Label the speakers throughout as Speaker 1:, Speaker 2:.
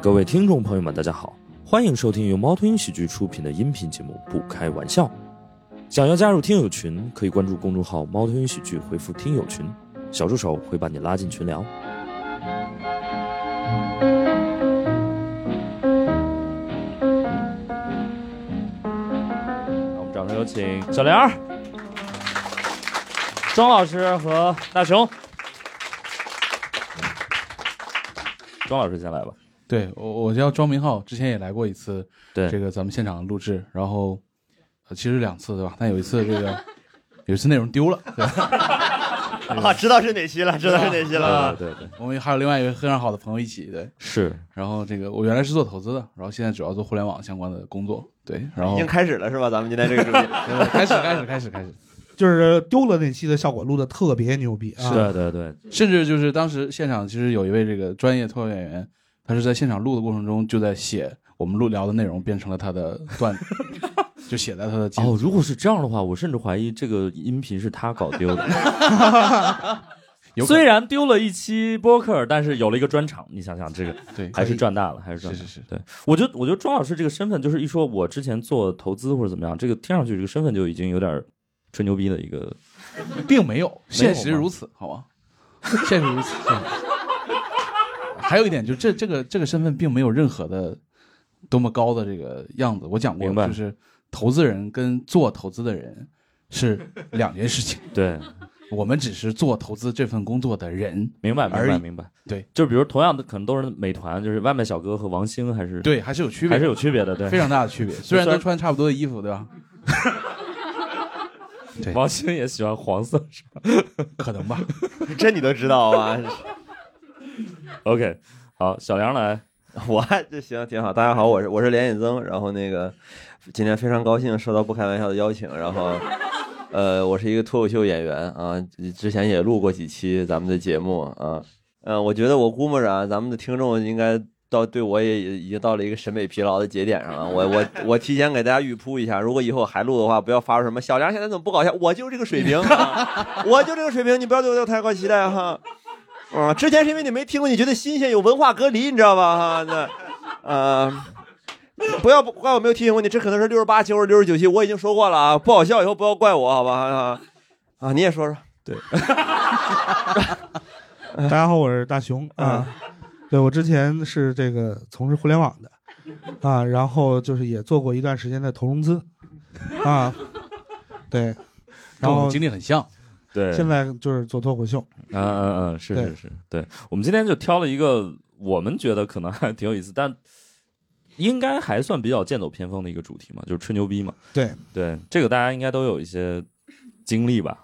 Speaker 1: 各位听众朋友们，大家好，欢迎收听由猫头鹰喜剧出品的音频节目《不开玩笑》。想要加入听友群，可以关注公众号“猫头鹰喜剧”，回复“听友群”，小助手会把你拉进群聊。让我们掌声有请小 莲儿、庄老师和大熊。庄老师先来吧。
Speaker 2: 对我，我叫庄明浩，之前也来过一次，
Speaker 1: 对
Speaker 2: 这个咱们现场录制，然后、呃其实两次对吧？但有一次这个 有一次内容丢了， 对
Speaker 3: 啊，知道是哪期了，知道是哪期了啊。
Speaker 1: 对对对，
Speaker 2: 我们还有另外一个非常好的朋友一起对，
Speaker 1: 是
Speaker 2: 然后这个我原来是做投资的，然后现在主要做互联网相关的工作，对，然
Speaker 3: 已
Speaker 2: 后
Speaker 3: 经开始了是吧？咱们今天这个主题，
Speaker 2: 呃 开始开始开始开始，
Speaker 4: 就是丢了那期的效果录的特别牛逼啊！
Speaker 1: 对对对，
Speaker 2: 甚至就是当时现场其实有一位这个专业脱口演员，他是在现场录的过程中就在写我们录聊的内容变成了他的段 子，就写在他的
Speaker 1: 哦，如果是这样的话，我甚至怀疑这个音频是他搞丢的。
Speaker 2: 有可能
Speaker 1: 虽然丢了一期播客，但是有了一个专场，你想想这个
Speaker 2: 对
Speaker 1: 还是
Speaker 2: 这
Speaker 1: 赚大了，还是赚
Speaker 2: 是
Speaker 1: 大
Speaker 2: 是
Speaker 1: 了。
Speaker 2: 是
Speaker 1: 我觉得，我觉得庄老师这个身份，就是一说我之前做投资或者怎么样，这个听上去这个身份就已经有点吹牛逼的一个。
Speaker 2: 并没有， 现实
Speaker 1: 吗
Speaker 2: 如此， 好吗？现实如此。对还有一点，就这这个这个身份并没有任何的多么高的这个样子。我讲过
Speaker 1: 明，白
Speaker 2: 就是投资人跟做投资的人是两件事情。
Speaker 1: 对，
Speaker 2: 我们只是做投资这份工作的人，
Speaker 1: 明白，明
Speaker 2: 而
Speaker 1: 白，
Speaker 2: 已
Speaker 1: 明白。
Speaker 2: 对，
Speaker 1: 就比如同样的，可能都是美团，就是外卖小哥和王兴，还是
Speaker 2: 对，还是有区别
Speaker 1: 还是
Speaker 2: 的，
Speaker 1: 有区别的。对
Speaker 2: 非，常大的 区别。虽然
Speaker 1: 虽
Speaker 2: 都
Speaker 1: 然
Speaker 2: 穿差不多的衣服，对吧？对
Speaker 1: 王兴也喜欢黄色。
Speaker 2: 可 能吧。
Speaker 3: 这你都知 道啊？
Speaker 1: OK，好，小梁来。
Speaker 3: 我还这行挺好。大家好，我是我是连隐增，然后那个今天非常高兴受到不开玩笑的邀请，然后。呃，我是一个脱口秀演员啊，之前也录过几期咱们的节目啊，嗯、我觉得我估摸着啊，咱们的听众应该到对我也已经到了一个审美疲劳的节点上了。我我我提前给大家预扑一下，如果以后还录的话，不要发出什么小梁现在怎么不搞笑，我就这个水平、啊，我就这个水平，你不要对我有太高期待哈。 啊，之前是因为你没听过，你觉得新鲜，有文化隔离，你知道吧？哈，那，啊、不要不怪我没有提醒过你，这可能是六十八期或者六十九期，我已经说过了啊，不好笑以后不要怪我，好吧？啊，啊你也说说，
Speaker 4: 大家好，我是大熊啊。对我之前是这个从事互联网的啊，然后就是也做过一段时间的投融资啊，对，
Speaker 2: 跟
Speaker 4: 然
Speaker 2: 我
Speaker 4: 后
Speaker 2: 们经历很像，
Speaker 1: 对，
Speaker 4: 现在就是做脱口秀，
Speaker 1: 嗯嗯嗯，是
Speaker 4: 对
Speaker 1: 是是，对我们今天就挑了一个我们觉得可能还挺有意思，但应该还算比较剑走偏锋的一个主题嘛，就是吹牛逼嘛。
Speaker 4: 对
Speaker 1: 对，这个大家应该都有一些经历吧，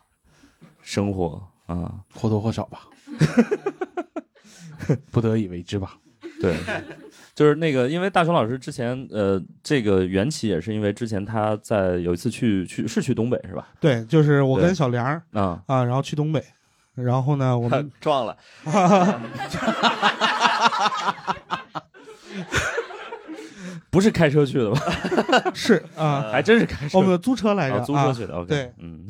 Speaker 1: 生活啊、
Speaker 2: 或多或少吧， 不得已为之吧。
Speaker 1: 对，就是那个，因为大雄老师之前呃，这个缘起也是因为之前他在有一次去去是去东北是吧？
Speaker 4: 对，就是我
Speaker 1: 对
Speaker 4: 跟小梁儿
Speaker 1: 啊、
Speaker 4: 啊，然后去东北，然后呢，我们
Speaker 3: 撞了，
Speaker 1: 不是开车 去的吧？
Speaker 4: 是啊，
Speaker 1: 还真是开车，
Speaker 4: 我们租车来着
Speaker 1: 啊，租车
Speaker 4: 啊
Speaker 1: 去的。OK，
Speaker 4: 对
Speaker 1: 嗯，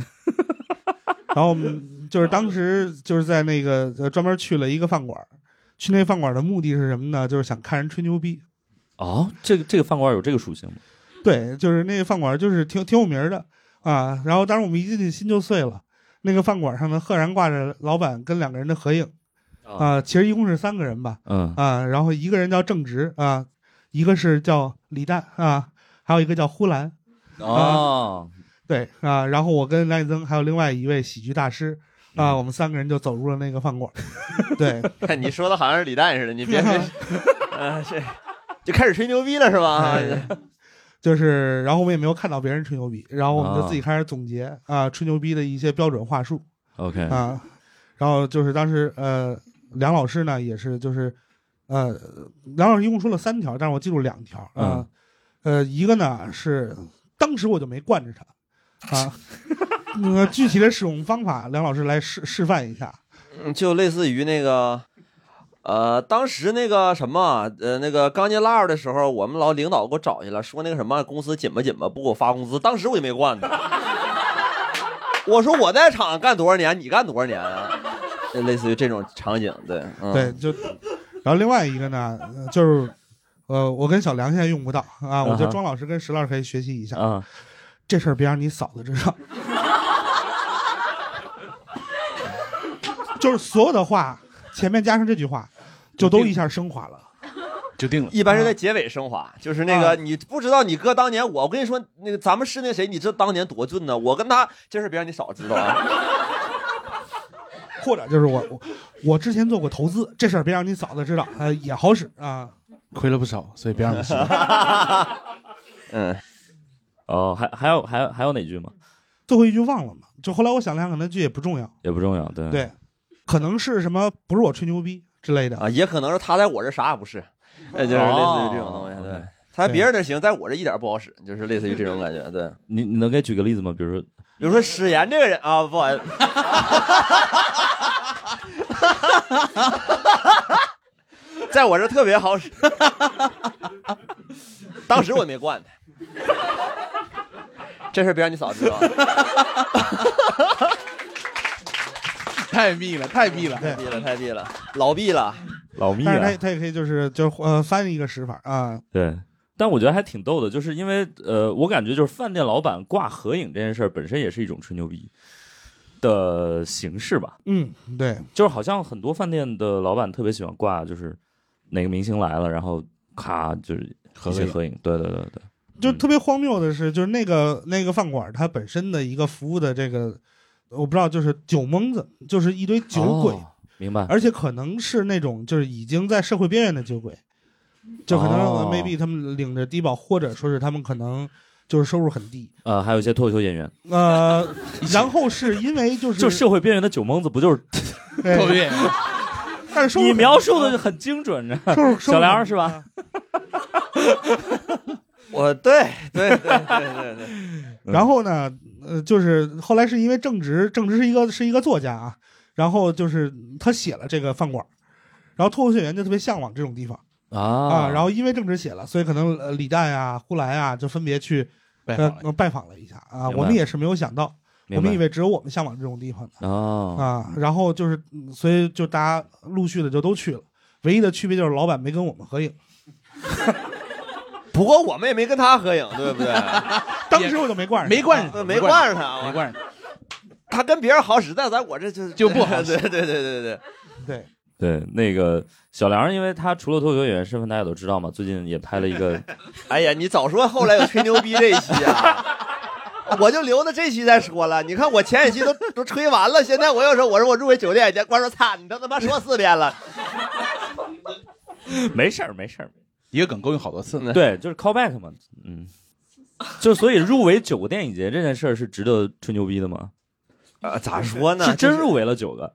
Speaker 4: 然后我们就是当时就是在那个呃专门去了一个饭馆儿，去那饭馆儿的目的是什么呢？就是想看人吹牛逼。
Speaker 1: 哦，这个这个饭馆有这个属性吗？
Speaker 4: 对，就是那个饭馆儿就是挺挺有名儿的啊。然后当时我们一进去心就碎了，那个饭馆上面赫然挂着老板跟两个人的合影啊，其实一共是三个人吧
Speaker 1: 哦嗯，
Speaker 4: 啊，然后一个人叫正直啊，一个是叫李诞啊，还有一个叫呼兰。
Speaker 1: 哦，
Speaker 4: 对啊，然后我跟赖增还有另外一位喜剧大师啊，
Speaker 1: 嗯
Speaker 4: 我们三个人就走入了那个饭馆儿。 对，
Speaker 3: 你说的好像是李诞似的，你别 别，啊，这就开始吹牛逼了是吧？啊
Speaker 4: 哎就是，然后我们也没有看到别人吹牛逼，然后我们就自己开始总结啊、吹牛逼的一些标准话术
Speaker 1: OK，
Speaker 4: 啊，然后就是当时呃，梁老师呢也是就是，呃，梁老师一共说了三条，但是我记住两条啊、
Speaker 3: 嗯
Speaker 4: 呃，一个呢是当时我就没惯着他啊， 那个具体的使用方法，梁老师来示示范一下，
Speaker 3: 嗯就类似于那个，呃，当时那个什么，呃，那个刚进腊二的时候，我们老领导给我找去了，说那个什么公司紧吧紧吧，不给我发工资，当时我就没惯他。我说我在厂干多少年，你干多少年啊？就类似于这种场景，对，嗯、
Speaker 4: 对，就，然后另外一个呢，呃就是呃，我跟小梁现在用不到啊，我觉
Speaker 1: 啊哈
Speaker 4: 得庄老师跟石老师可以学习一下。
Speaker 1: 啊，
Speaker 4: 这事儿别让你嫂子知道。 就是所有的话前面加上这句话，就都一下升华了。
Speaker 2: 就定了。嗯
Speaker 3: 一般是在结尾升华，就是那个你不知道你哥当年我，我跟你说，那个咱们是那谁，你知道当年多俊呢？我跟他这事儿别让你嫂知道啊。
Speaker 4: 或者就是我我我之前做过投资，这事儿别让你嫂子知道，呃，也好使啊。
Speaker 2: 亏了不 少，所以别让他知道。
Speaker 3: 嗯，
Speaker 1: 哦，还还有还有还有哪句吗？
Speaker 4: 最后一句忘了嘛，就后来我想了想，可能那句也不重要，
Speaker 1: 也不重要，对
Speaker 4: 对，可能是什么不是我吹牛逼之类的。
Speaker 3: 啊，也可能是他在我这啥也 不是，呃，就是类似于这种
Speaker 4: 哦
Speaker 3: 东西。对，他在别人那行，在我这一点不好使，就是类似于这种感觉。 对，
Speaker 1: 你你能给举个例子吗？比如说，
Speaker 3: 比如说史岩这个人啊，不好意思， 在我这特别好使，当时我也没惯他，这事儿别让你嫂知道。
Speaker 2: 太密了，太密了。
Speaker 3: 太逼了，太逼了，老逼了。
Speaker 1: 老啊密
Speaker 4: 但是他他也可以就是就是呃翻译一个使法啊，
Speaker 1: 对，但我觉得还挺逗的，就是因为呃，我感觉就是饭店老板挂合影这件事儿本身也是一种吹牛逼的形式吧，
Speaker 4: 嗯，对，
Speaker 1: 就是好像很多饭店的老板特别喜欢挂，就是哪个明星来了，然后咔就是
Speaker 2: 合
Speaker 1: 一
Speaker 2: 个
Speaker 1: 些
Speaker 2: 影
Speaker 1: 合影，对对对对，
Speaker 4: 就
Speaker 1: 嗯
Speaker 4: 特别荒谬的是，就是那个那个饭馆它本身的一个服务的这个，我不知道，就是酒蒙子，就是一堆酒鬼，
Speaker 1: 哦明白？
Speaker 4: 而且可能是那种就是已经在社会边缘的酒鬼，就可能、
Speaker 1: 哦
Speaker 4: maybe 他们领着低保，或者说是他们可能就是收入很低，
Speaker 1: 呃，还有一些脱口秀演员，
Speaker 4: 呃，然后是因为就是
Speaker 1: 就社会边缘的酒蒙子，不就是
Speaker 4: 对
Speaker 2: 特别
Speaker 4: 但是收入
Speaker 1: 你
Speaker 4: 很啊
Speaker 1: 描述的就很精准，你知道吗
Speaker 4: 收 入收入
Speaker 1: 小梁
Speaker 4: 很啊
Speaker 1: 是吧？
Speaker 3: 我对对对对对对，
Speaker 4: 然后呢，呃，就是后来是因为正直，正直是一个是一个作家啊，然后就是他写了这个饭馆儿，然后脱口秀演员就特别向往这种地方
Speaker 1: 啊
Speaker 4: 啊，然后因为正直写了，所以可能呃李诞啊、呼兰啊就分别去
Speaker 2: 拜
Speaker 4: 呃
Speaker 2: 访了。
Speaker 4: 呃拜访了一下啊，
Speaker 1: 明白
Speaker 4: 我们也是没有想到，我
Speaker 1: 明白
Speaker 4: 们以为只有我们向往这种地方的
Speaker 1: 哦，
Speaker 4: 啊，然后就是嗯所以就大家陆续的就都去了，唯一的区别就是老板没跟我们合影，
Speaker 3: 不过我们也没跟他合影，对不对？
Speaker 4: 当时我就没惯着他，
Speaker 2: 没惯
Speaker 3: 呃
Speaker 2: 着，
Speaker 3: 没
Speaker 2: 惯
Speaker 3: 惯着他，
Speaker 2: 没
Speaker 3: 我
Speaker 2: 惯着。
Speaker 3: 他跟别人好使，但在我这就
Speaker 2: 就不好
Speaker 3: 对对对对对，
Speaker 4: 对，
Speaker 1: 对，那个小梁，因为他除了脱口秀演员身份，大家也都知道嘛，最近也拍了一个
Speaker 3: 哎呀，你早说后来有吹牛逼这一期啊， 我就留到这期再说了。你看我前几期都都吹完了，现在我又说我说我入围酒店，人家观众操，你都他妈说四遍了，
Speaker 1: 没事儿，没事儿。
Speaker 2: 一个梗够用好多次，
Speaker 1: 对，就是 callback 嘛，嗯，就所以入围九个电影节这件事儿是值得吹牛逼的吗？
Speaker 3: 啊，咋说呢？
Speaker 1: 是真
Speaker 3: 就是
Speaker 1: 入围了九 个，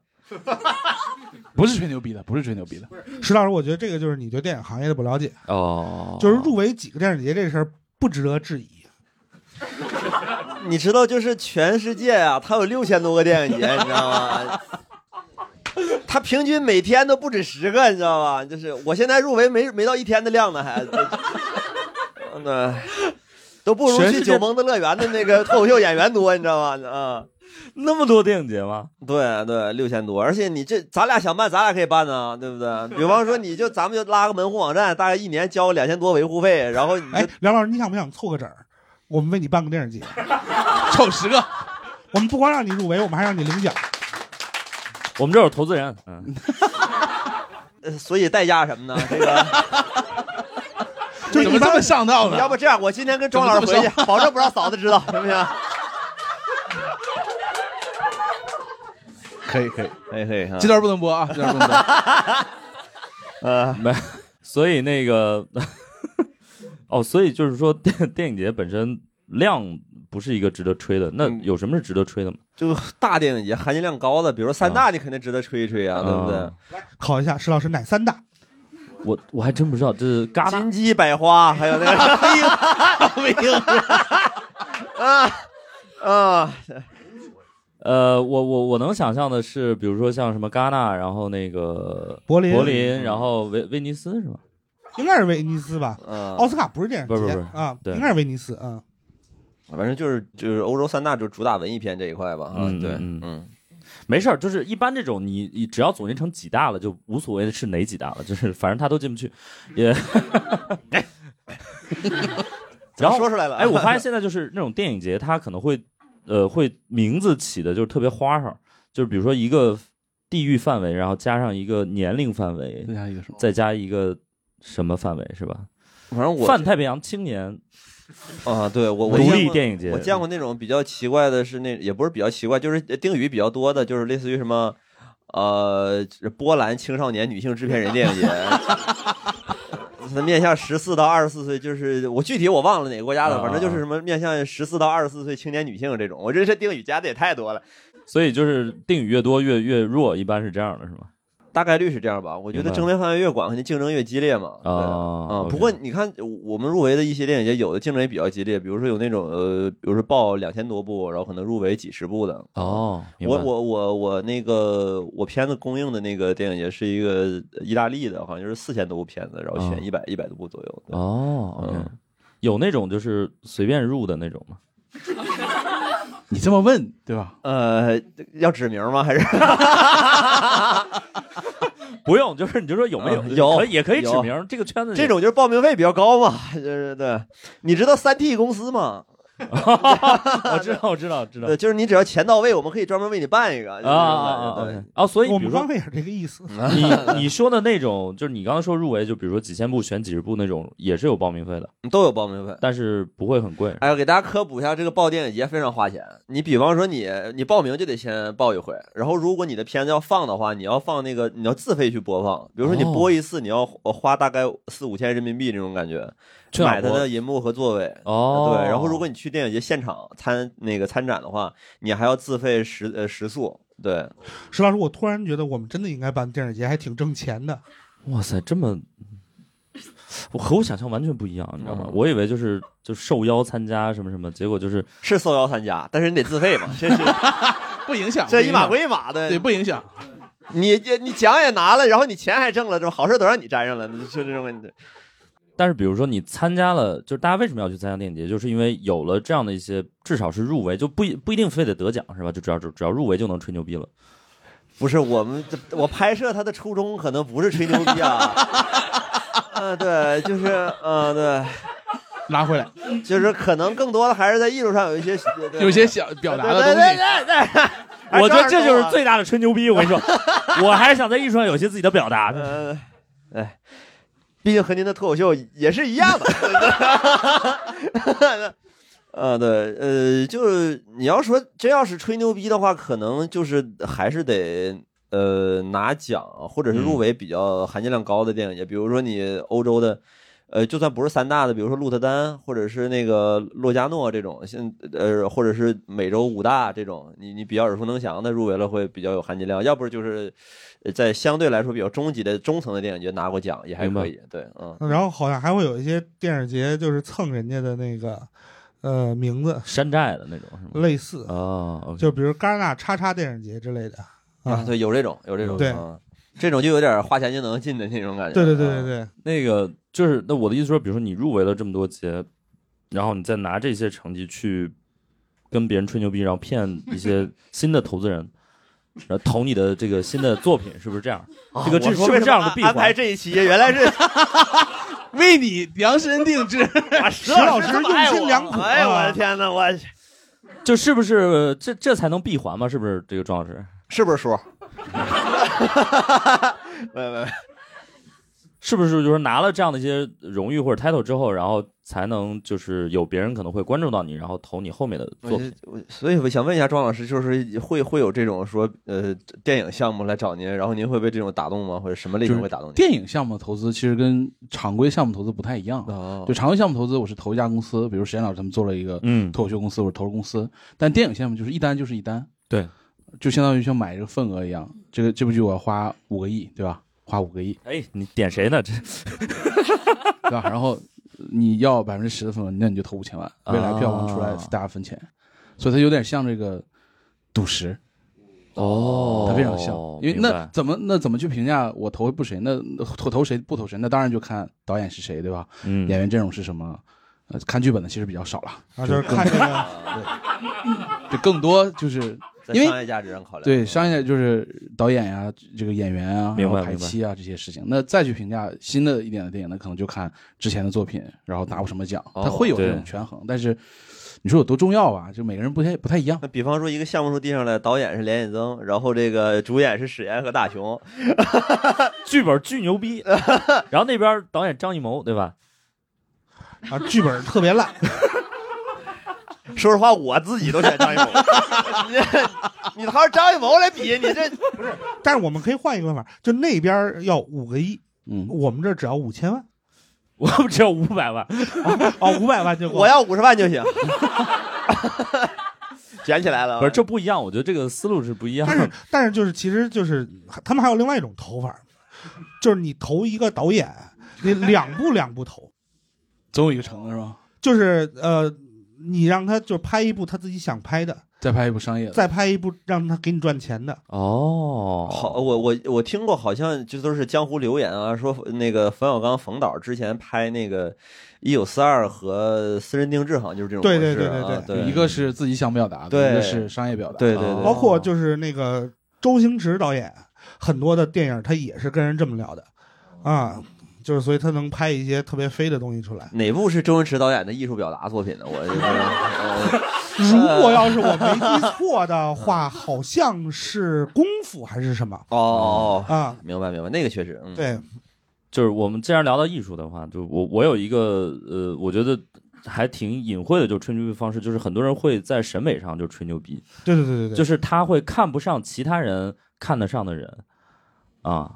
Speaker 2: 不是吹牛逼的，不是吹牛逼的。
Speaker 4: 石老师，我觉得这个就是你对电影行业的不了解。
Speaker 1: 哦，
Speaker 4: 就是入围几个电影节这事儿不值得质疑。
Speaker 3: 你知道，就是全世界啊，它有六千多个电影节，你知道啊 吗？ 它平均每天都不止十个，你知道吗？就是我现在入围没没到一天的量呢，还，嗯对，都不如
Speaker 1: 全世
Speaker 3: 去
Speaker 1: 界
Speaker 3: 九蒙的乐园的那 个脱口秀演员多，你知道吗？啊、
Speaker 1: 那么多电影节吗？
Speaker 3: 对对，六千多，而且你这咱俩想办，咱俩可以办呢，对不对？比方说，你就咱们就拉个门户网站，大概一年交两千多维护费，然后你就
Speaker 4: 哎，梁老师，你想不想凑个整儿？我们为你办个 电影节，
Speaker 2: 凑十个，
Speaker 4: 我们不光让你入围，我们还让你领奖。
Speaker 1: 我们这有投资人，嗯，
Speaker 3: 呃所以代价什么呢？这 个。
Speaker 4: 就
Speaker 2: 怎
Speaker 4: 是一
Speaker 2: 么这
Speaker 4: 般
Speaker 2: 么上道呢？
Speaker 3: 要不这样，我今天跟庄老师回
Speaker 2: 怎
Speaker 3: 去
Speaker 2: 么，
Speaker 3: 保证不让嫂子知道，行不行？
Speaker 2: 可以可以，
Speaker 3: 嘿嘿，
Speaker 2: 这段不能播啊，这段不能播。
Speaker 3: 呃，
Speaker 1: 没，所以那个， 哦，所以就是说 电电影节本身量不是一个值得吹的，那
Speaker 3: 嗯
Speaker 1: 有什么是值得吹的吗？
Speaker 3: 就大电影节含金量高的，比如三大，你肯定值得吹一吹啊，对不对
Speaker 1: 啊？
Speaker 4: 考一下石老师哪三大？
Speaker 1: 我我还真不知道，哦这是戛纳
Speaker 3: 金鸡百花，还有那个
Speaker 2: 没听
Speaker 3: 啊，
Speaker 1: 呃，我我我能想象的是，比如说像什么戛纳，然后那个
Speaker 4: 柏林
Speaker 1: 柏林，然后威威尼斯是吧？
Speaker 4: 应该是威尼斯吧？
Speaker 3: 嗯，
Speaker 4: 奥斯卡不是电影节
Speaker 1: 不是不是
Speaker 4: 啊，
Speaker 1: 对
Speaker 4: 应该是威尼斯啊。
Speaker 3: 反正就是就是欧洲三大就主打文艺片这一块吧，啊，
Speaker 1: 嗯
Speaker 3: 对，
Speaker 1: 嗯
Speaker 3: 嗯，
Speaker 1: 没事儿，就是一般这种你你只要总结成几大了，就无所谓是哪几大了， 就是反正他都进不去，也。 然后
Speaker 3: 说出来了啊
Speaker 1: 哎，我发现现在就是那种电影节，它可能会，呃，会名字起的就是特别花哨，就是比如说一个地域范围，然后加上一个年龄范围，
Speaker 2: 再加一个什么
Speaker 1: 再加一个什么范围是吧？
Speaker 3: 反正我
Speaker 1: 泛太平洋青年
Speaker 3: 啊，对我我
Speaker 1: 独
Speaker 3: 见
Speaker 1: 立
Speaker 3: 过
Speaker 1: 电影节，
Speaker 3: 我见过那种比较奇怪的是那也不是比较奇怪，就是呃定语比较多的，就是类似于什么，呃，波兰青少年女性制片人电 影节，它面向十四到二十四岁，就是我具体我忘了哪个国家的，反正
Speaker 1: 啊
Speaker 3: 就是什么面向十四到二十四岁青年女性这种，我这这定语加的也太多了，
Speaker 1: 所以就是定语越多越越弱，一般是这样的，是吗？
Speaker 3: 大概率是这样吧。我觉得
Speaker 1: 明白
Speaker 3: 争辩范围越广，肯定竞争越激烈嘛。对
Speaker 1: 啊
Speaker 3: 啊，
Speaker 1: OK
Speaker 3: 不过你看，我们入围的一些电影节，有的竞争也比较激烈，比如说有那种呃，比如说报两千多部，然后可能入围几十部的。嗯
Speaker 1: 哦，明白
Speaker 3: 我我我我那个我片子公映的那个电影节是一个意大利的，好像就是四千多部片子，然后
Speaker 1: 哦
Speaker 3: 选一百一百多部左右。对
Speaker 1: 哦，OK，、
Speaker 3: 嗯
Speaker 1: 有那种就是随便入的那种吗？
Speaker 2: 你这么问对吧？
Speaker 3: 呃，要指名吗？还是
Speaker 1: 不用，就是你就说有没有，
Speaker 3: 嗯有
Speaker 1: 可以也可以指
Speaker 3: 有
Speaker 1: 名。这个圈子
Speaker 3: 这种就是报名费比较高嘛？就是对，你知道三 T 公司吗？
Speaker 1: 我知道，我知道， 我知道
Speaker 3: 对，就是你只要钱到位，我们可以专门为你办一个。就是
Speaker 1: 啊啊啊
Speaker 3: 这种感觉对
Speaker 1: ！OK 啊，所以
Speaker 4: 我
Speaker 1: 比
Speaker 4: 们
Speaker 1: 如
Speaker 4: 刚
Speaker 1: 说
Speaker 4: 才也是这个意思。
Speaker 1: 你你说的那种，就是你刚刚说入围，就比如说几千部选几十部那种，也是有报名费的，
Speaker 3: 都有报名费。
Speaker 1: 但是不会很贵。
Speaker 3: 哎，我给大家科普一下，这个报电影节非常花钱。你比方说你你报名就得先报一回，然后如果你的片子要放的话，你要放那个你要自费去播放。比如说你
Speaker 1: 哦
Speaker 3: 播一次，你要花呃花大概四五千人民币这种感觉，
Speaker 1: 去哪
Speaker 3: 买
Speaker 1: 儿
Speaker 3: 它
Speaker 1: 播
Speaker 3: 的银幕和座位。
Speaker 1: 哦，
Speaker 3: 对，然后如果你去电影节现场参那个参展的话，你还要自费食呃食宿。对，
Speaker 4: 石老师，我突然觉得我们真的应该办电影节，还挺挣钱的。
Speaker 1: 哇塞，这么，我和我想象完全不一样，你知道吗？
Speaker 3: 嗯
Speaker 1: 我以为就是就受邀参加什么什么，结果就是
Speaker 3: 是受邀参加，但是你得自费 嘛，这是
Speaker 2: 不影响，
Speaker 3: 这一码
Speaker 2: 不影响
Speaker 3: 归一码的。
Speaker 2: 对不影响。
Speaker 3: 你你你奖也拿了，然后你钱还挣了，这好事都让你沾上了，就这种问题。
Speaker 1: 但是比如说你参加了，就是大家为什么要去参加电影节，就是因为有了这样的一些，至少是入围，就不一不一定非得得奖是吧？就只要只只要入围就能吹牛逼了。
Speaker 3: 不是我们这，我拍摄他的初衷可能不是吹牛 逼啊，呃，对，就是，呃，对，
Speaker 2: 拉回来，
Speaker 3: 就是可能更多的还是在艺术上有一些
Speaker 2: 有些想表达的
Speaker 3: 对对
Speaker 2: 东
Speaker 3: 对对对，哎
Speaker 1: 我觉得这就
Speaker 3: 正
Speaker 1: 是
Speaker 3: 好
Speaker 1: 最大的吹牛逼。我跟你说，我还是想在艺术上有些自己的表达的。
Speaker 3: 呃，哎，毕竟和您的脱口秀也是一样的。呃，对，呃，就是你要说真要是吹牛逼的话，可能就是还是得呃拿奖或者是入围比较含金量高的电影节，比如说你欧洲的。呃，就算不是三大的，比如说鹿特丹，或者是那个洛迦诺这种，现呃，或者是美洲五大这种，你你比较耳熟能详的入围了，会比较有含金量。要不就是呃在相对来说比较中级的中层的电影节拿过奖，也还
Speaker 1: 明白
Speaker 3: 可以。对，嗯，
Speaker 4: 然后好像还会有一些电影节，就是蹭人家的那个呃名字，
Speaker 1: 山寨的那种是吗？
Speaker 4: 类似，
Speaker 1: 哦，OK，
Speaker 4: 就比如戛纳叉叉电影节之类的
Speaker 3: 啊，
Speaker 4: 啊。
Speaker 3: 对，有这种，有这种，
Speaker 4: 对
Speaker 3: 嗯，这种就有点花钱就能进的那种感觉。
Speaker 4: 对对对对
Speaker 3: 嗯，
Speaker 4: 对，
Speaker 1: 啊那个就是那我的意思说，比如说你入围了这么多节，然后你再拿这些成绩去跟别人吹牛逼，然后骗一些新的投资人，然后投你的这个新的作品，是不是这 样？这个
Speaker 3: 啊我
Speaker 1: 这是
Speaker 3: 说
Speaker 1: 不
Speaker 3: 为
Speaker 1: 是
Speaker 3: 什
Speaker 1: 这样
Speaker 3: 么
Speaker 1: 的
Speaker 3: 安
Speaker 1: 闭
Speaker 3: 安排
Speaker 1: 环？
Speaker 3: 这一期，原来 是
Speaker 2: 西，为你量身定制。
Speaker 3: 石
Speaker 4: 老师
Speaker 3: 啊这么爱
Speaker 4: 用心
Speaker 3: 我
Speaker 4: 良苦
Speaker 3: 哎呀，我
Speaker 4: 啊
Speaker 3: 的天哪，我
Speaker 1: 就是不是呃这这才能闭环嘛？是不是这个庄老师？
Speaker 3: 是不 是叔？没没没，
Speaker 1: 是不是就是拿了这样的一些荣誉或者 title 之后，然后才能就是有别人可能会关注到你，然后投你后面的
Speaker 3: 我
Speaker 1: 作
Speaker 3: 就
Speaker 1: 品？
Speaker 3: 我所以我想问一下庄老师，就是会会有这种说呃电影项目来找您，然后您会被这种打动吗？或者什么类
Speaker 2: 就
Speaker 3: 型
Speaker 2: 是
Speaker 3: 会打动您？
Speaker 2: 电影项目的投资其实跟常规项目投资不太一样。
Speaker 3: 哦
Speaker 2: 就常规项目投资，我是投一家公司，比如实验老师他们做了一个
Speaker 1: 嗯，
Speaker 2: 脱口秀公司，我是投了公司。但电影项目就是一单就是一单，
Speaker 1: 对，
Speaker 2: 就相当于像买这个份额一样。这个这部剧我要花五个亿，对吧？花五个亿，
Speaker 1: 哎，你点谁呢？这
Speaker 2: 对吧？然后你要百分之十的份额，那你就投五千万，未来票房出来
Speaker 1: 啊
Speaker 2: 大家分钱，所以它有点像这个赌石，
Speaker 1: 哦
Speaker 2: 它非常像。因为
Speaker 1: 明
Speaker 2: 那
Speaker 1: 白
Speaker 2: 怎么那怎么去评价我投不谁？那投投谁不投谁？那当然就看导演是谁，对吧？
Speaker 1: 嗯
Speaker 2: 演员阵容是什么？
Speaker 5: 啊
Speaker 2: 呃，看剧本的其实比较少了，
Speaker 4: 啊，就是看这个
Speaker 2: 就更多就是
Speaker 3: 在
Speaker 2: 因为
Speaker 3: 商业价值上考量，
Speaker 2: 对，商业就是导演呀、这个演员啊，
Speaker 1: 明白
Speaker 2: 然后排期啊这些事情。那再去评价新的一点的电影呢，可能就看之前的作品，然后拿过什么奖，
Speaker 3: 哦
Speaker 2: 它会有
Speaker 1: 对
Speaker 2: 这种权衡。但是你说有多重要吧？就每个人不太不太一样。
Speaker 3: 那比方说一个项目从地上来，导演是连夜增，然后这个主演是史岩和大雄，
Speaker 1: 剧本巨牛逼， 然后那边导演张艺谋对吧？
Speaker 4: 啊，剧本特别 烂，
Speaker 3: 说实话，我自己都选张艺谋。你你拿张艺谋来比，你这
Speaker 4: 但是我们可以换一个办法，就那边儿要五个亿，
Speaker 2: 嗯，
Speaker 4: 我们这儿只要五千万，
Speaker 1: 我们只有五百万，
Speaker 4: 哦，五百万就够。
Speaker 3: 我要五十万就行， 卷起来了。
Speaker 1: 不是这不一样，我觉得这个思路是不一样
Speaker 4: 但
Speaker 1: 的
Speaker 4: 是。但是就是其实就是他们还有另外一种投法，就是你投一个导演，你两部两部投，
Speaker 2: 总有一个成的是吧？
Speaker 4: 就是呃，你让他就拍一部他自己想拍的，
Speaker 2: 再拍一部商业的，
Speaker 4: 再拍一部让他给你赚钱的。
Speaker 1: 哦，
Speaker 3: 好，我我我听过，好像这都是江湖流言啊，说那个冯小刚冯导之前拍那个《一九四二》和《私人定制》，好像就是这种模
Speaker 4: 对
Speaker 3: 式
Speaker 4: 对
Speaker 3: 啊。
Speaker 4: 对
Speaker 2: 一个是自己想表达的，
Speaker 3: 对
Speaker 2: 一个是商业表达。
Speaker 3: 对对
Speaker 1: 哦
Speaker 3: 对
Speaker 4: 包括就是那个周星驰导演，很多的电影他也是跟人这么聊的，啊，就是所以他能拍一些特别飞的东西出来。
Speaker 3: 哪部是周星驰导演的艺术表达作品呢？我这 个呃
Speaker 4: 如果要是我没记错的话，好像是功夫还是什么
Speaker 3: 哦哦，哦
Speaker 4: 啊？
Speaker 3: 明白明白，那个确实，嗯，
Speaker 4: 对，
Speaker 1: 嗯就是我们既然聊到艺术的话，就我我有一个呃，我觉得还挺隐晦的，就吹牛逼的方式，就是很多人会在审美上就吹牛逼，
Speaker 4: 对对对对
Speaker 1: 就
Speaker 4: 对，
Speaker 1: 是他会看不上其他人看得上的人啊。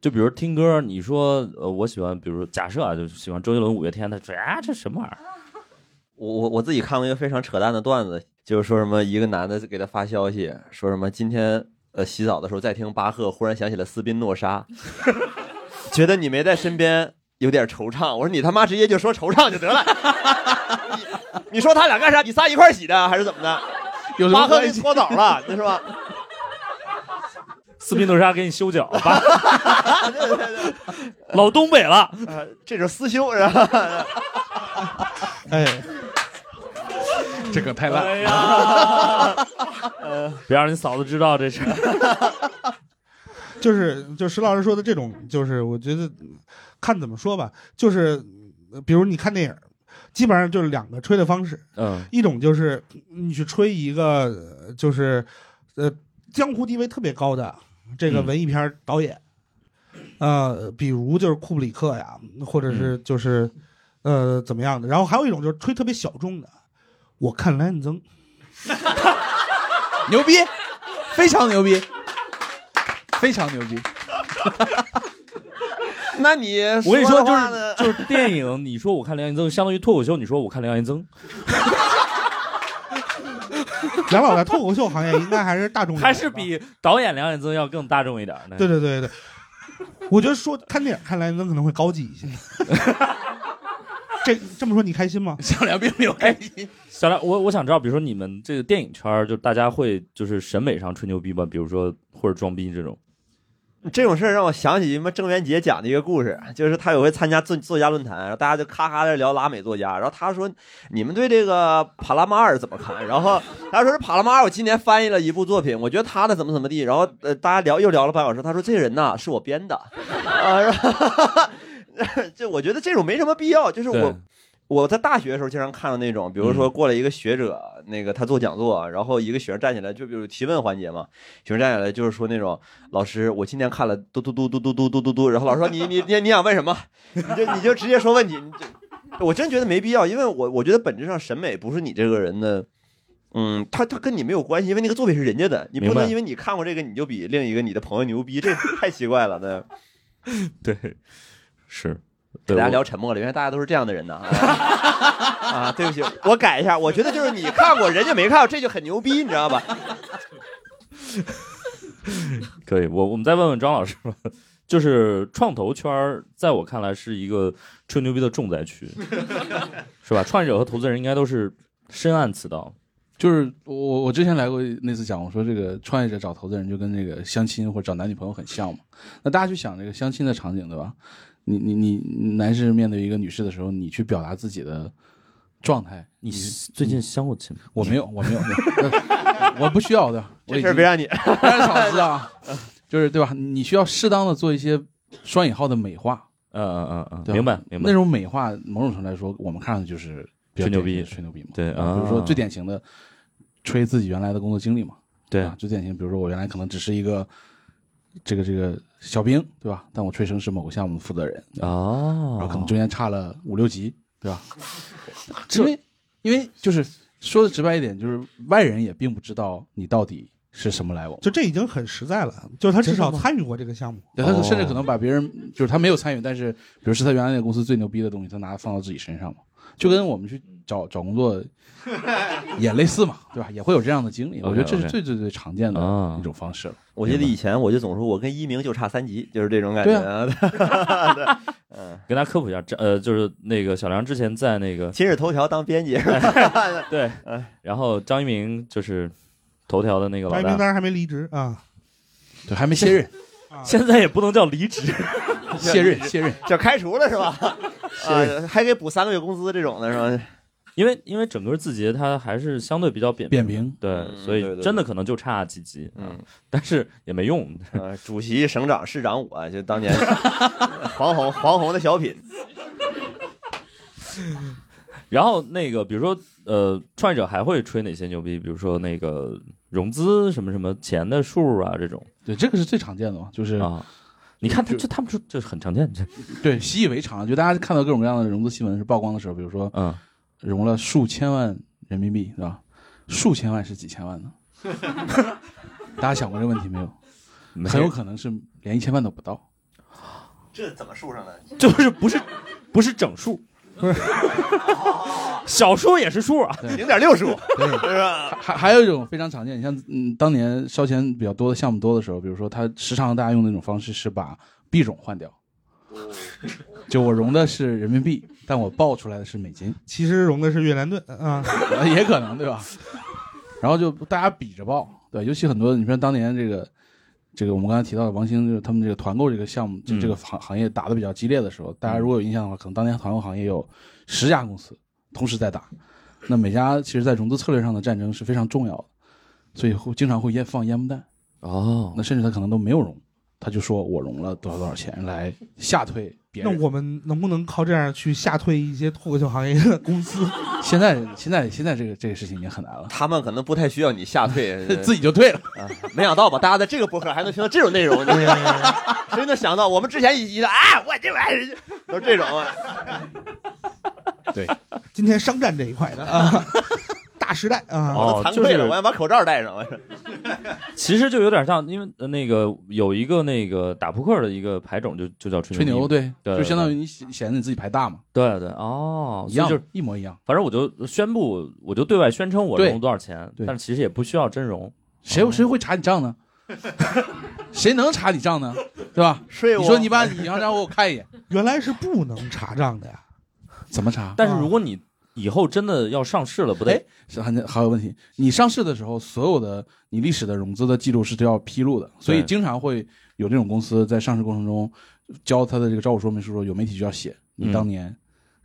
Speaker 1: 就比如听歌，你说呃，我喜欢，比如假设啊，就喜欢周杰伦、五月天，他说啊，这什么玩意儿？
Speaker 3: 我我我自己看过一个非常扯淡的段子，就是说什么一个男的给他发消息，说什么今天呃洗澡的时候在听巴赫，忽然想起了斯宾诺莎， 觉得你没在身边有点惆怅。我说你他妈直接就说惆怅就得了， 你你说他俩干啥？你仨一块儿洗的还是怎么的？
Speaker 2: 有什
Speaker 3: 巴
Speaker 2: 么
Speaker 3: 赫
Speaker 2: 关
Speaker 3: 给
Speaker 2: 系
Speaker 3: 你？搓澡了，那是吧？
Speaker 1: 斯宾诺莎给你修脚吧，
Speaker 3: 对对 对，
Speaker 1: 老东北了。
Speaker 3: 呃这是私修是吧？
Speaker 4: 哎，
Speaker 2: 这个太
Speaker 3: 哎
Speaker 2: 烂。
Speaker 1: 呀，别让你嫂子知道这事儿。
Speaker 4: 就是就石老师说的这种，就是我觉得看怎么说吧，就是呃比如你看电影，基本上就是两个吹的方式，
Speaker 1: 嗯
Speaker 4: 一种就是你去吹一个呃就是呃江湖地位特别高的这个
Speaker 1: 嗯
Speaker 4: 文艺片儿导演，呃，比如就是库布里克呀，或者
Speaker 1: 嗯
Speaker 4: 是就是、呃怎么样的，然后还有一种就是吹特别小众的，我看莱恩 增，
Speaker 2: 牛逼，非常牛逼，非常牛逼。
Speaker 3: 那你
Speaker 1: 我跟你说，
Speaker 3: 呃说的
Speaker 1: 就
Speaker 3: 话
Speaker 1: 是
Speaker 3: 呢
Speaker 1: 就是电影，你说我看梁云增，相当于脱口秀，你说我看梁云增，
Speaker 4: 梁老在脱口秀行业应该还是大众一点吧，
Speaker 1: 还是比导演梁云增要更大众一点呢。
Speaker 4: 对对对对，我觉得说看电影看莱恩增可能会高级一些。 这这么说你开心吗？
Speaker 2: 小梁并没有开心。
Speaker 1: 小梁，我我想知道，比如说你们这个电影圈儿，就大家会就是审美上吹牛逼吗？比如说或者装逼这种。
Speaker 3: 这种事儿让我想起什么郑渊洁讲的一个故事，就是他有回参加作作家论坛，然后大家就咔咔的聊拉美作家，然后他说你们对这个帕拉马尔怎么看？然后他说是帕拉马尔，我今年翻译了一部作品，我觉得他的怎么怎么地，然后呃大家聊又聊了半小时，他说这人呐是我编的，啊，然后 这我觉得这种没什么必要，就是
Speaker 1: 对嗯
Speaker 3: 我我在大学的时候经常看到那种，比如说过来一个学者，那个他做讲座，然后一个学生站起来，就比如提问环节嘛，学生站起来就是说那种老师，我今天看了嘟嘟嘟嘟嘟嘟嘟嘟嘟，然后老师说你你你你想问什么，你就你就直接说问题，你就我真觉得没必要，因为我我觉得本质上审美不是你这个人的。嗯，他他跟你没有关系，因为那个作品是人家的，你不
Speaker 1: 明白
Speaker 3: 能因为你看过这个你就比另一个你的朋友牛逼，这太奇怪了。对，
Speaker 1: 对，是。
Speaker 3: 给
Speaker 1: 对
Speaker 3: 大家
Speaker 1: 我
Speaker 3: 聊沉默了，原来大家都是这样的人呢。 啊，啊对不起，我改一下，我觉得就是你看过，人家没看过，这就很牛逼，你知道吧？
Speaker 1: 可以，我我们再问问张老师吧。就是创投圈儿，在我看来是一个吹牛逼的重灾 区，是吧？创业者和投资人应该都是深谙此道。
Speaker 2: 就是我我之前来过那次讲，我说这个创业者找投资人就跟这个相亲或者找男女朋友很像嘛。那大家去想这个相亲的场景，对吧？你你你，男士面对一个女士的时候，你去表达自己的状态。
Speaker 1: 你
Speaker 2: 你
Speaker 1: 最近相过亲吗？
Speaker 2: 我没有，我没有， 我不需要的。我
Speaker 3: 这
Speaker 2: 已
Speaker 3: 事儿
Speaker 2: 经
Speaker 3: 别让你，
Speaker 2: 当然嫂子啊，就是对吧？你需要适当的做一些双引号的美化，
Speaker 1: 嗯嗯嗯
Speaker 2: 对
Speaker 1: 嗯，
Speaker 2: 吧
Speaker 1: 明白明白
Speaker 2: 那。种美化，某种程度来说，我们看上去就是比较
Speaker 1: 吹牛逼
Speaker 2: 吹牛逼嘛。
Speaker 1: 对
Speaker 2: 啊，比如
Speaker 1: 啊
Speaker 2: 说最典型的，吹自己原来的工作经历嘛。
Speaker 1: 对
Speaker 2: 啊，，最典型，比如说我原来可能只是一个这个这个小兵，对吧？但我吹成是某个项目的负责人，
Speaker 1: 哦，
Speaker 2: 然后可能中间差了五六级，对吧？因为因为就是说的直白一点，就是外人也并不知道你到底是什么来往。
Speaker 4: 就这已经很实在了，就是他至少
Speaker 1: 真的吗
Speaker 4: 参与过这个项目。
Speaker 2: 对，他
Speaker 1: 哦
Speaker 2: 甚至可能把别人，就是他没有参与，但是比如是他原来那个公司最牛逼的东西，他拿它放到自己身上嘛，就跟我们去找找工作 也类似嘛，对吧？也会有这样的经嗯历。我觉得嗯这是
Speaker 1: OK，OK
Speaker 2: 最最最常见的
Speaker 1: 啊
Speaker 2: 一种方式了。
Speaker 3: 我记得以前我就总说我跟一鸣就差三级，就是这种感觉
Speaker 2: 对
Speaker 3: 啊。
Speaker 1: 跟大家科普一下，这呃，就是那个小梁之前在那个
Speaker 3: 今日头条当编辑，
Speaker 1: 对，然后张一鸣就是头条的那个
Speaker 4: 张
Speaker 1: 老
Speaker 4: 一鸣
Speaker 1: 大，
Speaker 4: 当时还没离职啊，
Speaker 2: 对，还没卸任，
Speaker 1: 现在也不能叫离职，
Speaker 2: 卸任，卸任。
Speaker 3: 啊就开除了 是吧？啊，还给补三个月工资这种的是吧？
Speaker 1: 因为因为整个字节它还是相对比较扁
Speaker 2: 扁平，
Speaker 1: 对，
Speaker 3: 嗯
Speaker 1: 所
Speaker 3: 对
Speaker 1: 以
Speaker 3: 对
Speaker 1: 真的可能就差几级，啊
Speaker 3: 嗯，
Speaker 1: 但是也没用。
Speaker 3: 呃主席、省长、市长，我就当年啊 黄宏黄宏的小品，
Speaker 1: 然后那个，比如说呃，创业者还会吹哪些牛逼？比如说那个融资什么什么钱的数啊这种
Speaker 2: 对，这个是最常见的嘛，就是、
Speaker 1: 啊。你看他
Speaker 2: 就
Speaker 1: 这，他们说这很常见，这
Speaker 2: 对习以为常。就大家看到各种各样的融资新闻是曝光的时候，比如说
Speaker 1: 嗯，
Speaker 2: 融了数千万人民币，对吧？数千万是几千万呢？ 大家想过这个问题没有？
Speaker 1: 没
Speaker 2: 很有可能是连一千万都不到。
Speaker 3: 这怎么树上的？
Speaker 1: 就是不是不是整数，小数也是数啊。
Speaker 3: 零点六数，
Speaker 2: 对
Speaker 3: 是吧？
Speaker 2: 还还有一种非常常见，你像嗯当年烧钱比较多的项目多的时候，比如说他时常大家用的那种方式是把币种换掉，就我融的是人民币，但我报出来的是美金，
Speaker 4: 其实融的是越南盾 啊，
Speaker 2: 呃 也可能对吧？然后就大家比着报，对，尤其很多你说当年这个这个我们刚才提到的王兴，就是他们这个团购这个项目，就
Speaker 1: 嗯
Speaker 2: 这个行行业打的比较激烈的时候，大家如果有印象的话，可能当年团购行业有十家公司同时在打，那每家其实在融资策略上的战争是非常重要的，所以会经常会烟放烟幕弹，
Speaker 1: 哦
Speaker 2: 那甚至他可能都没有融，他就说我融了多少多少钱来吓退别
Speaker 4: 那
Speaker 2: 人。
Speaker 4: 我们能不能靠这样去吓退一些脱口秀行业的公司？
Speaker 2: 现在现在现在这个这个事情已经很难了，，
Speaker 3: 他们可能不太需要你吓退
Speaker 2: 自己就退了。
Speaker 3: 啊，没想到吧？大家在这个博客还能听到这种内容，你知道吗 谁能想到？我们之前一集的，哎，我这玩意儿都是这种啊。
Speaker 2: 对，
Speaker 4: 今天商战这一块 的啊，大时代啊，
Speaker 1: 哦
Speaker 3: 我都惭愧
Speaker 1: 就
Speaker 3: 了，
Speaker 1: 是
Speaker 3: 我要把口罩戴上。我 说
Speaker 1: 其实就有点像，因为呃那个有一个那个打扑克的一个牌种就就叫吹
Speaker 2: 吹牛
Speaker 1: 逼
Speaker 2: 对，
Speaker 1: 对
Speaker 2: 就相当于你显显得你自己牌大嘛，
Speaker 1: 对对哦，
Speaker 2: 一
Speaker 1: 所
Speaker 2: 样
Speaker 1: 以就是
Speaker 2: 一模一样。
Speaker 1: 反正我就宣布，我就对外宣称我
Speaker 2: 对
Speaker 1: 融多少钱，
Speaker 2: 对
Speaker 1: 但是其实也不需要真融。哦
Speaker 2: 谁谁会查你账呢？ 谁能查你账呢？对吧？
Speaker 3: 睡我，
Speaker 2: 你说你把你银行账户我 看一眼，
Speaker 4: 原来是不能查账的呀。
Speaker 2: 怎么查？
Speaker 1: 但是如果你以后真的要上市了，不得
Speaker 2: 哎是很还有问题。你上市的时候，所有的你历史的融资的记录是都要披露的，所以经常会有这种公司在上市过程中交他的这个招股说明书的时候，有媒体就要写
Speaker 1: 嗯
Speaker 2: 你当年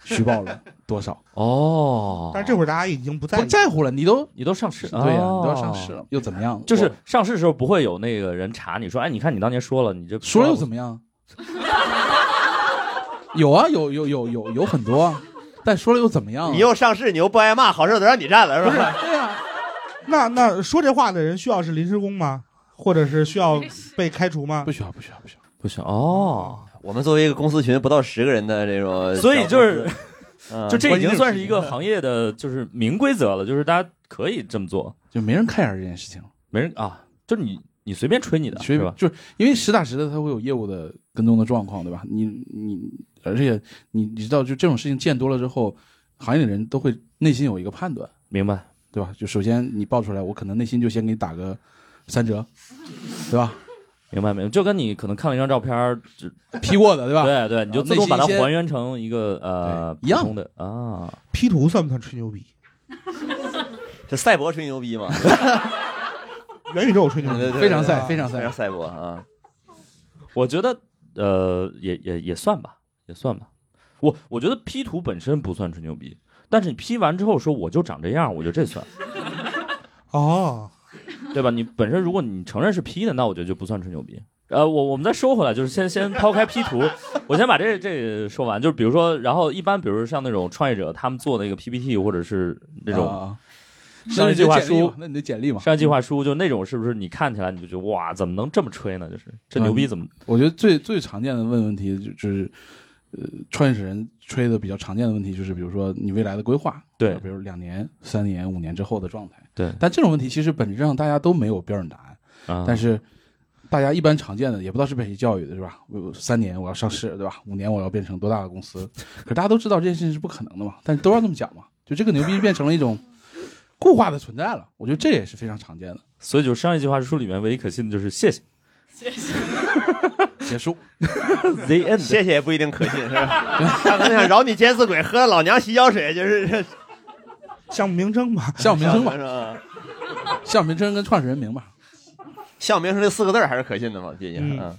Speaker 2: 虚报了多少，
Speaker 1: 哦？
Speaker 4: 但是这会儿大家已经不在
Speaker 2: 不
Speaker 4: 意，
Speaker 2: 在乎了，你都
Speaker 1: 你都上市，
Speaker 2: 对呀，
Speaker 1: 哦
Speaker 2: 你都要上市了，又怎么样？
Speaker 1: 就是
Speaker 2: 我
Speaker 1: 上市的时候不会有那个人查你说，哎，你看你当年说了，你这
Speaker 2: 说了又怎么
Speaker 1: 么？
Speaker 2: 样？有啊，有有有有有很多，啊，但说了又怎么样啊？
Speaker 3: 你又上市，你又不挨骂，好事都让你占了，是吧？
Speaker 2: 对呀、
Speaker 4: 那那说这话的人需要是临时工吗？或者是需要被开除吗
Speaker 2: 不？需要，不需要，不需要。
Speaker 1: 不行哦。
Speaker 3: 我们作为一个公司群不到十个人的这 种，
Speaker 1: 所以就是，
Speaker 3: 嗯
Speaker 1: 就这已经算是一
Speaker 2: 关键就
Speaker 1: 个
Speaker 2: 是
Speaker 1: 行业的就是明规则了，就是大家可以这么做，
Speaker 2: 就没人 care 这件事情了，
Speaker 1: 没人啊，就是你你随便吹你的，
Speaker 2: 所以
Speaker 1: 是吧？
Speaker 2: 就是因为实打实的，它会有业务的跟踪的状况，对吧？你你，而且你你知道，就这种事情见多了之后，行业里人都会内心有一个判断，
Speaker 1: 明白？
Speaker 2: 对吧？就首先你报出来，我可能内心就先给你打个三折，对吧？
Speaker 1: 明白明白，就跟你可能看了一张照片儿，只
Speaker 2: 批过的，对吧？
Speaker 1: 对对，你就自动把它
Speaker 2: 内心一些
Speaker 1: 还原成一个呃
Speaker 2: 对一样
Speaker 1: 普通的啊，
Speaker 4: P 图算不算吹牛逼？
Speaker 3: 这赛博吹牛逼 嘛，
Speaker 4: 元宇宙吹牛逼
Speaker 3: 对对对
Speaker 2: 非常赛，
Speaker 4: 对
Speaker 2: 非常
Speaker 3: 非
Speaker 2: 赛
Speaker 3: 常。赛博啊。
Speaker 1: 我觉得呃也也也算吧，也算吧。我我觉得 P 图本身不算吹牛逼，但是你批完之后说我就长这样，我觉得这算，
Speaker 4: 哦，
Speaker 1: 对吧？你本身如果你承认是 P 的，那我觉得就不算吹牛逼。呃，我我们再收回来，就是先先抛开 P 图，我先把这这说完。就是比如说，然后一般，比如像那种创业者，他们做的一个 PPT 或者是那种
Speaker 2: 啊
Speaker 1: 商业计划书，
Speaker 2: 那你的简历嘛？
Speaker 1: 商业计划书，就那种是不是你看起来你就觉得哇，怎么能这么吹呢？就是这牛
Speaker 2: 嗯
Speaker 1: 逼怎么？
Speaker 2: 我觉得最最常见的问问题就就是，呃，创业者人吹的比较常见的问题就是，比如说你未来的规划，
Speaker 1: 对
Speaker 2: 比如两年、三年、五年之后的状态。
Speaker 1: 对
Speaker 2: 但这种问题其实本质上大家都没有标准答案，
Speaker 1: 啊
Speaker 2: 但是大家一般常见的也不知道是被谁教育的，是吧？我三年我要上市，对吧？五年我要变成多大的公司？可大家都知道这件事情是不可能的嘛，但是都要这么讲嘛，就这个牛逼变成了一种固化的存在了。我觉得这也是非常常见的。
Speaker 1: 所以就是商业计划书里面唯一可信的就是谢谢
Speaker 2: 结束，
Speaker 1: the end。
Speaker 3: 谢谢也不一定可信，是吧？ 他可能想饶你见死鬼，喝老娘洗脚水，就是
Speaker 4: 项目名称吧，
Speaker 2: 项目名称吧，
Speaker 3: 吧？
Speaker 2: 项目名称跟创始人名吧。
Speaker 3: 项目名称这四个字儿还是可信的嘛，毕竟
Speaker 4: 嗯
Speaker 3: 啊，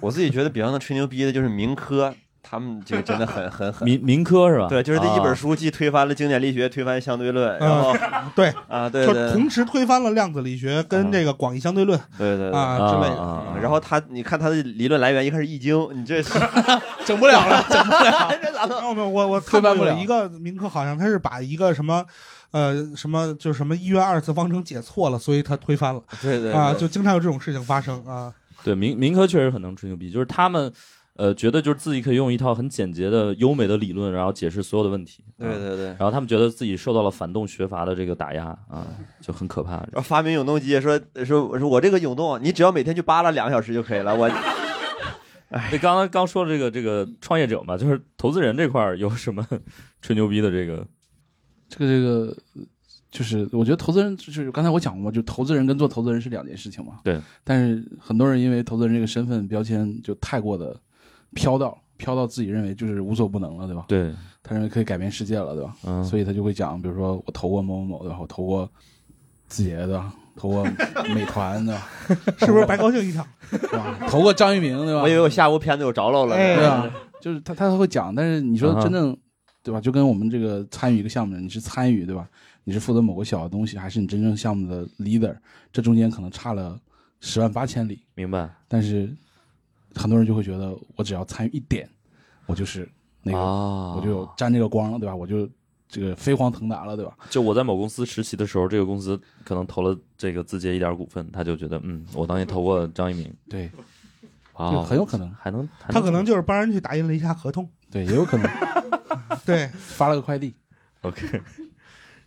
Speaker 3: 我自己觉得比方那吹牛逼的就是民科，他们就真的很很 很。
Speaker 1: 民民科是吧？
Speaker 3: 对，就是这一
Speaker 1: 啊
Speaker 3: 本书既推翻了经典力学，推翻相对论，然后
Speaker 4: 对，
Speaker 3: 啊，嗯对
Speaker 4: 就
Speaker 3: 对
Speaker 4: 是
Speaker 3: 对
Speaker 4: 同时推翻了量子力学跟这个广义相对论
Speaker 3: 对对对
Speaker 4: 啊
Speaker 1: 啊
Speaker 4: 之类
Speaker 1: 啊
Speaker 4: 的。
Speaker 1: 啊
Speaker 3: 然后他，你看他的理论来源，一看是《易经》，你这
Speaker 2: 整不了 了，整不了。
Speaker 3: 这咋弄？
Speaker 4: 然后呢我我
Speaker 2: 推
Speaker 4: 看
Speaker 2: 翻不
Speaker 4: 过
Speaker 2: 了
Speaker 4: 有一个民科，好像他是把一个什么。呃，什么就什么一元二次方程解错了，所以他推翻了
Speaker 3: 对对
Speaker 4: 啊，就经常有这种事情发生啊。
Speaker 1: 对，民民科确实很能吹牛逼，就是他们，呃，觉得就是自己可以用一套很简洁的、优美的理论，然后解释所有的问题。
Speaker 3: 对
Speaker 1: 啊
Speaker 3: 对对。
Speaker 1: 然后他们觉得自己受到了反动学阀的这个打压啊，就很可怕。
Speaker 3: 然后发明永动机，说说说我这个永动，你只要每天去扒拉两个小时就可以了。我哎
Speaker 1: 那刚刚刚说的这个这个创业者嘛，就是投资人这块儿有什么 吹牛逼的这个？
Speaker 2: 这个这个呃就是，我觉得投资人就是刚才我讲过嘛，就投资人跟做投资人是两件事情嘛。
Speaker 1: 对。
Speaker 2: 但是很多人因为投资人这个身份标签就太过的飘到飘到自己认为就是无所不能了，对吧？
Speaker 1: 对，
Speaker 2: 他认为可以改变世界了，对吧？
Speaker 1: 嗯，
Speaker 2: 所以他就会讲，比如说我投过某某某，对吧？我投过字节，对吧？投过美团，对吧？
Speaker 4: 是不是白高兴一场？
Speaker 2: 哇投过张一鸣，对吧？
Speaker 3: 我以为我下午片子有着落了。
Speaker 4: 哎
Speaker 2: 对啊， 就是他他会讲，但是你说
Speaker 1: 啊哈
Speaker 2: 真正、对吧？就跟我们这个参与一个项目，你是参与对吧？你是负责某个小的东西，还是你真正项目的 leader？这中间可能差了十万八千里。
Speaker 1: 明白。
Speaker 2: 但是很多人就会觉得，我只要参与一点，我就是那个，
Speaker 1: 啊，
Speaker 2: 我就有沾这个光了，对吧？我就这个飞黄腾达了，对吧？
Speaker 1: 就我在某公司实习的时候，这个公司可能投了这个字节一点股份，他就觉得嗯，我当年投过张一鸣，
Speaker 2: 对，
Speaker 1: 啊、
Speaker 2: 就很有可能，
Speaker 1: 还能，还
Speaker 4: 他可能就是帮人去打印了一下合同，
Speaker 2: 对，也有可能
Speaker 4: 对，
Speaker 2: 发了个快递，
Speaker 1: OK。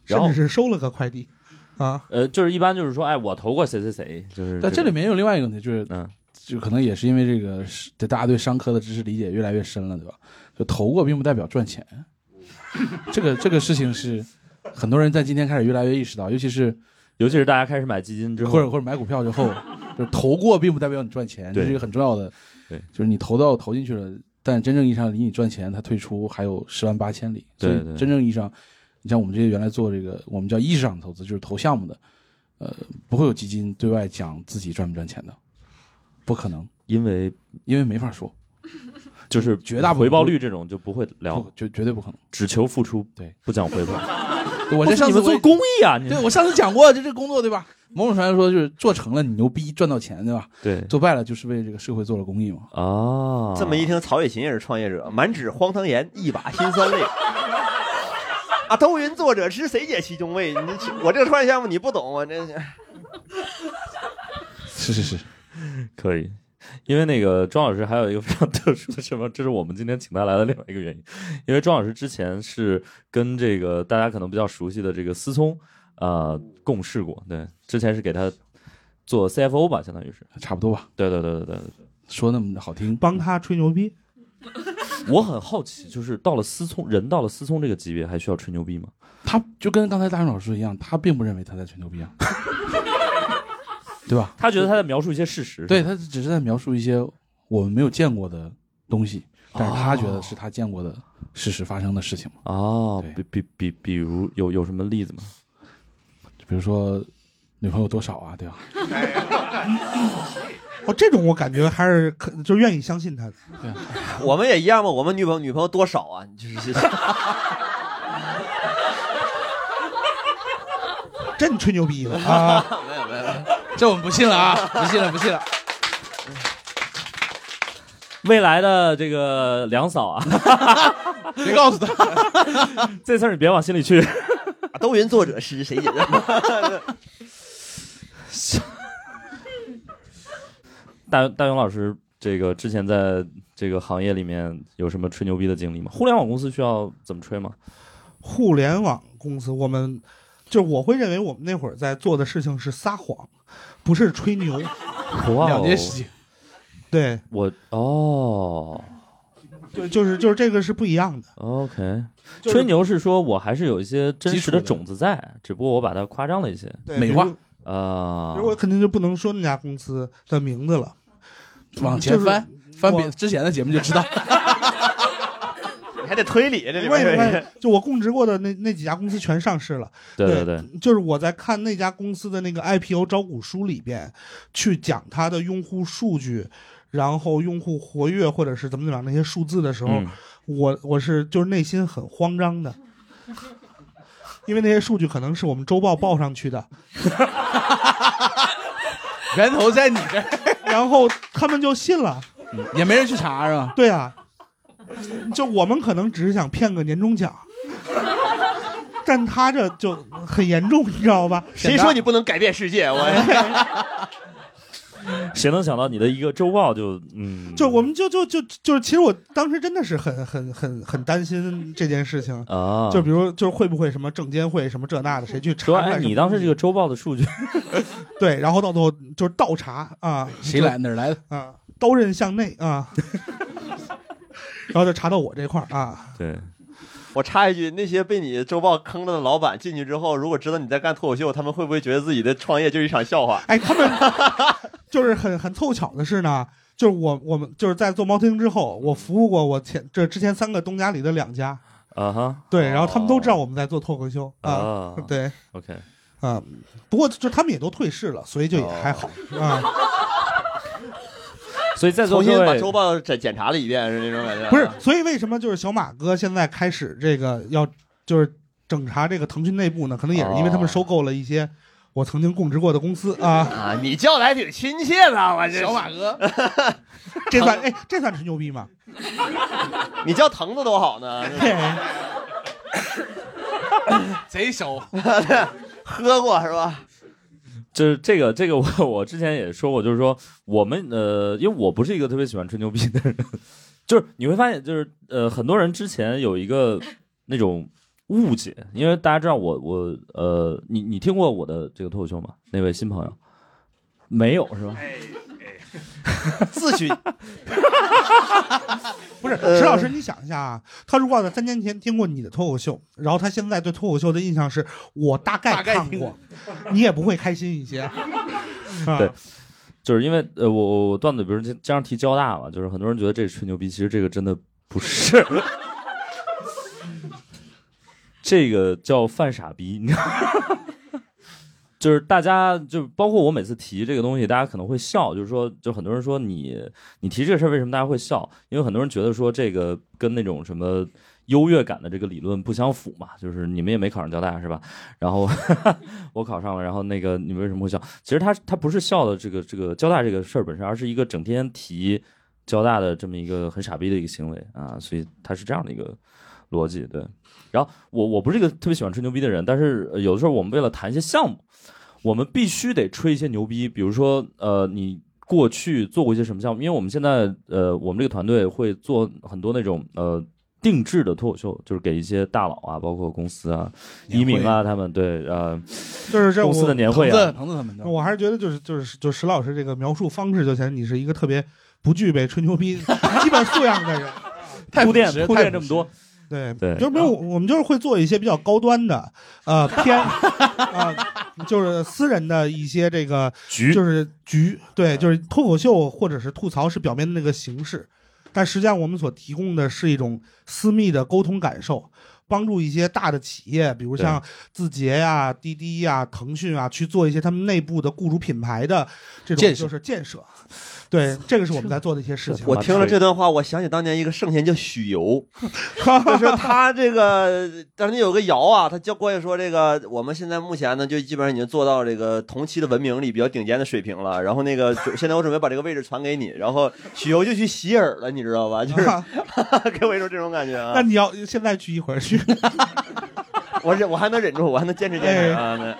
Speaker 1: 然
Speaker 4: 甚
Speaker 1: 后
Speaker 4: 至是收了个快递啊。
Speaker 1: 呃，就是一般就是说，哎，我投过谁谁谁，就是
Speaker 2: 但这
Speaker 1: 个
Speaker 2: 里面也有另外一个问题，就是，
Speaker 1: 嗯
Speaker 2: 就可能也是因为这个，是对大家对商科的知识理解越来越深了，对吧？就投过并不代表赚钱，这个这个事情是很多人在今天开始越来越意识到，尤其是
Speaker 1: 尤其是大家开始买基金之后，
Speaker 2: 或者或者买股票之后，就是投过并不代表你赚钱，
Speaker 1: 对
Speaker 2: 这是一个很重要的，
Speaker 1: 对，
Speaker 2: 就是你投到投进去了，但真正意义上离你赚钱，它退出还有十万八千里，所以
Speaker 1: 对对
Speaker 2: 真正意义上，你像我们这些原来做这个，我们叫意识上投资，就是投项目的，呃，不会有基金对外讲自己赚不赚钱的，不可能，
Speaker 1: 因为
Speaker 2: 因为没法 说，
Speaker 1: 就是
Speaker 2: 绝大部分
Speaker 1: 回报率这种就不会聊
Speaker 2: 不，绝绝对不可能。
Speaker 1: 只求付出，
Speaker 2: 对，
Speaker 1: 不讲回报。
Speaker 2: 我
Speaker 1: 不
Speaker 2: 这
Speaker 1: 哦是
Speaker 2: 上
Speaker 1: 你
Speaker 2: 次
Speaker 1: 们
Speaker 2: 我
Speaker 1: 做
Speaker 2: 也
Speaker 1: 公益啊，你
Speaker 2: 对
Speaker 1: 们
Speaker 2: 我上次讲过，就这个工作对吧？某种程度来说，就是做成了你牛逼，赚到钱对吧？
Speaker 1: 对
Speaker 2: 做败了就是为这个社会做了公益嘛。
Speaker 1: 啊，
Speaker 3: 这么一听，曹雪芹也是创业者，满纸荒唐言，一把辛酸泪。啊，都云作者知，谁解其中味？你这我这个创业项目你不懂，我这
Speaker 2: 是是是，
Speaker 1: 可以。因为那个庄老师还有一个非常特殊的身份，这是我们今天请他来的另外一个原因。因为庄老师之前是跟这个大家可能比较熟悉的这个思聪啊、呃共事过，对，之前是给他做 CFO 吧，相当于是，
Speaker 2: 差不多吧。
Speaker 1: 对对对对对对
Speaker 2: 说那么好听，
Speaker 4: 帮他吹牛逼，
Speaker 1: 我很好奇，就是到了思聪，人到了思聪这个级别，还需要吹牛逼吗？
Speaker 2: 他就跟刚才大勇老师一样，他并不认为他在吹牛 逼啊，对吧？
Speaker 1: 他觉得他在描述一些事实。
Speaker 2: 对
Speaker 1: 是吧，
Speaker 2: 他只是在描述一些我们没有见过的东西，但是他觉得是他见过的事实发生的事情嘛。
Speaker 1: 哦，比
Speaker 2: 对
Speaker 1: 比比，比如有有什么例子吗？
Speaker 2: 就比如说女朋友多少啊，对吧？
Speaker 4: 哦，这种我感觉还是可就愿意相信他的。
Speaker 3: 我们也一样嘛。我们女朋友女朋友多少啊？就是
Speaker 4: 这你吹牛逼 了啊！
Speaker 3: 没有没有，
Speaker 2: 这我们不信了啊，不信了，不信了。
Speaker 1: 未来的这个梁嫂啊，
Speaker 2: 别告诉他，
Speaker 1: 这事儿你别往心里去。
Speaker 3: 啊都云作者是谁写的？
Speaker 1: 大大勇老师，这个之前在这个行业里面有什么吹牛逼的经历吗？互联网公司需要怎么吹吗？
Speaker 4: 互联网公司，我们就是我会认为我们那会儿在做的事情是撒谎，不是吹牛。
Speaker 1: 哇哦
Speaker 2: 两件事情，
Speaker 4: 哦对，
Speaker 1: 我哦
Speaker 4: 就就是就是这个是不一样的。
Speaker 1: ，OK，
Speaker 4: 就是
Speaker 1: 吹牛是说我还是有一些真
Speaker 2: 基
Speaker 1: 实的
Speaker 2: 础的
Speaker 1: 种子在，只不过我把它夸张了一些。
Speaker 4: 对
Speaker 2: 美化
Speaker 4: 比如
Speaker 1: 啊、
Speaker 4: 比如我肯定就不能说那家公司的名字了。
Speaker 2: 往前翻翻别之前的节目就知道。
Speaker 3: 你还得推理这里
Speaker 4: 我
Speaker 3: 面
Speaker 4: 也
Speaker 3: 有
Speaker 4: 没
Speaker 3: 一
Speaker 4: 发
Speaker 3: 个
Speaker 4: 现，就我供职过的那那几家公司全上市了。
Speaker 1: 对对
Speaker 4: 对
Speaker 1: 对，
Speaker 4: 就是我在看那家公司的那个 IPO 招股书里边，去讲它的用户数据，然后用户活跃或者是怎么怎么样那些数字的时候，
Speaker 1: 嗯，
Speaker 4: 我我是就是内心很慌张的，因为那些数据可能是我们周报报上去的，
Speaker 2: 源头在你这儿，嗯
Speaker 4: 然后他们就信了。
Speaker 2: 也没人去查是吧？
Speaker 4: 对啊，就我们可能只是想骗个年终奖，但他这就很严重，你知道吧？
Speaker 3: 谁说你不能改变世界？我
Speaker 1: 谁能想到你的一个周报就嗯，
Speaker 4: 就我们就就就就是，其实我当时真的是很很很很担心这件事情。
Speaker 1: 啊，
Speaker 4: 就比如，就是会不会什么证监会什么这那的，谁去查出
Speaker 1: 说
Speaker 4: 来什
Speaker 1: 哎，
Speaker 4: 么？
Speaker 1: 你当时这个周报的数据，
Speaker 4: 对，然后到最后就是倒查啊，
Speaker 2: 谁来哪儿来的？
Speaker 4: 啊，刀刃向内啊， 然后就查到我这块儿啊，
Speaker 1: 对，
Speaker 3: 我插一句，那些被你周报坑了的老板进去之后，如果知道你在干脱口秀，他们会不会觉得自己的创业就是一场笑话？
Speaker 4: 哎，他们就是很很凑巧的是呢，就是我我们就是在做猫头鹰之后，我服务过我前这之前三个东家里的两家，
Speaker 1: 啊哈
Speaker 4: 对，然后他们都知道我们在做脱口秀啊，
Speaker 1: 啊
Speaker 4: 对
Speaker 1: ，OK，
Speaker 4: 啊，不过就他们也都退市了，所以就
Speaker 2: 哦
Speaker 4: 也还好啊，
Speaker 1: 所以在座
Speaker 3: 重
Speaker 1: 各
Speaker 3: 新把
Speaker 1: 位
Speaker 3: 周报检检查了一遍是那种感觉？啊
Speaker 4: 不是，所以为什么就是小马哥现在开始这个要就是整查这个腾讯内部呢？可能也是因为他们收购了一些我曾经供职过的公司啊。
Speaker 3: 啊，你叫的还挺亲切的，啊我这
Speaker 2: 小马 哥，
Speaker 4: 这算
Speaker 2: 呃
Speaker 4: 哎，这算吹牛逼吗？哎
Speaker 3: 你叫藤子多好呢，
Speaker 4: 嘿
Speaker 2: 贼熟，
Speaker 3: 喝过是吧？
Speaker 1: 就是这个这个我我之前也说过，就是说我们呃，因为我不是一个特别喜欢吹牛逼的人，就是你会发现，就是呃，很多人之前有一个那种误解，因为大家知道我我呃，你你听过我的这个脱口秀吗？那位新朋友没有是吧？
Speaker 3: 自 诩呃
Speaker 4: 不是，石老师，你想一下啊，他如果在三年前听过你的脱口秀，然后他现在对脱口秀的印象是我大概
Speaker 2: 大概
Speaker 4: 看
Speaker 2: 听
Speaker 4: 过，你也不会开心一些。啊
Speaker 1: 对就是因为呃，我我我段子比如经经常提交大嘛，就是很多人觉得这是吹牛逼，其实这个真的不是。 这个叫犯傻逼，你知道吗？就是大家就包括我每次提这个东西，大家可能会笑，就是说，就很多人说你你提这个事儿为什么大家会笑？因为很多人觉得说这个跟那种什么优越感的这个理论不相符嘛， 就是你们也没考上交大是吧？然后我考上了，然后那个你们为什么会笑？其实他他不是笑的这个这个交大这个事儿本身，而是一个整天提交大的这么一个很傻逼的一个行为啊，所以他是这样的一个逻辑对。然后我我不是一个特别喜欢吹牛逼的人，但是呃有的时候我们为了谈一些项目，我们必须得吹一些牛逼，比如说呃你。过去做过一些什么项目？因为我们现在，呃，我们这个团队会做很多那种呃定制的脱口秀，就是给一些大佬啊，包括公司啊、移民啊，他们对呃
Speaker 4: 就是这
Speaker 1: 公司的
Speaker 4: 我，
Speaker 1: 年会
Speaker 2: 藤
Speaker 1: 啊，
Speaker 2: 子藤子他们的，
Speaker 4: 我还是觉得就是就是就石老师这个描述方式，就显得你是一个特别不具备吹牛逼基本素养的人。
Speaker 2: 太
Speaker 1: 铺垫
Speaker 2: 朴实
Speaker 1: 铺
Speaker 2: 太
Speaker 1: 垫
Speaker 2: 朴
Speaker 1: 这么
Speaker 2: 实
Speaker 1: 多，
Speaker 4: 对，
Speaker 1: 对
Speaker 4: 就是没有，我们就是会做一些比较高端的， 呃，偏啊、就是私人的一些这个
Speaker 1: 局
Speaker 4: 就是局，对，就是脱口秀或者是吐槽是表面的那个形式，但实际上我们所提供的是一种私密的沟通感受，帮助一些大的企业，比如
Speaker 3: 对
Speaker 4: 像字节呀、滴滴呀、腾讯啊，去做一些他们内部的雇主品牌的这种
Speaker 2: 建设
Speaker 4: 就是建设。啊对，这个是我们在做的一些事情。啊
Speaker 3: 我听了这段话，我想起当年一个圣贤叫许 由，就是他这个当年有个尧啊，他叫过去说这个我们现在目前呢就基本上已经做到这个同期的文明里比较顶尖的水平了。然后那个准现在我准备把这个位置传给你，然后许由就去洗耳了，你知道吧？就是 给我一种这种感觉
Speaker 4: 啊
Speaker 3: 啊。
Speaker 4: 那你要现在去一会儿去，
Speaker 3: 我忍，我还能忍住，我还能坚持坚持
Speaker 4: 哎
Speaker 3: 啊！那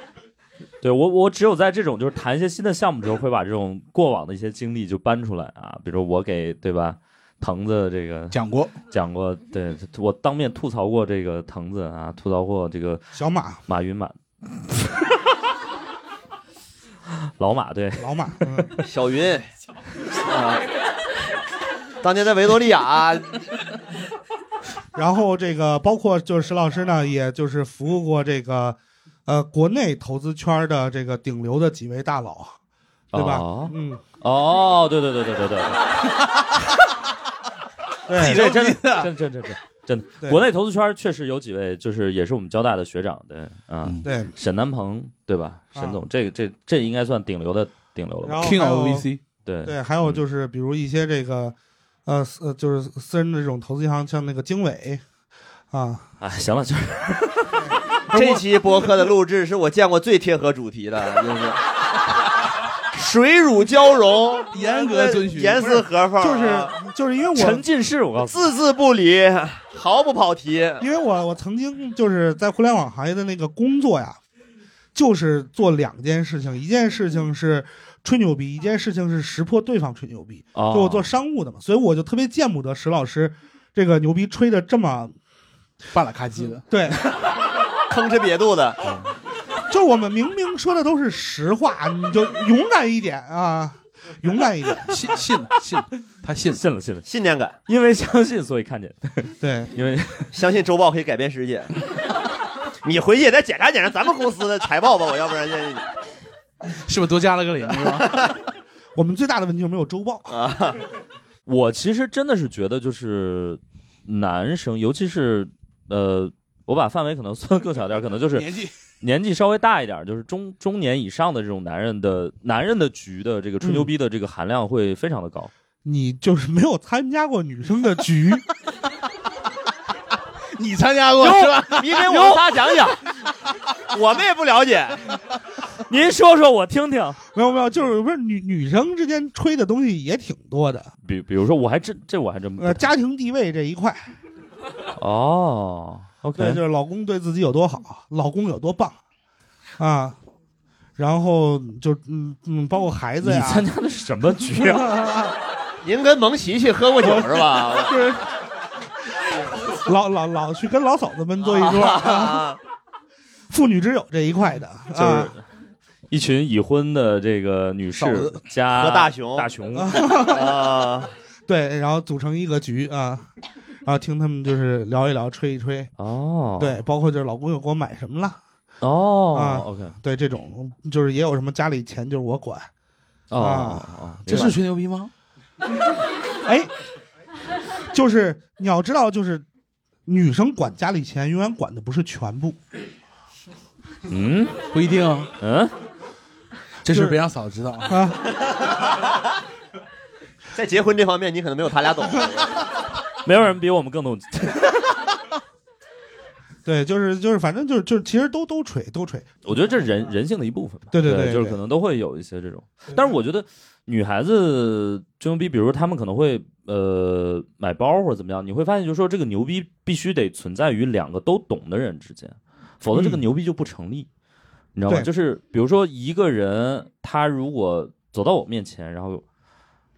Speaker 1: 对我，我只有在这种就是谈一些新的项目之后，会把这种过往的一些经历就搬出来啊，比如我给对吧，藤子这个
Speaker 2: 讲过，
Speaker 1: 讲过，对我当面吐槽过这个藤子啊，吐槽过这个
Speaker 4: 小马、
Speaker 1: 马云马，老马对，
Speaker 4: 老马，嗯
Speaker 3: 小云啊，当年在维 多利亚，啊
Speaker 4: 然后这个包括就是石老师呢，也就是服务过这个呃国内投资圈的这个顶流的几位大佬，啊对吧？
Speaker 1: 哦
Speaker 4: 嗯，
Speaker 1: 哦，对对对对对对
Speaker 4: 对
Speaker 1: 对，这真的真真真 真真的，
Speaker 4: 对
Speaker 1: 国内投资圈确实有几位，就是也是我们交大的学长，对啊，
Speaker 2: 嗯
Speaker 4: 对。
Speaker 1: 沈南鹏对吧？
Speaker 4: 啊
Speaker 1: 沈总，这个这这应该算顶流的顶流了吧
Speaker 4: 然？后
Speaker 2: King
Speaker 4: 还有
Speaker 2: of VC，
Speaker 1: 对
Speaker 4: 对，还
Speaker 2: 嗯
Speaker 4: 有就是比如一些这个呃私呃就是私人的这种投资银行，像那个经纬啊，
Speaker 1: 哎，行了，就是
Speaker 3: 这期播客的录制是我见过最贴合主题的，就是 水乳交融，
Speaker 2: 严格遵循
Speaker 3: 严丝合缝，
Speaker 4: 就是就是因为
Speaker 1: 沉
Speaker 4: 我
Speaker 1: 浸式，我告诉
Speaker 3: 字字不离，毫不跑题。
Speaker 4: 因为我我曾经就是在互联网行业的那个工作呀，就是做两件事情，一件事情是吹牛逼，一件事情是识破对方吹牛逼。
Speaker 1: 你，哦
Speaker 4: 就我做商务的嘛，所以我就特别见不得石老师这个牛逼吹的这么
Speaker 2: 半拉咔叽的，
Speaker 4: 对，
Speaker 3: 吭哧瘪肚的，
Speaker 1: 嗯
Speaker 4: 就我们明明说的都是实话，你就勇敢一点啊，勇敢一点，
Speaker 2: 信信了信了，他信了。
Speaker 1: 信了信了，
Speaker 3: 信念感，
Speaker 1: 因为相信所以看 见，
Speaker 4: 对，
Speaker 1: 因为
Speaker 3: 相信周报可以改变世界。你回去也再检查检查咱们公司的财报吧，我要不然建议你
Speaker 2: 是不是多加了个零？是吧？
Speaker 4: 我们最大的问题就是没有周报，
Speaker 3: 啊，
Speaker 1: 我其实真的是觉得，就是男生，尤其是呃，我把范围可能缩得更小点儿，可能就是
Speaker 2: 年纪
Speaker 1: 年纪稍微大一点儿，就是中中年以上的这种男人的男人的局的这个吹牛逼的这个含量会非常的高。
Speaker 4: 你就是没有参加过女生的局，
Speaker 2: 你参加过是吧？
Speaker 3: 你给我们仨讲讲，我们也不了解。
Speaker 1: 您说说我听听。
Speaker 4: 没有没有，就是不是女女生之间吹的东西也挺多的，
Speaker 1: 比比如说，我还真这我还真不
Speaker 4: 呃，家庭地位这一块，
Speaker 1: 哦
Speaker 4: 对，
Speaker 1: ，OK，
Speaker 4: 就是老公对自己有多好，老公有多棒，啊。然后就嗯嗯，包括孩子
Speaker 1: 你
Speaker 4: 呀，
Speaker 1: 参加的是什么局啊？
Speaker 3: 您跟蒙奇去喝过酒是吧？
Speaker 4: 就是 老老老去跟老嫂子们坐一桌，
Speaker 3: 啊
Speaker 4: 妇女之友这一块的，
Speaker 1: 就是
Speaker 4: 啊、
Speaker 1: 一群已婚的这个女
Speaker 2: 嫂
Speaker 1: 士
Speaker 2: 子
Speaker 1: 加
Speaker 3: 和大熊
Speaker 1: 大熊，
Speaker 3: 啊，
Speaker 4: 对，然后组成一个局啊，然后听他们就是聊一聊，吹一吹，
Speaker 1: 哦，
Speaker 4: 对，包括就是老公又给我买什么了，啊
Speaker 1: 哦，OK，
Speaker 4: 对，这种就是也有什么家里钱就是我管，
Speaker 1: 哦
Speaker 4: 啊
Speaker 1: 哦，
Speaker 2: 这
Speaker 1: 明白
Speaker 2: 是吹牛逼吗？
Speaker 4: 哎，就是你要知道，就是女生管家里钱永远管的不是全部，
Speaker 1: 嗯
Speaker 2: 不一定啊，
Speaker 1: 嗯，
Speaker 2: 这事
Speaker 4: 就是
Speaker 2: 别让嫂子 知道啊。
Speaker 3: 在结婚这方面，你可能没有他俩懂。
Speaker 1: 没有人比我们更懂。
Speaker 4: 对，就是就是反正就是就是其实都都吹都吹，
Speaker 1: 我觉得这是人人性的一部分吧。
Speaker 4: 对对对
Speaker 1: 对，
Speaker 4: 对
Speaker 1: 就是可能都会有一些这种，但是我觉得女孩子吹牛逼，比如她们可能会呃买包或者怎么样，你会发现就是说这个牛逼必须得存在于两个都懂的人之间，否则这个
Speaker 4: 嗯
Speaker 1: 牛逼就不成立，你知道吗？
Speaker 4: 对
Speaker 1: 就是比如说一个人他如果走到我面前，然后。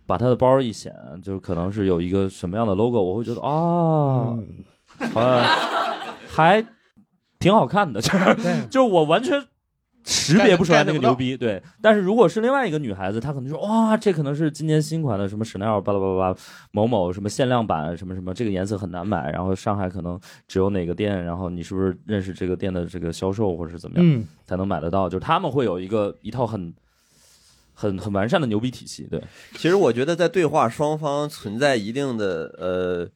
Speaker 1: 把他的包一显，就是可能是有一个什么样的 logo，我会觉得啊，
Speaker 4: 嗯
Speaker 1: 好像还挺好看的，就是
Speaker 4: 对，
Speaker 1: 就是我完全识别不出来那个牛逼，对。但是如果是另外一个女孩子，她可能说哇，这可能是今年新款的什么 Chanel 巴拉巴拉巴拉某某什么限量版什么什么，这个颜色很难买，然后上海可能只有哪个店，然后你是不是认识这个店的这个销售或者是怎么样、
Speaker 4: 嗯，
Speaker 1: 才能买得到？就是他们会有一个一套很很很完善的牛逼体系，对，
Speaker 3: 其实我觉得，在对话双方存在一定的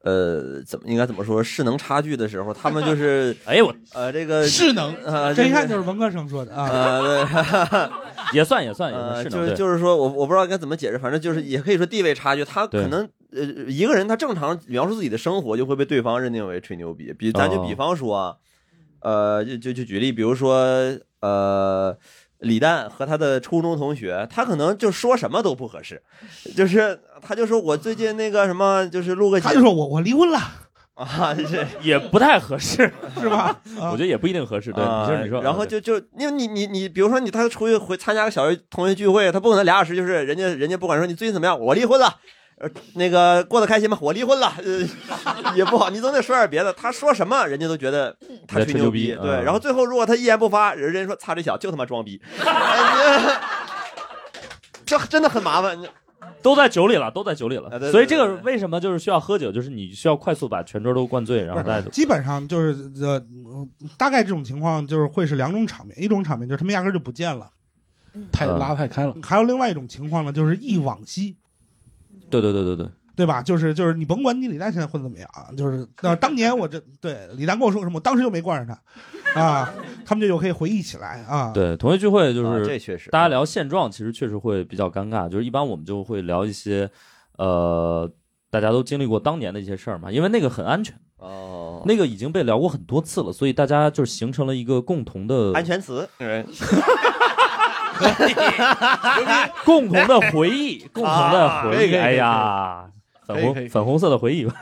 Speaker 3: 呃呃，怎么应该怎么说势能差距的时候，他们就是
Speaker 1: 哎呦我
Speaker 3: 呃这个
Speaker 2: 势能
Speaker 3: 啊，
Speaker 4: 这一
Speaker 3: 是
Speaker 4: 看就是文科生说的啊。
Speaker 3: 啊，对，
Speaker 1: 呃 也算也算也
Speaker 3: 呃，
Speaker 1: 算是
Speaker 3: 就
Speaker 1: 能
Speaker 3: 是
Speaker 1: 对
Speaker 3: 就是说我我不知道该怎么解释，反正就是也可以说地位差距，他
Speaker 1: 对
Speaker 3: 可能呃一个人他正常描述自己的生活，就会被对方认定为吹牛逼。比咱就
Speaker 1: 哦
Speaker 3: 比方说啊，呃，就就就举例，比如说呃。李诞和他的初中同学，他可能就说什么都不合适，就是他就说我最近那个什么，就是录个节
Speaker 4: 他就说我我离婚了，
Speaker 3: 啊，这
Speaker 1: 也不太合适，
Speaker 4: 是吧？
Speaker 1: 我
Speaker 4: 啊
Speaker 1: 觉，得也不一定合适。对，
Speaker 3: 啊
Speaker 1: 你说你说，
Speaker 3: 然后就就因为你你你，比如说你他出去回参加个小学同学聚会，他不可能俩小时就是人家人家不管说你最近怎么样，我离婚了。呃，那个过得开心吗？我离婚了，呃， 也不好，你总得说点别的。他说什么，人家都觉得他
Speaker 1: 在吹
Speaker 3: 吹牛
Speaker 1: 牛逼
Speaker 3: 对，
Speaker 1: 嗯
Speaker 3: 然后最后如果他一言不发，人家说擦这小就他妈装逼， 哎你这真的很麻烦。你
Speaker 1: 都在酒里了，都在酒里了。
Speaker 3: 啊对对
Speaker 1: 所以这个
Speaker 3: 对对
Speaker 1: 为什么就是需要喝酒，就是你需要快速把全桌都灌醉，然后大家
Speaker 4: 基本上就是呃，嗯大概这种情况就是会是两种场面，一种场面就是他们压根儿就不见了，
Speaker 2: 太
Speaker 1: 嗯
Speaker 2: 拉太开了，
Speaker 4: 还有另外一种情况呢，就是忆往昔，
Speaker 1: 对对对对对，
Speaker 4: 对吧？就是就是你甭管你李诞现在混得怎么样啊，就是那当年我这对李诞跟我说什么，我当时就没惯着他啊，他们就有可以回忆起来啊。
Speaker 1: 对同学聚会就
Speaker 3: 啊
Speaker 1: 是
Speaker 3: 这确实，
Speaker 1: 大
Speaker 2: 嗯
Speaker 1: 家聊现状，其实确实会比较尴尬。就是一般我们就会聊一些，呃，大家都经历过当年的一些事儿嘛，因为那个很安全，
Speaker 3: 哦，
Speaker 1: 那个已经被聊过很多次了，所以大家就是形成了一个共同的
Speaker 3: 安全词，
Speaker 1: 共同的回 忆，共同的
Speaker 2: 可啊
Speaker 1: 回
Speaker 3: 啊
Speaker 2: 以可以
Speaker 1: 忆。
Speaker 2: 可以
Speaker 1: 哎呀，粉
Speaker 2: 可以可以
Speaker 1: 红粉红色的回 忆吧，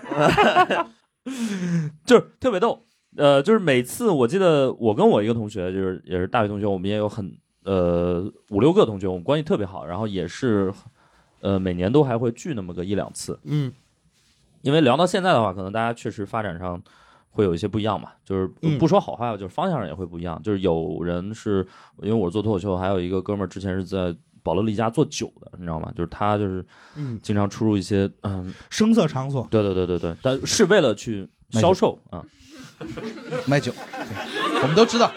Speaker 1: 就是特别逗。呃，就是每次我记得我跟我一个同学，就是也是大学同学，我们也有很呃五六个同学，我们关系特别好，然后也是呃每年都还会聚那么个一两次。
Speaker 4: 嗯，
Speaker 1: 因为聊到现在的话，可能大家确实发展上会有一些不一样嘛，就是
Speaker 4: 嗯
Speaker 1: 不说好坏吧，就是方向上也会不一样。就是有人是因为我是做脱口秀，还有一个哥们儿之前是在保乐利家做酒的，你知道吗？就是他就是
Speaker 4: 嗯，
Speaker 1: 经常出入一些嗯，
Speaker 4: 声色场所，
Speaker 1: 对对对对对，但是为了去
Speaker 2: 卖酒
Speaker 1: 销售啊，
Speaker 2: 卖酒， 对我们都知道，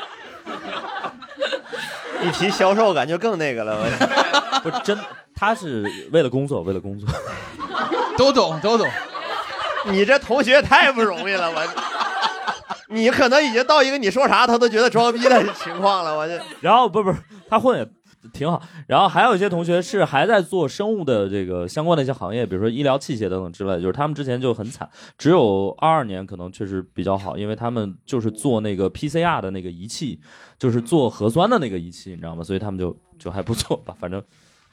Speaker 3: 一提销售感觉更那个了。我
Speaker 1: 不是真，他是为了工作，为了工作。
Speaker 2: 都懂都懂。
Speaker 3: 你这同学太不容易 了，我，你可能已经到一个你说啥他都觉得装逼的情况了，我这
Speaker 1: 然后不是不是，他混也挺好。然后还有一些同学是还在做生物的这个相关的一些行业，比如说医疗器械等等之类，就是他们之前就很惨。只有二二年可能确实比较好，因为他们就是做那个 PCR 的那个仪器，就是做核酸的那个仪器，你知道吗？所以他们就就还不错 吧，反正。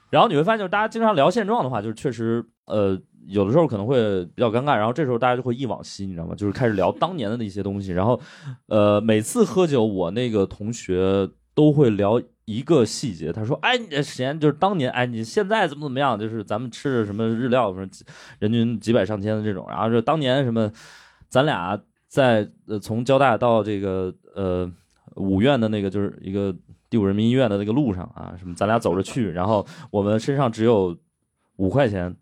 Speaker 1: 然后你会发现，就是大家经常聊现状的话，就是确实，呃，有的时候可能会比较尴尬。然后这时候大家就会忆往昔，你知道吗？就是开始聊当年的那些东西。然后，呃，每次喝酒，我那个同学都会聊一个细节，他说：“哎，你这时间就是当年，哎，你现在怎么怎么样？就是咱们吃的什么日料，什么几人均几百上千的这种，然后就当年什么，咱俩在呃从交大到这个呃五院的那个就是一个第五人民医院的那个路上啊，什么咱俩走着去，然后我们身上只有五块钱。”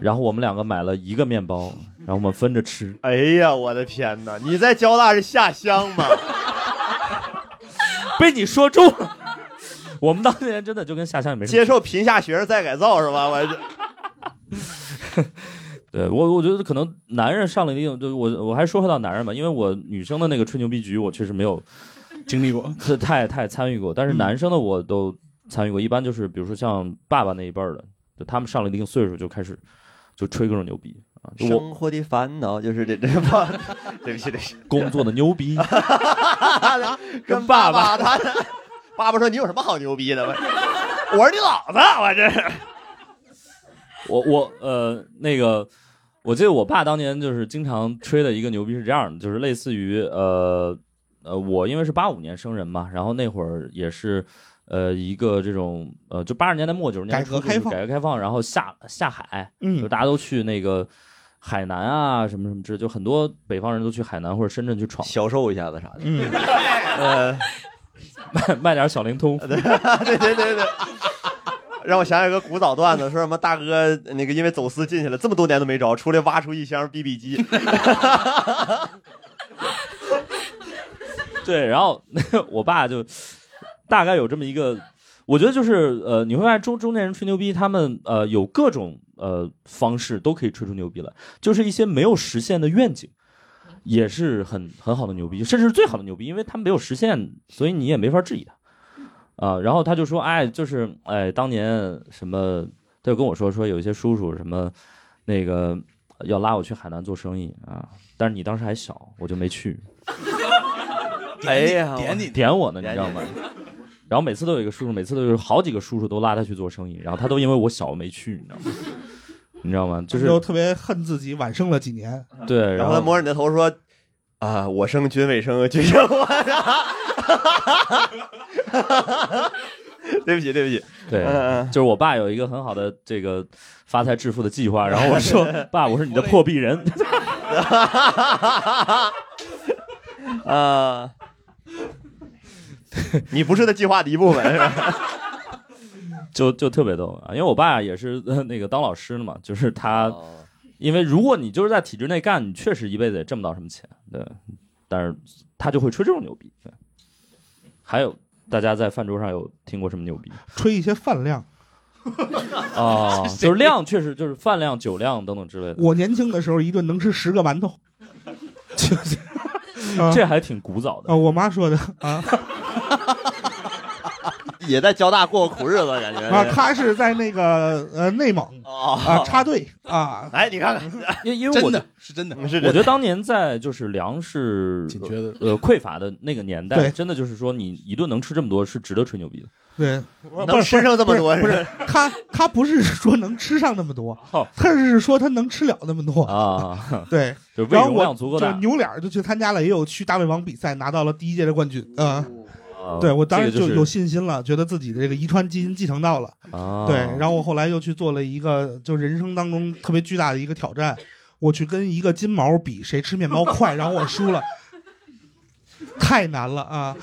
Speaker 1: 然后我们两个买了一个面包，然后我们分着吃，
Speaker 3: 哎呀，我的天哪！你在交大是下乡吗？
Speaker 1: 被你说中了。我们当年真的就跟下乡也没什么
Speaker 3: 接受贫下学生再改造是吧？我这
Speaker 1: 对我，我觉得可能男人上了一定，就我我还说回到男人吧，因为我女生的那个吹牛逼局，我确实没有
Speaker 2: 经历过，嗯
Speaker 1: 太太太参与过，但是男生的我都参与过，一般就是比如说像爸爸那一辈儿的，就他们上了一定岁数就开始就吹各种牛逼啊，就我
Speaker 3: 生活的烦恼就是这这爸， 对不起对不起，
Speaker 1: 工作的牛逼，
Speaker 3: 跟爸爸他 爸爸说你有什么好牛逼的？我我是你老子，我这是
Speaker 1: 我我呃那个，我记得我爸当年就是经常吹的一个牛逼是这样的，就是类似于呃呃，我因为是八五年生人嘛，然后那会儿也是呃一个这种呃就八十年代末九十年代初
Speaker 4: 改革开
Speaker 1: 就是
Speaker 4: 放
Speaker 1: 改革开放，然后下下海，就
Speaker 4: 嗯
Speaker 1: 大家都去那个海南啊什么什么之类，就很多北方人都去海南或者深圳去闯，
Speaker 3: 销售一下子啥 的。
Speaker 4: 嗯，
Speaker 3: 呃，
Speaker 1: 卖卖点小灵通，
Speaker 3: 对对对对。让我想起个古早段子，说什么大哥那个因为走私进去了，这么多年都没着，出来挖出一箱 BB 机，
Speaker 1: 对，然后我爸就大概有这么一个，我觉得就是呃，你会发现中中年人吹牛逼，他们呃有各种呃方式都可以吹出牛逼来，就是一些没有实现的愿景，也是很很好的牛逼，甚至是最好的牛逼，因为他们没有实现，所以你也没法质疑他啊、然后他就说，哎，就是哎，当年什么，他就跟我说说有一些叔叔什么那个要拉我去海南做生意啊，但是你当时还小，我就没去。
Speaker 3: 哎呀，
Speaker 2: 点你
Speaker 1: 点我呢，你
Speaker 3: 点
Speaker 1: 知
Speaker 3: 你
Speaker 1: 道吗？然后每次都有一个叔叔，每次都有好几个叔叔都拉他去做生意，然后他都因为我小没去，你知道吗？ 你知道吗？就是
Speaker 4: 就特别恨自己晚生了几年，
Speaker 1: 对，
Speaker 3: 然
Speaker 1: 然
Speaker 3: 后他
Speaker 1: 后
Speaker 3: 摸着你的头说：“啊，我生君未生，君生我生。”对不起，对不起，
Speaker 1: 对，
Speaker 3: 呃
Speaker 1: 就是我爸有一个很好的这个发财致富的计划，然后我 说爸，我是你的破壁人，呃
Speaker 3: 啊， 你不是他计划的一部分，是吧？
Speaker 1: 就就特别逗啊，因为我爸也是呃那个当老师的嘛，就是他，
Speaker 3: 哦
Speaker 1: 因为如果你就是在体制内干，你确实一辈子也挣不到什么钱，对，但是他就会吹这种牛逼，对，还有。大家在饭桌上有听过什么牛逼？
Speaker 4: 吹一些饭量。
Speaker 1: 啊，就是量确实就是饭量、酒量等等之类的，
Speaker 4: 我年轻的时候一顿能吃十个馒头，就是
Speaker 3: 嗯
Speaker 4: 啊
Speaker 1: 这还挺古早的
Speaker 4: 啊，。我妈说的啊
Speaker 3: 也在交大过苦日子，感觉
Speaker 4: 啊，她是在那个呃内蒙啊
Speaker 3: 啊
Speaker 4: 插队啊，
Speaker 3: 来，哎你看看，
Speaker 1: 嗯因因为我
Speaker 2: 真的嗯是真的，
Speaker 3: 是
Speaker 1: 我觉得当年在就是粮食
Speaker 2: 紧缺的。
Speaker 1: 呃匮乏的那个年代，
Speaker 4: 对
Speaker 1: 真的就是说你一顿能吃这么多是值得吹牛逼的。
Speaker 4: 对，
Speaker 3: 能吃上这么多，
Speaker 4: 不是 她她不是说能吃上那么多
Speaker 1: 哦，
Speaker 4: 她是说她能吃了那么多。
Speaker 1: 啊，
Speaker 4: 对，
Speaker 1: 就是胃
Speaker 4: 然后
Speaker 1: 容
Speaker 4: 我
Speaker 1: 量足够
Speaker 4: 就
Speaker 1: 大。
Speaker 4: 扭脸儿就去参加了，也有去大胃王比赛拿到了第一届的冠军啊！
Speaker 1: 啊
Speaker 4: 对我当时
Speaker 1: 这个
Speaker 4: 就是有信心了，觉得自己的这个遗传基因继承到了。
Speaker 1: 啊，
Speaker 4: 对，然后我后来又去做了一个，就人生当中特别巨大的一个挑战，我去跟一个金毛比谁吃面包快，然后我输了，太难了啊！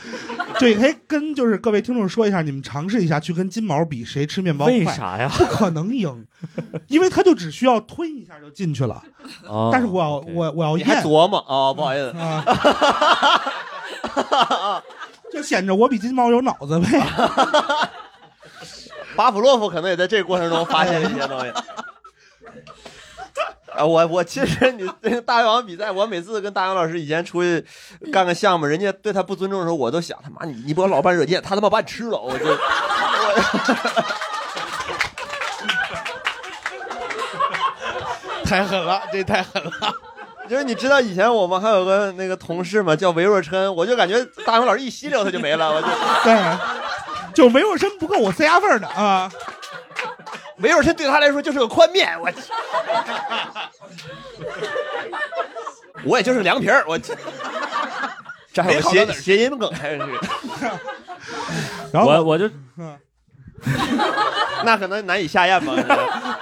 Speaker 4: 这也可以跟就是各位听众说一下，你们尝试一下去跟金毛比谁吃面包
Speaker 1: 为
Speaker 4: 快，
Speaker 1: 啥呀？
Speaker 4: 不可能赢，因为他就只需要吞一下就进去了，
Speaker 1: 啊
Speaker 4: 但是我要
Speaker 1: OK
Speaker 4: 我我要
Speaker 3: 你还
Speaker 4: 咽
Speaker 3: 琢磨哦，不好意思，
Speaker 4: 啊。就显着我比金毛有脑子呗，
Speaker 3: 巴甫洛夫可能也在这个过程中发现了一些东西。 啊，我我其实你这个大胃王比赛，我每次跟大杨老师以前出去干个项目，人家对他不尊重的时候，我都想他妈你你把我老伴惹贱，他他妈把你吃了，我就
Speaker 2: 太狠 了，这太狠了。
Speaker 3: 就是你知道以前我们还有个那个同事嘛，叫韦若琛，我就感觉大杨老师一吸溜他就没 了，我就
Speaker 4: 对，就没有身不够我塞牙缝儿的啊。
Speaker 3: 韦若琛对他来说就是个宽面，我去， 我也就是凉皮儿，我去，这还有个谐谐音梗，还是这个
Speaker 4: 然后
Speaker 1: 我我就
Speaker 3: 那可能难以下咽吧。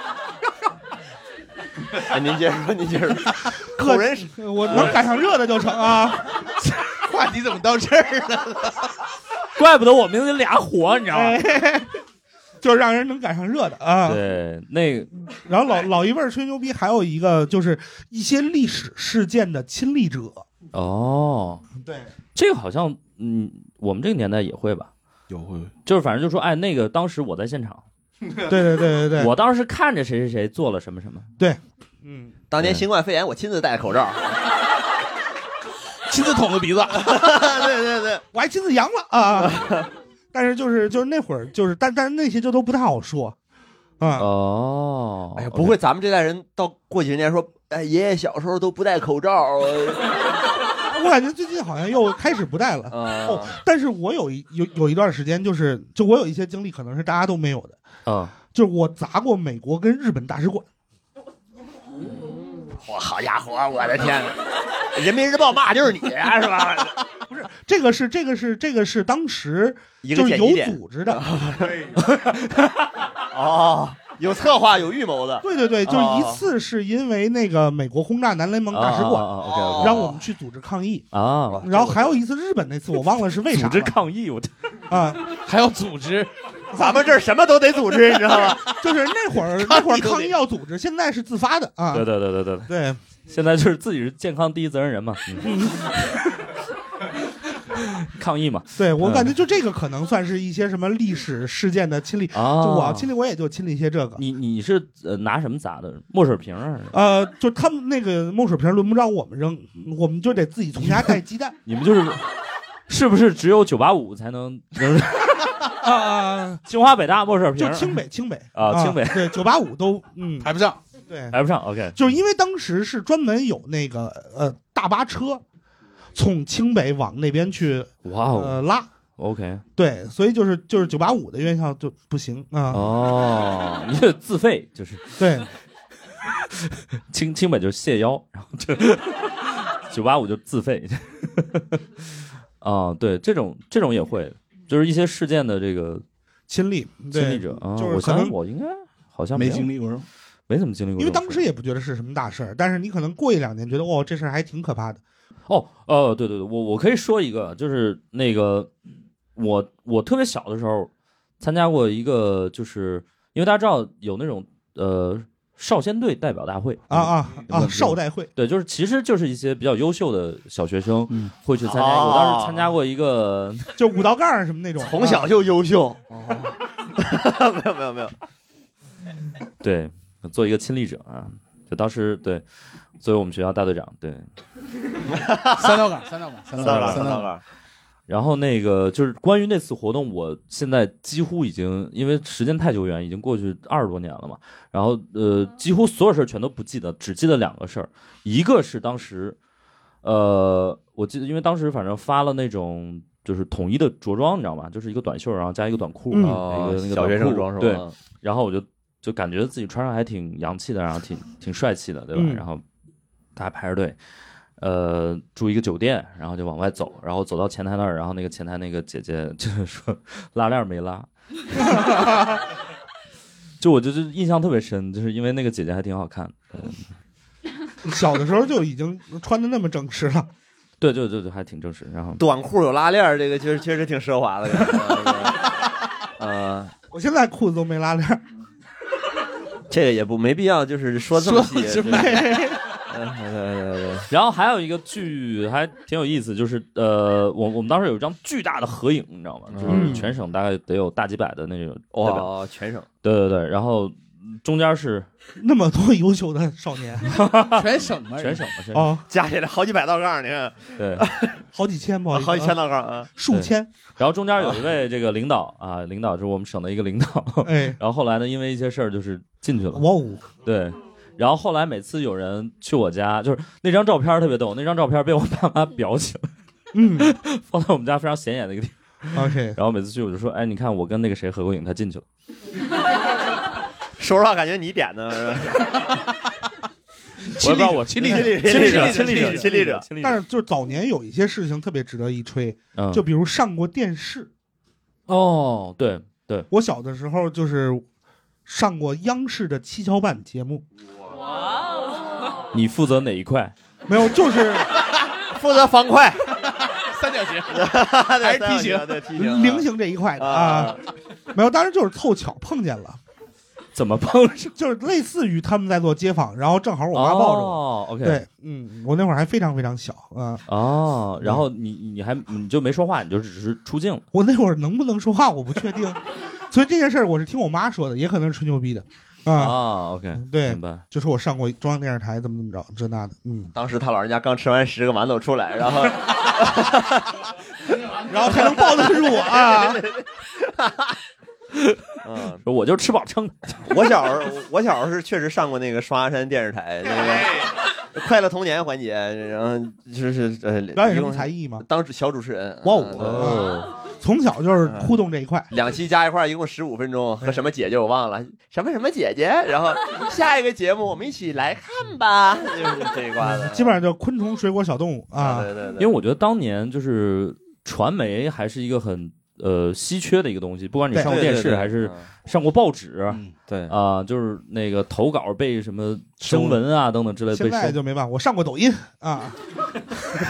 Speaker 3: 哎，您接着说，您接着说，口人是
Speaker 4: 我能赶上热的就成啊！
Speaker 2: 话题怎么到这儿了？
Speaker 1: 怪不得我们俩火，你知道吗？
Speaker 4: 哎， 就是让人能赶上热的啊。
Speaker 1: 对，那个
Speaker 4: 然后老老一辈儿吹牛逼，还有一个就是一些历史事件的亲历者。
Speaker 1: 哦，
Speaker 4: 对，
Speaker 1: 这个好像嗯，我们这个年代也会吧。
Speaker 2: 有会
Speaker 1: 就是反正就说，哎，那个当时我在现场，
Speaker 4: 对对对对对，
Speaker 1: 我当时看着谁谁谁做了什么什么，
Speaker 4: 嗯，
Speaker 3: 当年新冠肺炎，我亲自戴的口 罩。
Speaker 2: 亲自捅个鼻子，
Speaker 3: 对对对，
Speaker 4: 我还亲自阳了啊。 但是就是就是那会儿就是，但但是那些就都不太好说啊。
Speaker 1: 哦，
Speaker 3: 哎呀，
Speaker 1: OK
Speaker 3: 不会，咱们这代人到过几十年说，哎，爷爷小时候都不戴口罩 我
Speaker 4: 我感觉最近好像又开始不戴了。
Speaker 3: 啊
Speaker 4: 哦。但是我有一有有一段时间，就是就我有一些经历，可能是大家都没有的，
Speaker 1: 啊，
Speaker 4: 就是我砸过美国跟日本大使馆。
Speaker 3: 我好家伙，我的天哪！人民日报骂就是你啊 是吧？
Speaker 4: 这个是这个是这个是当时
Speaker 3: 一
Speaker 4: 就是
Speaker 3: 剪
Speaker 4: 有
Speaker 3: 辑点
Speaker 4: 组织的，
Speaker 3: 哦，有策划，有预谋的。
Speaker 4: 对对对，就是
Speaker 3: 哦
Speaker 4: 一次是因为那个美国轰炸南联盟大使馆，
Speaker 1: ，OK OK，
Speaker 4: 让我们去组织抗议，
Speaker 1: 啊，
Speaker 4: 然后还有一次日本那次我忘了是为啥
Speaker 1: 组
Speaker 4: 了
Speaker 1: 织抗议，我
Speaker 4: 啊，
Speaker 2: 还要组织，
Speaker 3: 咱们这儿什么都得组织，你知道吗？
Speaker 4: 就是那会儿那会儿抗议要组织，现在是自发的啊
Speaker 1: 对。对对对对对，
Speaker 4: 对，
Speaker 1: 现在就是自己是健康第一责任人嘛，嗯抗议嘛。
Speaker 4: 对我感觉
Speaker 1: 嗯
Speaker 4: 就这个可能算是一些什么历史事件的亲历，
Speaker 1: 啊，
Speaker 4: 就我亲历我也就亲历一些这个。
Speaker 1: 哦你你是呃拿什么砸的？墨水瓶儿？
Speaker 4: 呃，就他们那个墨水瓶轮不着我们扔，我们就得自己从家带鸡蛋
Speaker 1: 你们就是 是不是只有九八五才能？
Speaker 4: 啊，
Speaker 1: 清华北大墨水瓶
Speaker 4: 就
Speaker 1: 儿
Speaker 4: 清北清北
Speaker 1: 啊清北
Speaker 4: 对九八五都嗯
Speaker 2: 排不上。
Speaker 4: 对，
Speaker 1: 排不上。OK，
Speaker 4: 就是因为当时是专门有那个呃大巴车从清北往那边去
Speaker 1: 哇哦
Speaker 4: 呃拉，
Speaker 1: ，OK，
Speaker 4: 对，所以就是就是九八五的院校就不行啊，
Speaker 1: 哦，你这自费就是
Speaker 4: 对，
Speaker 1: 清清北就是谢邀，然后就九八五就自费。 啊，对，这种这种也会，就是一些事件的这个
Speaker 4: 亲历
Speaker 1: 亲
Speaker 4: 对，
Speaker 1: 历者啊。
Speaker 4: 就是
Speaker 1: 我
Speaker 4: 可
Speaker 1: 想
Speaker 4: 能
Speaker 1: 想我应该好像
Speaker 2: 没
Speaker 1: 有
Speaker 2: 经历过，
Speaker 1: 没怎么经历过
Speaker 4: 因为
Speaker 1: 这种事儿，
Speaker 4: 当时也不觉得是什么大事儿，但是你可能过一两年觉得哦这事儿还挺可怕的，
Speaker 1: 哦，呃，对对对，我我可以说一个，就是那个我我特别小的时候参加过一个，就是因为大家知道有那种呃少先队代表大会
Speaker 4: 啊，啊
Speaker 1: 有没
Speaker 4: 啊！
Speaker 1: 有
Speaker 4: 少代会
Speaker 1: 对，就是其实就是一些比较优秀的小学生
Speaker 2: 嗯
Speaker 1: 会去参加。我当时参加过一个，
Speaker 4: 就五道杠儿什么那种，啊
Speaker 3: 从小就优 秀，
Speaker 2: 哦
Speaker 3: 没有没有没有，
Speaker 1: 对，做一个亲历者啊，就当时对，作为我们学校大队长，对，
Speaker 2: 三道杠，三道杠，三道
Speaker 3: 三
Speaker 2: 杠，
Speaker 3: 杠
Speaker 2: 三
Speaker 3: 三
Speaker 2: 道杠。
Speaker 3: 杠，
Speaker 1: 然后那个就是关于那次活动，我现在几乎已经因为时间太久远，已经过去二十多年了嘛。然后呃，几乎所有事儿全都不记得，只记得两个事儿，一个是当时，呃，我记得因为当时反正发了那种就是统一的着装，你知道吗？就是一个短袖，然后加一个短裤，
Speaker 4: 嗯
Speaker 1: 然后
Speaker 3: 哦
Speaker 1: 一个那，个
Speaker 3: 小学
Speaker 1: 短
Speaker 3: 生
Speaker 1: 裤
Speaker 3: 装是吧？
Speaker 1: 对，然后我就就感觉自己穿上还挺洋气的，然后挺挺帅气的，对吧？
Speaker 4: 嗯
Speaker 1: 然后大家排着队，呃，住一个酒店，然后就往外走，然后走到前台那儿，然后那个前台那个姐姐 就是说拉链没拉， 就我就就印象特别深，就是因为那个姐姐还挺好看，
Speaker 4: 小的时候就已经穿的那么正式了，
Speaker 1: 对对对对，还挺正式。然后
Speaker 3: 短裤有拉链儿，这个确实确实挺奢华的 感觉。啊，
Speaker 4: 我现在裤子都没拉链儿，
Speaker 3: 这个也不没必要，就是说这么细。
Speaker 2: 说
Speaker 3: 对嗯对对对对，
Speaker 1: 然后还有一个剧还挺有意思，就是呃，我我们当时有一张巨大的合影，你知道吗？就是
Speaker 4: 嗯
Speaker 1: 全省大概得有大几百的那种代表
Speaker 3: 哇，全省
Speaker 1: 对对对，然后嗯中间是
Speaker 4: 那么多优秀的少 年
Speaker 2: 全省
Speaker 3: 嗯
Speaker 2: 嘛，
Speaker 1: 全省嘛，全省、
Speaker 4: 哦，
Speaker 3: 加起来好几百道杠，你看
Speaker 1: 对，
Speaker 4: 好几千吧，
Speaker 3: 好几千
Speaker 4: 啊，
Speaker 3: 道杠啊！
Speaker 4: 数千，
Speaker 1: 然后中间有一位这个 领导啊，领导是我们省的一个领导，
Speaker 4: 哎，
Speaker 1: 然后后来呢，因为一些事儿就是进去了，
Speaker 4: 哇哦，
Speaker 1: 对。然后后来每次有人去我家，就是那张照片特别逗，那张照片被我爸妈裱起来，
Speaker 4: 嗯
Speaker 1: 放在我们家非常显眼的一个地方。
Speaker 4: ，OK，
Speaker 1: 然后每次去我就说，哎，你看我跟那个谁合过影，他进去了。
Speaker 3: 说实话，感觉你点的是吧
Speaker 1: 我也不知道我
Speaker 2: 亲历者
Speaker 3: 亲历者
Speaker 1: 亲历者，
Speaker 3: 亲历者
Speaker 1: 亲历者，亲历
Speaker 4: 但
Speaker 1: 者。
Speaker 4: 是就是早年有一些事情特别值得一吹，
Speaker 1: 嗯
Speaker 4: 就比如上过电视，
Speaker 1: 哦，对，
Speaker 4: 我小的时候就是上过央视的七巧板节目，
Speaker 1: 你负责哪一块？
Speaker 4: 没有， 就是
Speaker 3: 负责方块，
Speaker 2: 三角形，
Speaker 3: 还
Speaker 2: 是梯形
Speaker 3: 对梯形啊
Speaker 4: 菱形这一块的啊
Speaker 3: 啊，，
Speaker 4: 没有，当时就是凑巧碰见了，
Speaker 1: 怎么碰上？
Speaker 4: 就是类似于他们在做街访，然后正好我妈抱着我。
Speaker 1: 哦，OK，
Speaker 4: 对，嗯，我那会儿还非常非常小啊、
Speaker 1: 哦，然后你你还你就没说话，你就只是出镜了。
Speaker 4: 我那会儿能不能说话我不确定， 所以这件事儿我是听我妈说的，也可能是吹牛逼的啊、
Speaker 3: 哦
Speaker 1: 啊，OK，
Speaker 4: 对
Speaker 1: 明白。
Speaker 4: 就说我上过中央电视台，怎么怎么着，这那的，嗯，
Speaker 3: 当时他老人家刚吃完十个馒头出来，然 后
Speaker 4: 然后才能抱得住我 啊。
Speaker 3: 嗯，
Speaker 1: 我就吃饱撑的。
Speaker 3: 我小时候我小时候是确实上过那个双鸭山电视台那个快乐童年环节，然后就是呃
Speaker 4: 表演什么
Speaker 3: 一共
Speaker 4: 才艺吗？
Speaker 3: 当主小主持人，
Speaker 4: 哇
Speaker 3: 嗯对
Speaker 4: 哦，从小就是互动这一块，
Speaker 3: 两期加一块儿一共十五分钟，和什么姐姐我忘了，什么什么姐姐，然后下一个节目我们一起来看吧，就是这一挂的，
Speaker 4: 基本上就昆虫、水果、小动物
Speaker 3: 啊，
Speaker 4: 啊。
Speaker 3: 对对对，
Speaker 1: 因为我觉得当年就是传媒还是一个很呃稀缺的一个东西，不管你
Speaker 4: 对嗯
Speaker 1: 上过电视还
Speaker 3: 嗯
Speaker 1: 是上过报纸啊、
Speaker 3: 对
Speaker 1: 就是那个投稿被什么征文啊等等之类被
Speaker 4: 现在
Speaker 1: 收
Speaker 4: 就没办法，我上过抖音啊，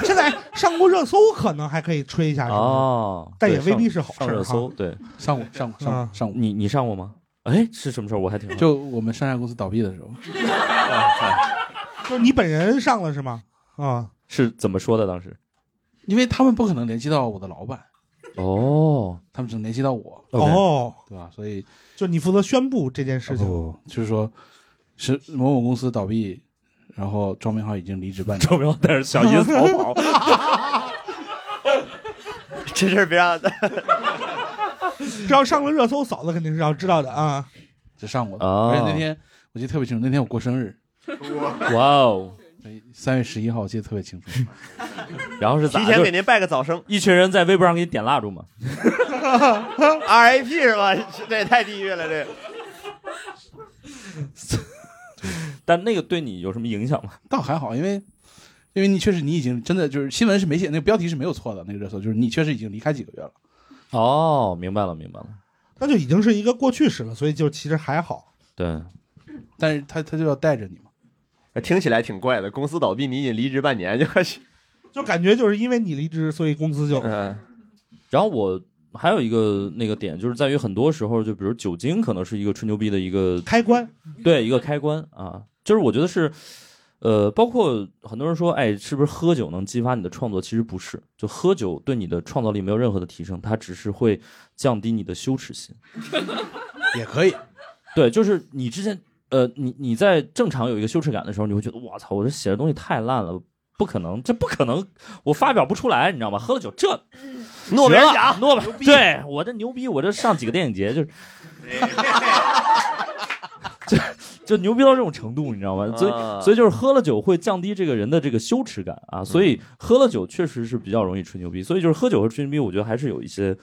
Speaker 4: 现在上过热搜，可能还可以吹一下，是不是
Speaker 1: 哦，
Speaker 4: 但也
Speaker 1: 对
Speaker 4: 未必
Speaker 1: 上
Speaker 4: 是好事
Speaker 1: 上
Speaker 4: 儿
Speaker 1: 热搜。
Speaker 4: 哈。
Speaker 1: 对
Speaker 2: 上过上过上过
Speaker 4: 啊
Speaker 2: 上过，
Speaker 1: 你你上过吗？哎，是 什么时候？我还挺好奇
Speaker 2: 就我们上下公司倒闭的时候，
Speaker 4: 就是你本人上了是吗？啊，
Speaker 1: 是怎么说的当时
Speaker 2: 因为他们不可能联系到我的老板，
Speaker 1: 哦，
Speaker 2: 他们只能联系到我，
Speaker 1: OK
Speaker 4: 哦，
Speaker 2: 对吧？所以
Speaker 4: 就你负责宣布这件事情。
Speaker 1: 哦
Speaker 2: 不就是说，是某某公司倒闭，然后庄明浩已经离职半 年，
Speaker 1: 赵明带着小姨 子逃跑，
Speaker 3: 这事儿别让
Speaker 4: 只要上了热搜，嫂子肯定是要知道的啊。
Speaker 2: 只上过的。
Speaker 1: 哦
Speaker 2: 而且那天我记得特别清楚，那天我过生日，
Speaker 1: 哇哦！
Speaker 2: 三月十一号，我记得特别清楚。
Speaker 1: 然后是咋？
Speaker 3: 提前
Speaker 1: 就
Speaker 3: 给
Speaker 1: 是
Speaker 3: 您拜个早生
Speaker 1: 一群人在微博上给你点蜡烛嘛？
Speaker 3: ，RIP 是吧？这也太地狱了，这
Speaker 1: 但那个对你有什么影响吗？
Speaker 2: 倒还好，因为因为你确实你已经真的就是新闻是没写，那个标题是没有错的，那个热搜就是你确实已经离开几个月了。
Speaker 1: 哦，明白了，明白了。
Speaker 4: 那就已经是一个过去式了，所以就其实还好。
Speaker 1: 对，
Speaker 2: 但是他他就要带着你嘛，
Speaker 3: 听起来挺怪的。公司倒闭，你已经离职半年就开始，
Speaker 4: 就感觉就是因为你离职，所以公司就
Speaker 3: 嗯，
Speaker 1: 然后我还有一个那个点，就是在于很多时候，就比如酒精可能是一个吹牛逼的一个
Speaker 4: 开关。
Speaker 1: 对一个开关啊，就是我觉得是，呃，包括很多人说，哎，是不是喝酒能激发你的创作？其实不是，就喝酒对你的创造力没有任何的提升，它只是会降低你的羞耻心。
Speaker 2: 也可以。
Speaker 1: 对，就是你之前，呃，你你在正常有一个羞耻感的时候，你会觉得，我操，我这写的东西太烂了。不可能，这不可能，我发表不出来，你知道吗？喝了酒，这
Speaker 3: 嗯诺贝
Speaker 1: 绝
Speaker 3: 尔
Speaker 1: 了
Speaker 2: 啊
Speaker 3: 奖，
Speaker 1: 诺贝尔，对我这牛逼，我这上几个电影节 就是，就就牛逼到这种程度，你知道吗？所以
Speaker 3: 啊
Speaker 1: 所以就是喝了酒会降低这个人的这个羞耻感
Speaker 3: 嗯
Speaker 1: 啊，所以喝了酒确实是比较容易吹牛逼，所以就是喝酒和吹牛逼，我觉得还是有一些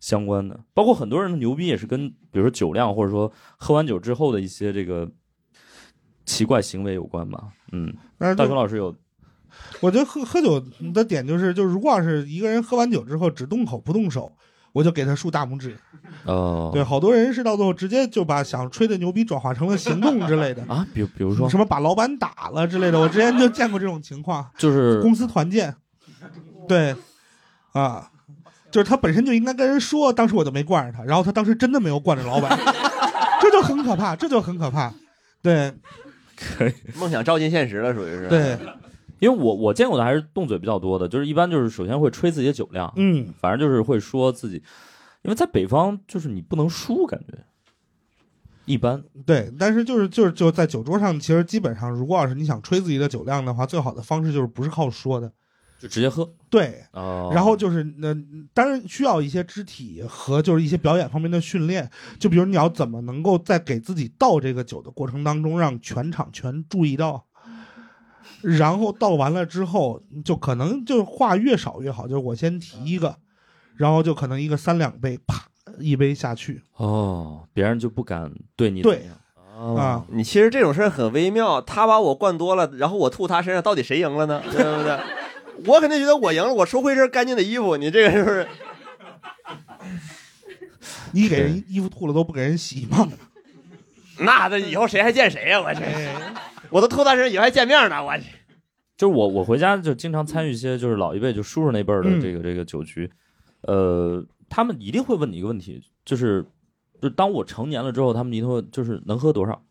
Speaker 1: 相关的，包括很多人的牛逼也是跟比如说酒量或者说喝完酒之后的一些这个奇怪行为有关吧。嗯，
Speaker 4: 那
Speaker 1: 大熊
Speaker 4: 就
Speaker 1: 老师有
Speaker 4: 我觉得喝喝酒的点就是，就如果要是一个人喝完酒之后只动口不动手，我就给他竖大拇指。
Speaker 1: 哦，
Speaker 4: 对，好多人是到最后直接就把想吹的牛逼转化成了行动之类的
Speaker 1: 啊，比比如说
Speaker 4: 什么把老板打了之类的，我之前就见过这种情况。
Speaker 1: 就 是
Speaker 4: 公司团建，对，啊，就是他本身就应该跟人说，当时我就没惯着他，然后他当时真的没有惯着老板，这就很可怕，这就很可怕。对
Speaker 1: 可以。
Speaker 3: 梦想照进现实了，属于是。
Speaker 4: 对，，
Speaker 1: 因为我我见过的还是动嘴比较多的，就是一般就是首先会吹自己的酒量，
Speaker 4: 嗯，
Speaker 1: 反正就是会说自己，因为在北方就是你不能输，感觉一般
Speaker 4: 对。但是就是就是就在酒桌上，其实基本上，如果要是你想吹自己的酒量的话，最好的方式就是不是靠说的，
Speaker 1: 就直接喝
Speaker 4: 对。
Speaker 1: 哦
Speaker 4: 然后就是那、当然需要一些肢体和就是一些表演方面的训练，就比如你要怎么能够在给自己倒这个酒的过程当中，让全场全注意到。然后倒完了之后，就可能就是话越少越好，就是我先提一个，然后就可能一个三两杯，啪一杯下去。
Speaker 1: 哦，别人就不敢对你
Speaker 4: 对
Speaker 1: 怎么样哦
Speaker 4: 啊
Speaker 3: 你其实这种事儿很微妙，他把我灌多了，然后我吐他身上，到底谁赢了呢？对不对？ 我肯定觉得我赢了，我收回一身干净的衣服，你这个是不是？
Speaker 4: 你给人衣服吐了都不给人洗吗？
Speaker 3: 那这以后谁还见谁呀、我这
Speaker 2: 哎
Speaker 3: 我都吐他身上，以后还见面呢，我去。
Speaker 1: 就是我我回家就经常参与一些就是老一辈就叔叔那辈儿的
Speaker 4: 嗯
Speaker 1: 这个、这个酒局，呃，他们一定会问你一个问题，就是就当我成年了之后，他们一定会就是能喝多少，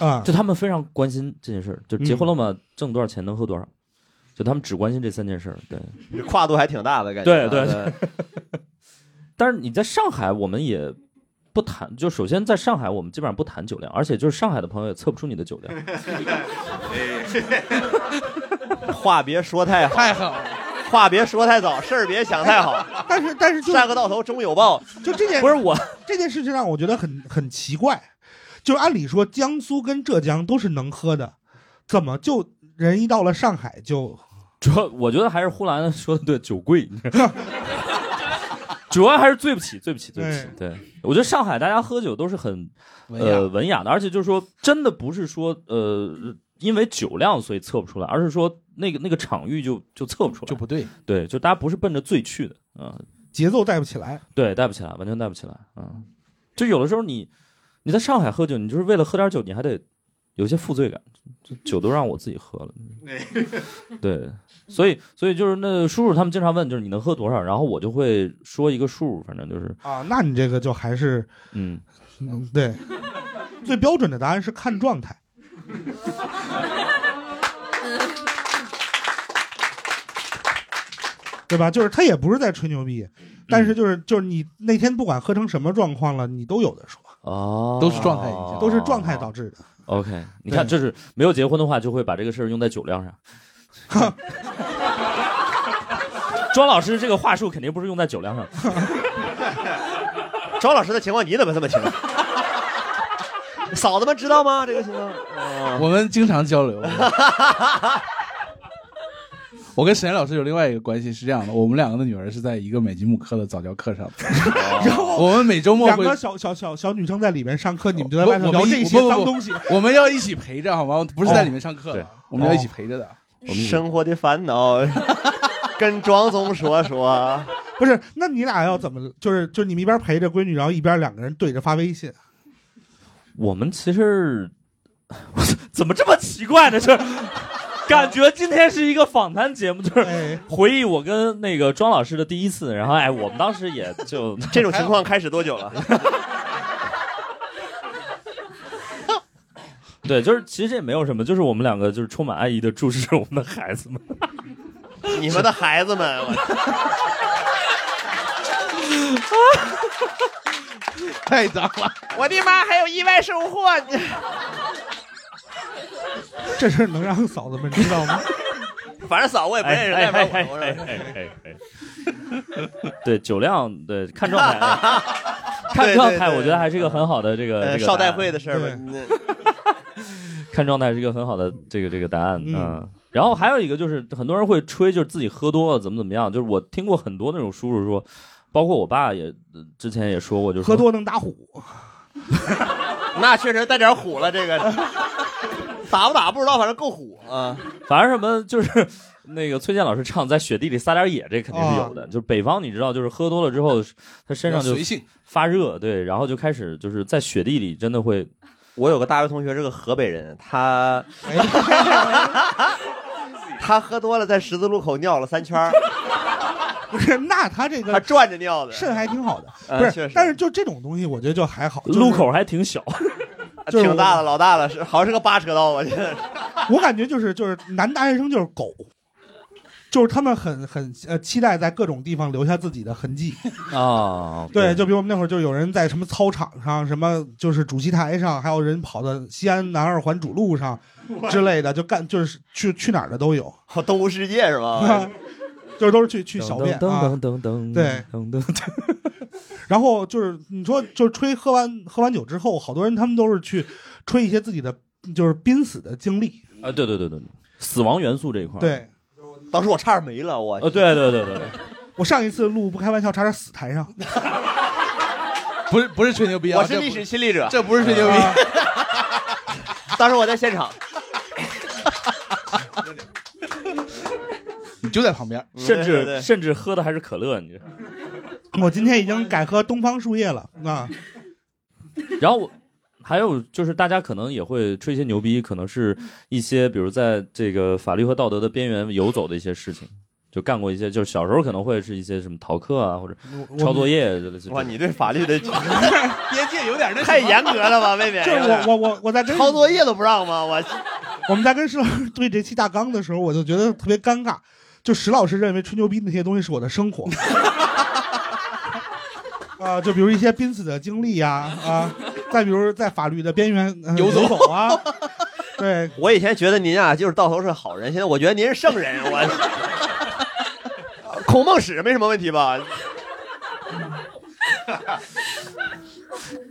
Speaker 4: 啊，
Speaker 1: 就他们非常关心这件事儿，就结婚了嘛，
Speaker 2: 嗯
Speaker 1: 挣多少钱，能喝多少，就他们只关心这三件事儿。对，
Speaker 3: 这跨度还挺大的感觉啊。
Speaker 1: 对对
Speaker 3: 对
Speaker 1: 但是你在上海，我们也不谈，就首先在上海，我们基本上不谈酒量，而且就是上海的朋友也测不出你的酒量。
Speaker 3: 话别说太好，
Speaker 2: 太好了，
Speaker 3: 话别说太早，事儿别想太 好，
Speaker 4: 哎但是但是就
Speaker 3: 善恶到头终有报。
Speaker 4: 就这件
Speaker 1: 不是我，
Speaker 4: 这件事情让我觉得很很奇怪，就是按理说江苏跟浙江都是能喝的，怎么就人一到了上海就
Speaker 1: 主要我觉得还是呼兰说的对，酒贵。 主要还是对不起，对不起，对不起。对，我觉得上海大家喝酒都是很
Speaker 2: 嗯文雅、
Speaker 1: 呃文雅的，而且就是说，真的不是说呃因为酒量所以测不出来，而是说那个那个场域就就测不出来，
Speaker 2: 就不对。
Speaker 1: 对，就大家不是奔着醉去的啊、
Speaker 4: 节奏带不起来？
Speaker 1: 对，带不起来，完全带不起来啊、嗯就有的时候你你在上海喝酒，你就是为了喝点酒，你还得有些负罪感，就酒都让我自己喝 了。对，所以所以就是那叔叔他们经常问，就是你能喝多少，然后我就会说一个数，反正就是
Speaker 4: 啊，那你这个就还是
Speaker 1: 嗯，
Speaker 4: 嗯对，最标准的答案是看状态。对吧？就是他也不是在吹牛逼，但是就是就是你那天不管喝成什么状况了，你都有的说，
Speaker 1: 哦，
Speaker 2: 都是状态影响
Speaker 4: 都是状态导致的。
Speaker 1: OK，你看，这是没有结婚的话，就会把这个事儿用在酒量上。 庄老师这个话术肯定不是用在酒量 上。
Speaker 3: 周老师的情况你怎么这么清楚？嫂子们知道吗？这个情况？
Speaker 2: 我们经常交流。我跟沈岩老师有另外一个关系是这样的，我们两个的女儿是在一个美吉姆科的早教课上的，
Speaker 1: 哦
Speaker 2: 然后我们每周末
Speaker 4: 两
Speaker 2: 会
Speaker 4: 个小小小小女生在里面上课，你们就在
Speaker 2: 不
Speaker 4: 外头
Speaker 2: 我
Speaker 4: 聊
Speaker 2: 们
Speaker 4: 这
Speaker 2: 一
Speaker 4: 些
Speaker 2: 不不
Speaker 4: 脏
Speaker 2: 不
Speaker 4: 东西。
Speaker 2: 我们要一起陪着好吗？不是在里面上课的，啊
Speaker 1: 对
Speaker 2: 我们要一起陪着的。
Speaker 3: 哦生活的烦恼， 跟庄总说说。
Speaker 4: 不是，那你俩要怎么？就是就是你们一边陪着闺女，然后一边两个人对着发微信。
Speaker 1: 我们其实 怎么这么奇怪呢？这 感觉今天是一个访谈节目，就是
Speaker 4: 哎，
Speaker 1: 回忆我跟那个庄老师的第一次。然后，哎，我们当时也就
Speaker 3: 这种情况开始多久 了？
Speaker 1: 对，就是其实也没有什么，就是我们两个就是充满爱意的注视我们的孩子们。
Speaker 3: 你们的孩子们，我
Speaker 2: 太脏了，
Speaker 3: 我的妈，还有意外收获！
Speaker 4: 这事儿能让嫂子们知道 吗？
Speaker 3: 反正嫂我也不认识，
Speaker 1: 哎
Speaker 3: 再不
Speaker 1: 哎
Speaker 3: 然我
Speaker 1: 哎
Speaker 3: 我
Speaker 1: 哎哎哎对酒量，对看状态， 哎看状态，我觉得还是一个很好的这个
Speaker 3: 呃
Speaker 1: 这个
Speaker 3: 少
Speaker 1: 答
Speaker 3: 代
Speaker 1: 案
Speaker 3: 会的事儿吧
Speaker 4: 对。
Speaker 3: 那
Speaker 1: 看状态是一个很好的这个这个答案，
Speaker 4: 嗯
Speaker 1: 嗯。然后还有一个就是，很多人会吹，就是自己喝多了怎么怎么样。就是我听过很多那种叔叔说，包括我爸也呃之前也说过，就是说
Speaker 4: 喝多能打虎，
Speaker 3: 那确实带点虎了， 这个打不打不知道，反正够虎啊！
Speaker 1: 反正什么就是那个崔健老师唱在雪地里撒点野，这肯定是有的。就是北方你知道，就是喝多了之后，他身上就
Speaker 2: 随性。
Speaker 1: 发热，对，然后就开始就是在雪地里真的会，
Speaker 3: 我有个大学同学是个河北人，他
Speaker 4: 哎
Speaker 3: 他喝多了在十字路口尿了三圈儿，
Speaker 4: 不是？那他这
Speaker 3: 他
Speaker 4: 个
Speaker 3: 转着尿的。
Speaker 4: 肾还挺好的，
Speaker 3: 呃
Speaker 4: 不
Speaker 3: 确
Speaker 4: 是？
Speaker 3: 实
Speaker 4: 但是就这种东西，我觉得就还好。就是
Speaker 1: 路口还挺小，
Speaker 4: 就是
Speaker 3: 啊挺大的，老大了，是好像是个八车道 吧？这
Speaker 4: 我感觉就是就是男大学生就是狗，就是他们很很呃期待在各种地方留下自己的痕迹。
Speaker 1: 啊，
Speaker 4: 对，就比如我们那会儿就有人在什么操场上，什么就是主席台上，还有人跑到西安南二环主路上之类的，就干就是去去哪儿的都有，
Speaker 3: 好动物世界是吗？
Speaker 4: 就是都是 去去小便啊。
Speaker 1: 噔噔噔，
Speaker 4: 对
Speaker 1: 噔噔，
Speaker 4: 然后就是你说就是吹喝完喝完酒之后，好多人他们都是去吹一些自己的就是濒死的经历。
Speaker 1: 啊，对对对对，对死亡元素这一块，，
Speaker 4: 对
Speaker 3: 当时我差点没了，我
Speaker 1: 呃，对对对对，对
Speaker 4: 我上一次录不开玩笑，差点死台上。
Speaker 2: 不是不是吹牛逼啊，
Speaker 3: 我是
Speaker 2: 这不
Speaker 3: 历史亲历者，
Speaker 2: 这不是吹牛逼，
Speaker 3: 当时我在现场，
Speaker 2: 你就在旁边。
Speaker 1: 甚
Speaker 3: 对对
Speaker 1: 至
Speaker 3: 对
Speaker 1: 甚至喝的还是可乐，你知道。
Speaker 4: 我今天已经改喝东方树叶了 啊。
Speaker 1: 然后我还有就是，大家可能也会吹一些牛逼，可能是一些比如在这个法律和道德的边缘游走的一些事情，就干过一些，就是小时候可能会是一些什么逃课啊，或者
Speaker 4: 我我
Speaker 1: 抄作业之类的。
Speaker 3: 哇，你对法律的
Speaker 2: 边界有点那
Speaker 3: 太 严格了吧，未免
Speaker 4: 就是
Speaker 3: 有点
Speaker 4: 我我我我在跟
Speaker 3: 抄作业都不让吗？我
Speaker 4: 我们在跟石老师对这期大纲的时候，我就觉得特别尴尬。就石老师认为吹牛逼那些东西是我的生活， 啊，就比如一些濒死的经历呀，啊，再比如在法律的边缘、呃
Speaker 2: 游走
Speaker 4: 走 啊，对，
Speaker 3: 我以前觉得您啊就是到头是好人，现在我觉得您是圣人，我 孔孟史没什么问题吧？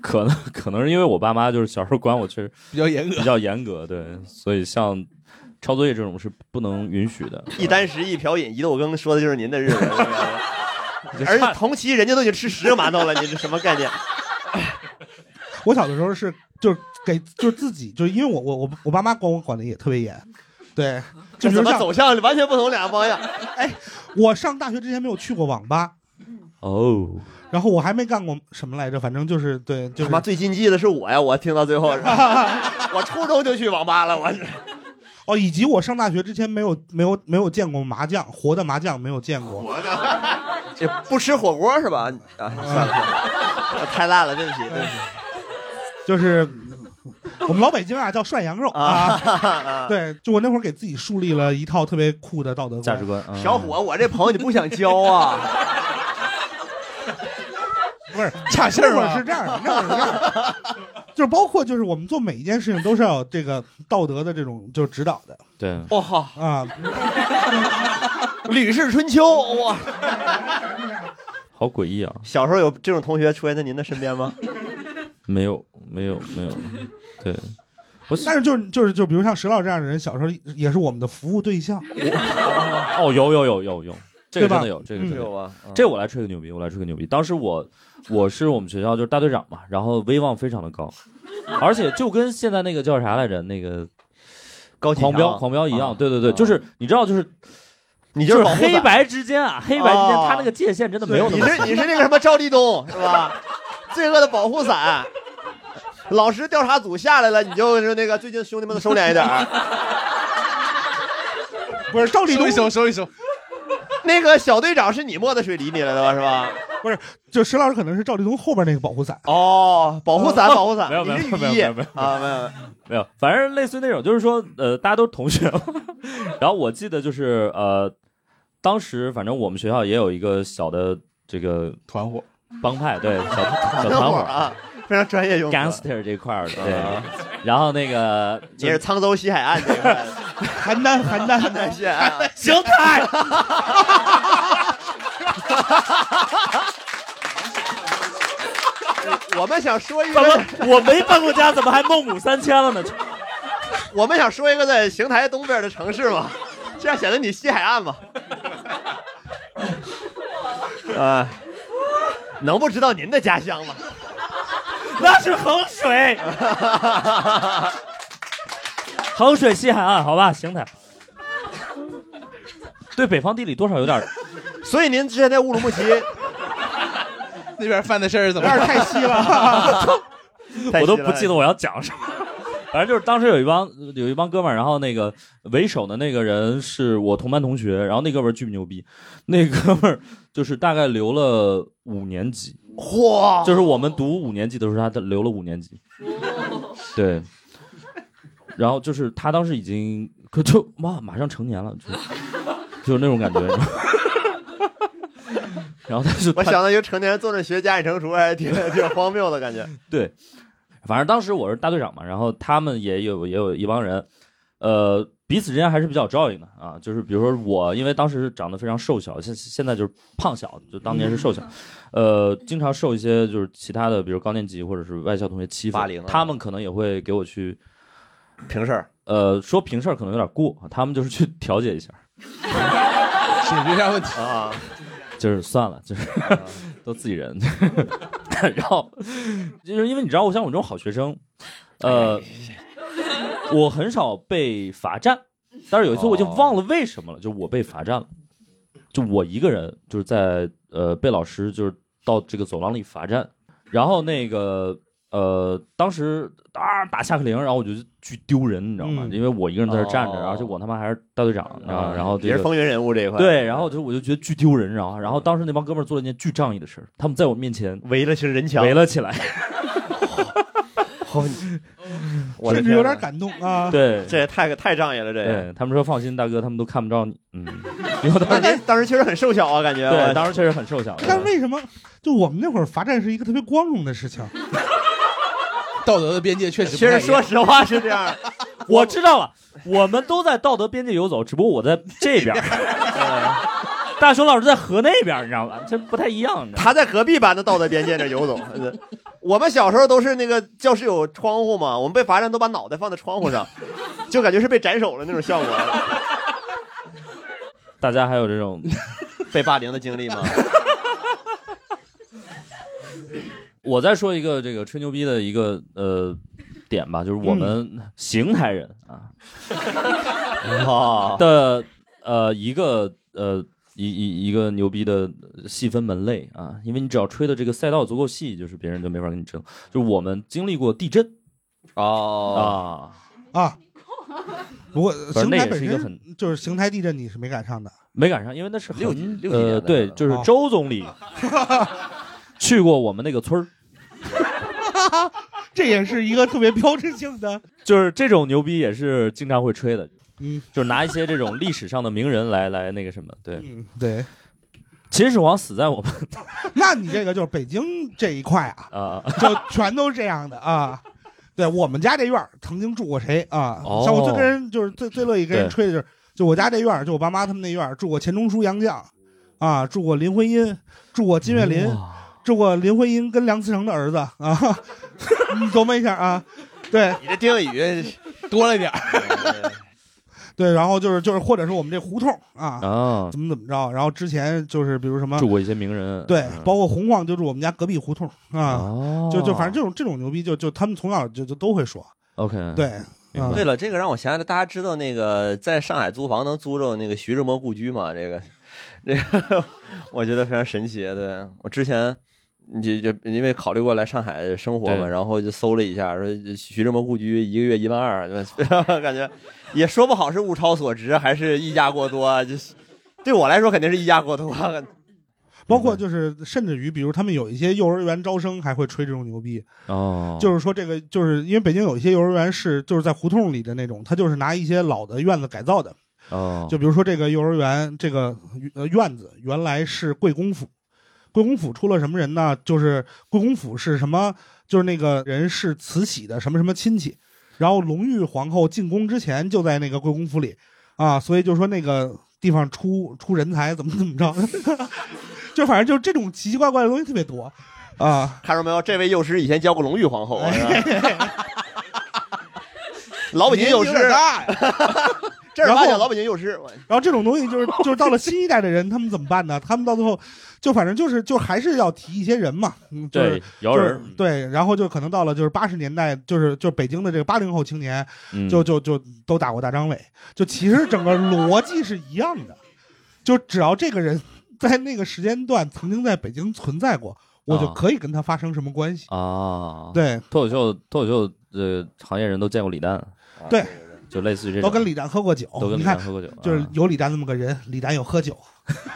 Speaker 1: 可能可能是因为我爸妈就是小时候管我确实
Speaker 2: 比较严格
Speaker 1: 比。较严格，对，所以像抄作业这种是不能允许的。
Speaker 3: 一箪食一瓢饮一豆羹，说的就是您的日子。 而且同期人家都已经吃十个馒头了，你这什么概念？
Speaker 4: 我小的时候是就是给就是自己就是因为我我我我爸妈管我管的也特别严， 对，就
Speaker 3: 这
Speaker 4: 比如
Speaker 3: 怎么
Speaker 4: 像
Speaker 3: 走向完全不同两个方向？
Speaker 4: 我上大学之前没有去过网吧，
Speaker 1: 哦，
Speaker 4: 然后我还没干过什么来着，反正就是对，就
Speaker 3: 他
Speaker 4: 是
Speaker 3: 妈最禁忌的是我呀！我听到最后， 我初中就去网吧了，我
Speaker 4: 哦，以及我上大学之前没有没有没有见过麻将，活的麻将没有见过。
Speaker 3: 这不吃火锅 是吧？啊，算了，算了太烂了，对不起，对不起。
Speaker 4: 就是我们老北京啊叫涮羊肉啊。对，就我那会儿给自己树立了一套特别酷的道德观
Speaker 6: 价值观啊
Speaker 3: 小伙，我这朋友你不想交啊？
Speaker 4: 不是
Speaker 3: 恰信儿
Speaker 4: 那会
Speaker 3: 吗
Speaker 4: 儿是这样的，那会儿是这样的，就是包括就是我们做每一件事情都是要有这个道德的这种就是指导的
Speaker 1: 对，
Speaker 3: 我靠，
Speaker 4: 啊。
Speaker 3: 《 吕氏春秋》哇！
Speaker 1: 好诡异啊！
Speaker 3: 小时候有这种同学出现在您的身边吗？
Speaker 1: 没有，没有，没有，对，
Speaker 4: 但是就是就是就比如像石老这样的人，小时候也是我们的服务对象，
Speaker 1: 哦，有有有有有，这
Speaker 4: 对
Speaker 1: 个
Speaker 4: 吧
Speaker 1: 真的有，这个真的有。
Speaker 3: 有啊，嗯
Speaker 1: 这我来吹个牛逼，我来吹个牛逼。当时我我是我们学校就是大队长嘛，然后威望非常的高，而且就跟现在那个叫啥来着，那个
Speaker 3: 高启强
Speaker 1: 狂飙狂飙一样，
Speaker 3: 啊
Speaker 1: 对对对，
Speaker 3: 啊
Speaker 1: 就是你知道，就是
Speaker 3: 你
Speaker 1: 就
Speaker 3: 就是是保护伞
Speaker 1: 黑，白之间啊，黑白之间，他那个界限真的没有那
Speaker 3: 你
Speaker 1: 么
Speaker 3: 是你是那个什么赵立东是 吧？罪恶的保护伞。老师调查组下来了，你就是那个最近兄弟们都收敛一 点儿。啊
Speaker 4: 不是赵立
Speaker 2: 收
Speaker 4: 东
Speaker 2: 一，收，收一收。
Speaker 3: 那个小队长是你摸的水里你来的是吧？
Speaker 4: 不是就石老师可能是赵立东后边那个保护伞。
Speaker 3: 哦，保护伞，保护伞，
Speaker 1: 没有没有
Speaker 3: 你是
Speaker 1: 没有
Speaker 3: 雨衣
Speaker 1: 没有没有
Speaker 3: 啊，没有没有。
Speaker 1: 没有，反正类似于那种，就是说，呃，大家都是同学嘛。然后我记得就是，呃，当时反正我们学校也有一个小的这个
Speaker 2: 团伙，
Speaker 1: 帮派， 对，小小
Speaker 3: 等
Speaker 1: 团
Speaker 3: 会
Speaker 1: 伙
Speaker 3: 儿啊，非常专业用词。
Speaker 1: ，gangster 这块儿的，
Speaker 3: 啊
Speaker 1: 对。然后那个
Speaker 3: 你是沧州西海岸这一块 的，
Speaker 4: 邯郸，邯郸，
Speaker 3: 邯郸西海岸。
Speaker 1: 邢台，
Speaker 3: 我们想说一
Speaker 1: 怎
Speaker 3: 个，
Speaker 1: 么我没搬过家，怎么还孟母三迁了呢？
Speaker 3: 我们想说一个在邢台东边的城市嘛，这样显得你西海岸嘛。啊，能不知道您的家乡吗？
Speaker 1: 那是衡 水，衡水西海岸，好吧，邢台。对北方地理多少有点儿
Speaker 3: 所以您之前在乌鲁木齐
Speaker 2: 那边犯的事儿怎
Speaker 4: 有
Speaker 2: 么
Speaker 4: 点
Speaker 2: 样？
Speaker 4: 太稀了。
Speaker 1: 我都不记得我要讲什么。反正就是当时有一帮有一帮哥们儿，然后那个为首的那个人是我同班同学，然后那哥们儿巨牛逼，那哥们儿就是大概留了五年级，
Speaker 3: 嚯，
Speaker 1: 就是我们读五年级的时候，他留了五年级，
Speaker 3: 哦
Speaker 1: 对。然后就是他当时已经可就妈马上成年了，就 就是那种感觉。 你知道吗然后他就
Speaker 3: 我想到一个成年人坐着学家里成熟，还挺挺荒谬的感觉。
Speaker 1: 对，反正当时我是大队长嘛，然后他们也有也有一帮人，呃，彼此之间还是比较照应的啊。就是比如说我，因为当时是长得非常瘦小，现现在就是胖小，就当年是瘦小，呃，经常受一些就是其他的，比如高年级或者是外校同学欺负
Speaker 3: 霸凌啊，
Speaker 1: 他们可能也会给我去，
Speaker 3: 平事儿，
Speaker 1: 呃，说平事儿可能有点过，他们就是去调解一下，
Speaker 2: 解决一下问题。啊
Speaker 3: 啊，
Speaker 1: 就是算了，就是都自己人， 然后就是因为你知道，我像我这种好学生，
Speaker 2: 哎
Speaker 1: 呃，我很少被罚站，但是有一次我就忘了为什么了，就我被罚站了，就我一个人就是在呃被老师就是到这个走廊里罚站，然后那个呃当时啊打下课铃，然后我就巨丢人，你知道吗？
Speaker 4: 嗯
Speaker 1: 因为我一个人在这站着，
Speaker 3: 哦
Speaker 1: 而且我他妈还是大队长，你知道
Speaker 2: 哦
Speaker 1: 吗？啊然后这
Speaker 3: 嗯也
Speaker 1: 个
Speaker 3: 是风云人物这一块。嗯
Speaker 1: 对，然后就我就觉得巨丢人，然后然后当时那帮哥们儿做了一件巨仗义的事儿，他们在我面前
Speaker 3: 围了是人墙，
Speaker 1: 围 了起来，
Speaker 3: 我
Speaker 4: 甚
Speaker 3: 的
Speaker 4: 至
Speaker 3: 天
Speaker 4: 有
Speaker 3: 哪
Speaker 4: 点感动啊。
Speaker 1: 对
Speaker 3: 这也太太仗义了，这也。
Speaker 1: 对，他们说放心，大哥，他们都看不着你，嗯，因为
Speaker 3: 当
Speaker 1: 当时
Speaker 3: 时当时确实很瘦小啊，感觉。
Speaker 1: 对当时确实很瘦小，
Speaker 4: 但是为什么就我们那会儿罚站是一个特别光荣的事情？
Speaker 2: 道德的边界确实不
Speaker 3: 其
Speaker 2: 太
Speaker 3: 实
Speaker 2: 一样
Speaker 3: 说实话是这样，
Speaker 1: 我知道了，我们都在道德边界游走，只不过我在这 边儿，大雄老师在河那边儿，你知道吧？这不太一样，你知道吗
Speaker 3: 他在隔壁班的道德边界那游走。 我们小时候都是那个教室有窗户嘛，我们被罚站都把脑袋放在窗户上，就感觉是被斩首了那种 效果。
Speaker 1: 大家还有这种
Speaker 3: 被霸凌的经历吗？
Speaker 1: 我再说一个这个吹牛逼的一个呃点吧，就是我们邢台人啊
Speaker 3: 哦，
Speaker 1: 的呃一个呃一一一个牛逼的细分门类啊，因为你只要吹的这个赛道足够细，就是别人就没法跟你争。就是我们经历过地震
Speaker 3: 哦，
Speaker 1: 啊，
Speaker 4: 啊。不过
Speaker 1: 反
Speaker 4: 呃邢
Speaker 1: 正那
Speaker 4: 台
Speaker 1: 也
Speaker 4: 本
Speaker 1: 是一个
Speaker 4: 身
Speaker 1: 很
Speaker 4: 就是邢台地震，你是没赶上的。
Speaker 1: 没赶上，因为那是很
Speaker 3: 六几六几
Speaker 1: 呃
Speaker 3: 年的
Speaker 1: 对，就是
Speaker 4: 哦
Speaker 1: 周总理去过我们那个村儿。
Speaker 4: 这也是一个特别标志性的。
Speaker 1: 就是这种牛逼也是经常会吹的，
Speaker 4: 嗯，
Speaker 1: 就是拿一些这种历史上的名人来来那个什么，对，
Speaker 4: 嗯对，
Speaker 1: 秦始皇死在我们
Speaker 4: 那你这个就是北京这一块 啊，
Speaker 1: 啊，
Speaker 4: 就全都这样的啊。对我们家这院儿曾经住过谁啊？
Speaker 1: 哦
Speaker 4: 像我最跟人就是最最乐意跟人
Speaker 1: 对
Speaker 4: 吹的就是，就我家这院儿，就我爸妈他们那院儿住过钱钟书、杨绛，啊，住过林徽因，住过金岳霖，住过林徽因跟梁思成的儿子啊， 你琢磨一下啊。对
Speaker 3: 你这丁宇
Speaker 2: 多了点儿。
Speaker 4: 对，然后就是就是，或者是我们这胡同啊，
Speaker 1: 啊，
Speaker 4: 怎么怎么着，然后之前就是比如什么
Speaker 1: 住过一些名人，
Speaker 4: 对
Speaker 1: 嗯，
Speaker 4: 包括洪晃就住我们家隔壁胡同啊，
Speaker 1: 哦，
Speaker 4: 就就反正这种这种牛逼，就就他们从小就就都会说，
Speaker 1: OK，，
Speaker 4: 对，
Speaker 1: 嗯
Speaker 4: 啊
Speaker 1: 明白
Speaker 3: 对了，这个让我想起来，大家知道那个在上海租房能租着那个徐志摩故居吗？这个，这个我觉得非常神奇。对我之前就就因为考虑过来上海生活嘛，
Speaker 1: 对
Speaker 3: 然后就搜了一下，说徐志摩故居一个月一万二，对吧 感觉也说不好是物超所值还是溢价过多，啊就是对我来说肯定是溢价过多。啊
Speaker 4: 包括就是甚至于，比如他们有一些幼儿园招生还会吹这种牛逼，
Speaker 1: 哦，
Speaker 4: 就是说这个就是因为北京有一些幼儿园是就是在胡同里的那种，他就是拿一些老的院子改造的，
Speaker 7: 啊
Speaker 1: 哦，
Speaker 4: 就比如说这个幼儿园这个呃院子原来是贵公府，贵公府出了什么人呢？就是贵公府是什么？就是那个人是慈禧的什么什么亲戚，然后隆裕皇后进宫之前就在那个贵公府里啊，所以就说那个地方出出人才怎么怎么着， 就反正就这种奇奇怪怪的东西特别多啊。
Speaker 3: 看着没有，这位幼师以前教过隆裕皇后啊。是 吧老北京幼师，
Speaker 4: 年龄有点大 呀
Speaker 3: 这是
Speaker 4: 然后
Speaker 3: 发现老北京幼师，我
Speaker 4: 然后这种东西就是就是到了新一代的人，他们怎么办呢？他们到最后就反正就是就还是要提一些人嘛，嗯，就是
Speaker 1: 对摇人
Speaker 4: 就是，对，然后就可能到了就是八十年代，就是就北京的这个八零后青年，
Speaker 1: 嗯
Speaker 4: 就就就都打过大张伟，就其实整个逻辑是一样的，就只要这个人在那个时间段曾经在北京存在过，我就
Speaker 1: 啊
Speaker 4: 可以跟他发生什么关系。
Speaker 1: 啊，，
Speaker 4: 对，
Speaker 1: 脱口秀脱口秀呃行业人都见过李诞，
Speaker 4: 对，
Speaker 1: 就类似于这种，
Speaker 4: 都跟李诞喝过酒，
Speaker 1: 都
Speaker 4: 你
Speaker 1: 跟李诞
Speaker 4: 看
Speaker 1: 喝过酒，
Speaker 4: 就是
Speaker 1: 啊
Speaker 4: 有李诞这么个人，李诞有喝 酒，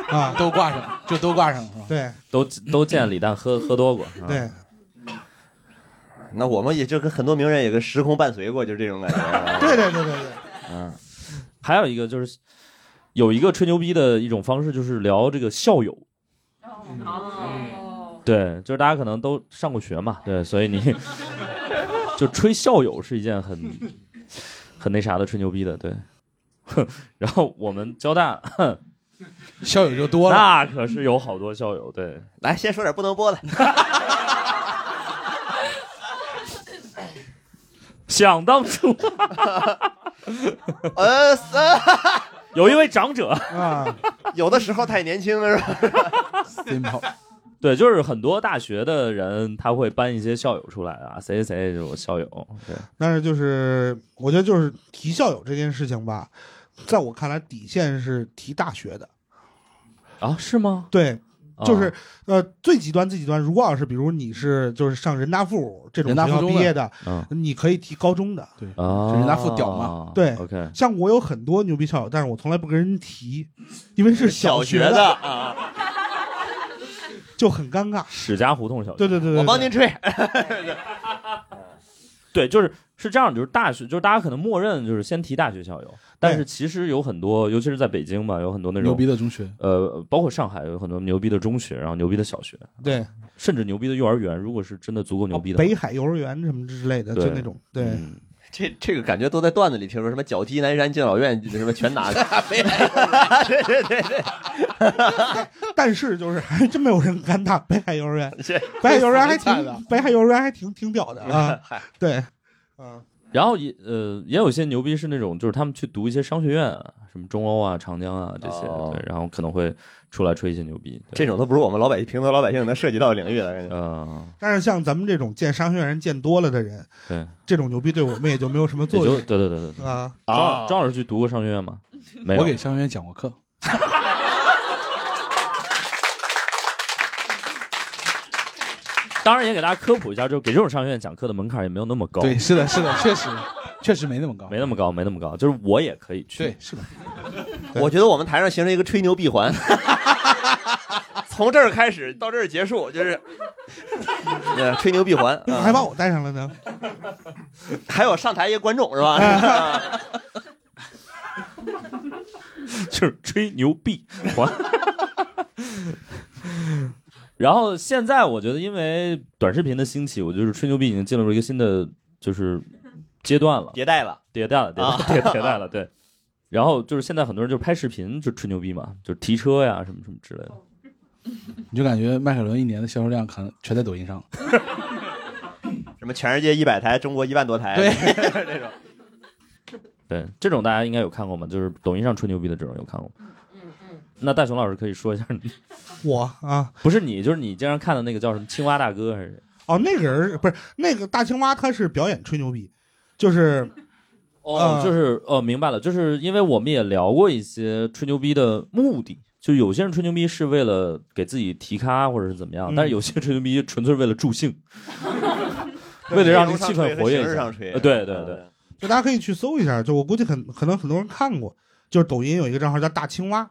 Speaker 4: 啊，
Speaker 2: 都挂上了，就都挂上了，是吧？
Speaker 4: 对
Speaker 1: 都都见李诞喝喝多过，啊
Speaker 4: 对，
Speaker 3: 那我们也就跟很多名人也跟时空伴随过，就是这种感觉 啊。
Speaker 4: 对对对对对，
Speaker 3: 嗯，
Speaker 1: 还有一个就是有一个吹牛逼的一种方式，就是聊这个校友。
Speaker 6: 哦，
Speaker 1: 对，就是大家可能都上过学嘛，对，所以你 就吹校友是一件很很那啥的吹牛逼的，对。 然后我们交大
Speaker 2: 校友就多了。
Speaker 1: 那可是有好多校友，对，
Speaker 3: 来先说点不能播的。
Speaker 1: 想当 初
Speaker 3: 呃，呃
Speaker 1: 有一位长者，
Speaker 4: 啊，
Speaker 3: 有的时候太年轻了是吧？
Speaker 2: Simple
Speaker 1: 对，就是很多大学的人他会搬一些校友出来啊，谁谁谁是我校友，对，
Speaker 4: 但是就是我觉得就是提校友这件事情吧，在我看来底线是提大学的，
Speaker 1: 啊，是吗？
Speaker 4: 对，就是、
Speaker 1: 啊
Speaker 4: 呃最极端最极端，如果要是比如你是就是上人大附这种
Speaker 2: 人大
Speaker 4: 学
Speaker 2: 附
Speaker 4: 校
Speaker 2: 中
Speaker 4: 毕
Speaker 2: 的
Speaker 4: 业的，
Speaker 1: 嗯
Speaker 4: 你可以提高中的。
Speaker 1: 啊，
Speaker 2: 是人大附屌嘛
Speaker 4: 对
Speaker 1: ，OK，
Speaker 4: 像我有很多牛逼校友，但是我从来不跟人提，因为 是
Speaker 3: 小
Speaker 4: 学
Speaker 3: 的啊，
Speaker 4: 就很尴尬。
Speaker 1: 史家胡同校友，
Speaker 4: 对对对对
Speaker 3: 我帮
Speaker 4: 对
Speaker 3: 您吹。
Speaker 1: 嗯对，就是是这样，就是大学，就是大家可能默认就是先提大学校友，但是其实有很多，尤其是在北京嘛，有很多那
Speaker 2: 牛
Speaker 1: 种
Speaker 2: 逼的中学，
Speaker 1: 呃，包括上海有很多牛逼的中学，然后牛逼的小学，
Speaker 4: 对，
Speaker 1: 甚至牛逼的幼儿园。呃如果是真的足够牛
Speaker 3: 哦
Speaker 1: 逼的话，
Speaker 4: 北海幼儿园什么之类的，
Speaker 1: 对
Speaker 4: 就那种对。
Speaker 1: 嗯
Speaker 3: 这这个感觉都在段子里听说，什么脚踢南山敬老院，什么全拿着。 对对对对，
Speaker 4: 但是就是还真没有人敢打北海幼儿园，
Speaker 3: 这。
Speaker 4: 北海幼儿园
Speaker 2: 太
Speaker 4: 还
Speaker 2: 惨了
Speaker 4: 挺北海幼儿园还挺挺屌的啊
Speaker 3: 嗨
Speaker 4: 对，嗯，
Speaker 1: 然后也呃，也有一些牛逼是那种，就是他们去读一些商学院啊，什么中欧啊、长江啊这些，
Speaker 3: 哦
Speaker 1: 对，然后可能会出来吹一些牛逼。
Speaker 3: 这
Speaker 1: 对
Speaker 3: 种都不是我们老百姓平头老百姓能涉及到的领域了，感觉。
Speaker 1: 呃，
Speaker 4: 但是像咱们这种见商学院人见多了的人，
Speaker 1: 对，
Speaker 4: 这种牛逼对我们也就没有什么
Speaker 1: 也
Speaker 4: 作
Speaker 1: 就
Speaker 4: 用
Speaker 1: 对对对对对。
Speaker 4: 啊。
Speaker 1: 张张老师去读过商学院吗？没有
Speaker 2: 我给校园讲过课，
Speaker 1: 当然也给大家科普一下，就给这种商学院讲课的门槛也没有那么高，
Speaker 2: 对，是的，是的，确实，确实没那么高，
Speaker 1: 没那么高，没那么高，就是我也可以去。
Speaker 2: 对，是的，
Speaker 3: 我觉得我们台上形成一个吹牛闭环，从这儿开始到这儿结束，就是，呃吹牛闭环，啊
Speaker 4: 还把我带上了呢。
Speaker 3: 还有上台一个观众是吧？
Speaker 1: 就是吹牛逼还。 然后现在我觉得，因为短视频的兴起，我就是吹牛逼已经进入一个新的就是阶段了，
Speaker 3: 迭代了，
Speaker 1: 迭代了，迭
Speaker 3: 啊
Speaker 1: 代迭 迭代了，对。然后就是现在很多人就拍视频就吹牛逼嘛，就是提车呀什么什么之类的。
Speaker 2: 你就感觉迈凯伦一年的销售量可能全在抖音上。
Speaker 3: 什么全世界一百台，中国一万多台，
Speaker 2: 对，
Speaker 3: 这种
Speaker 1: 对，这种大家应该有看过吗？就是抖音上吹牛逼的这种有看过。
Speaker 4: 嗯
Speaker 1: 那大熊老师可以说一下你，
Speaker 4: 我啊，
Speaker 1: 不是你，就是你经常看的那个叫什么青蛙大哥还是？
Speaker 4: 哦，那个人不是那个大青蛙，他是表演吹牛逼，就是
Speaker 1: 哦，
Speaker 4: 嗯
Speaker 1: 就是哦，明白了，就是因为我们也聊过一些吹牛逼的目的，就有些人吹牛逼是为了给自己提咖或者是怎么样，
Speaker 4: 嗯
Speaker 1: 但是有些吹牛逼纯粹为了 助兴，为了让这个气氛活跃
Speaker 3: 形
Speaker 1: 一
Speaker 3: 式
Speaker 1: 下
Speaker 3: 上。吹
Speaker 1: 呃，对对对
Speaker 3: 嗯，
Speaker 4: 就大家可以去搜一下，就我估计很可能很多人看过，就是抖音有一个账号叫大青蛙，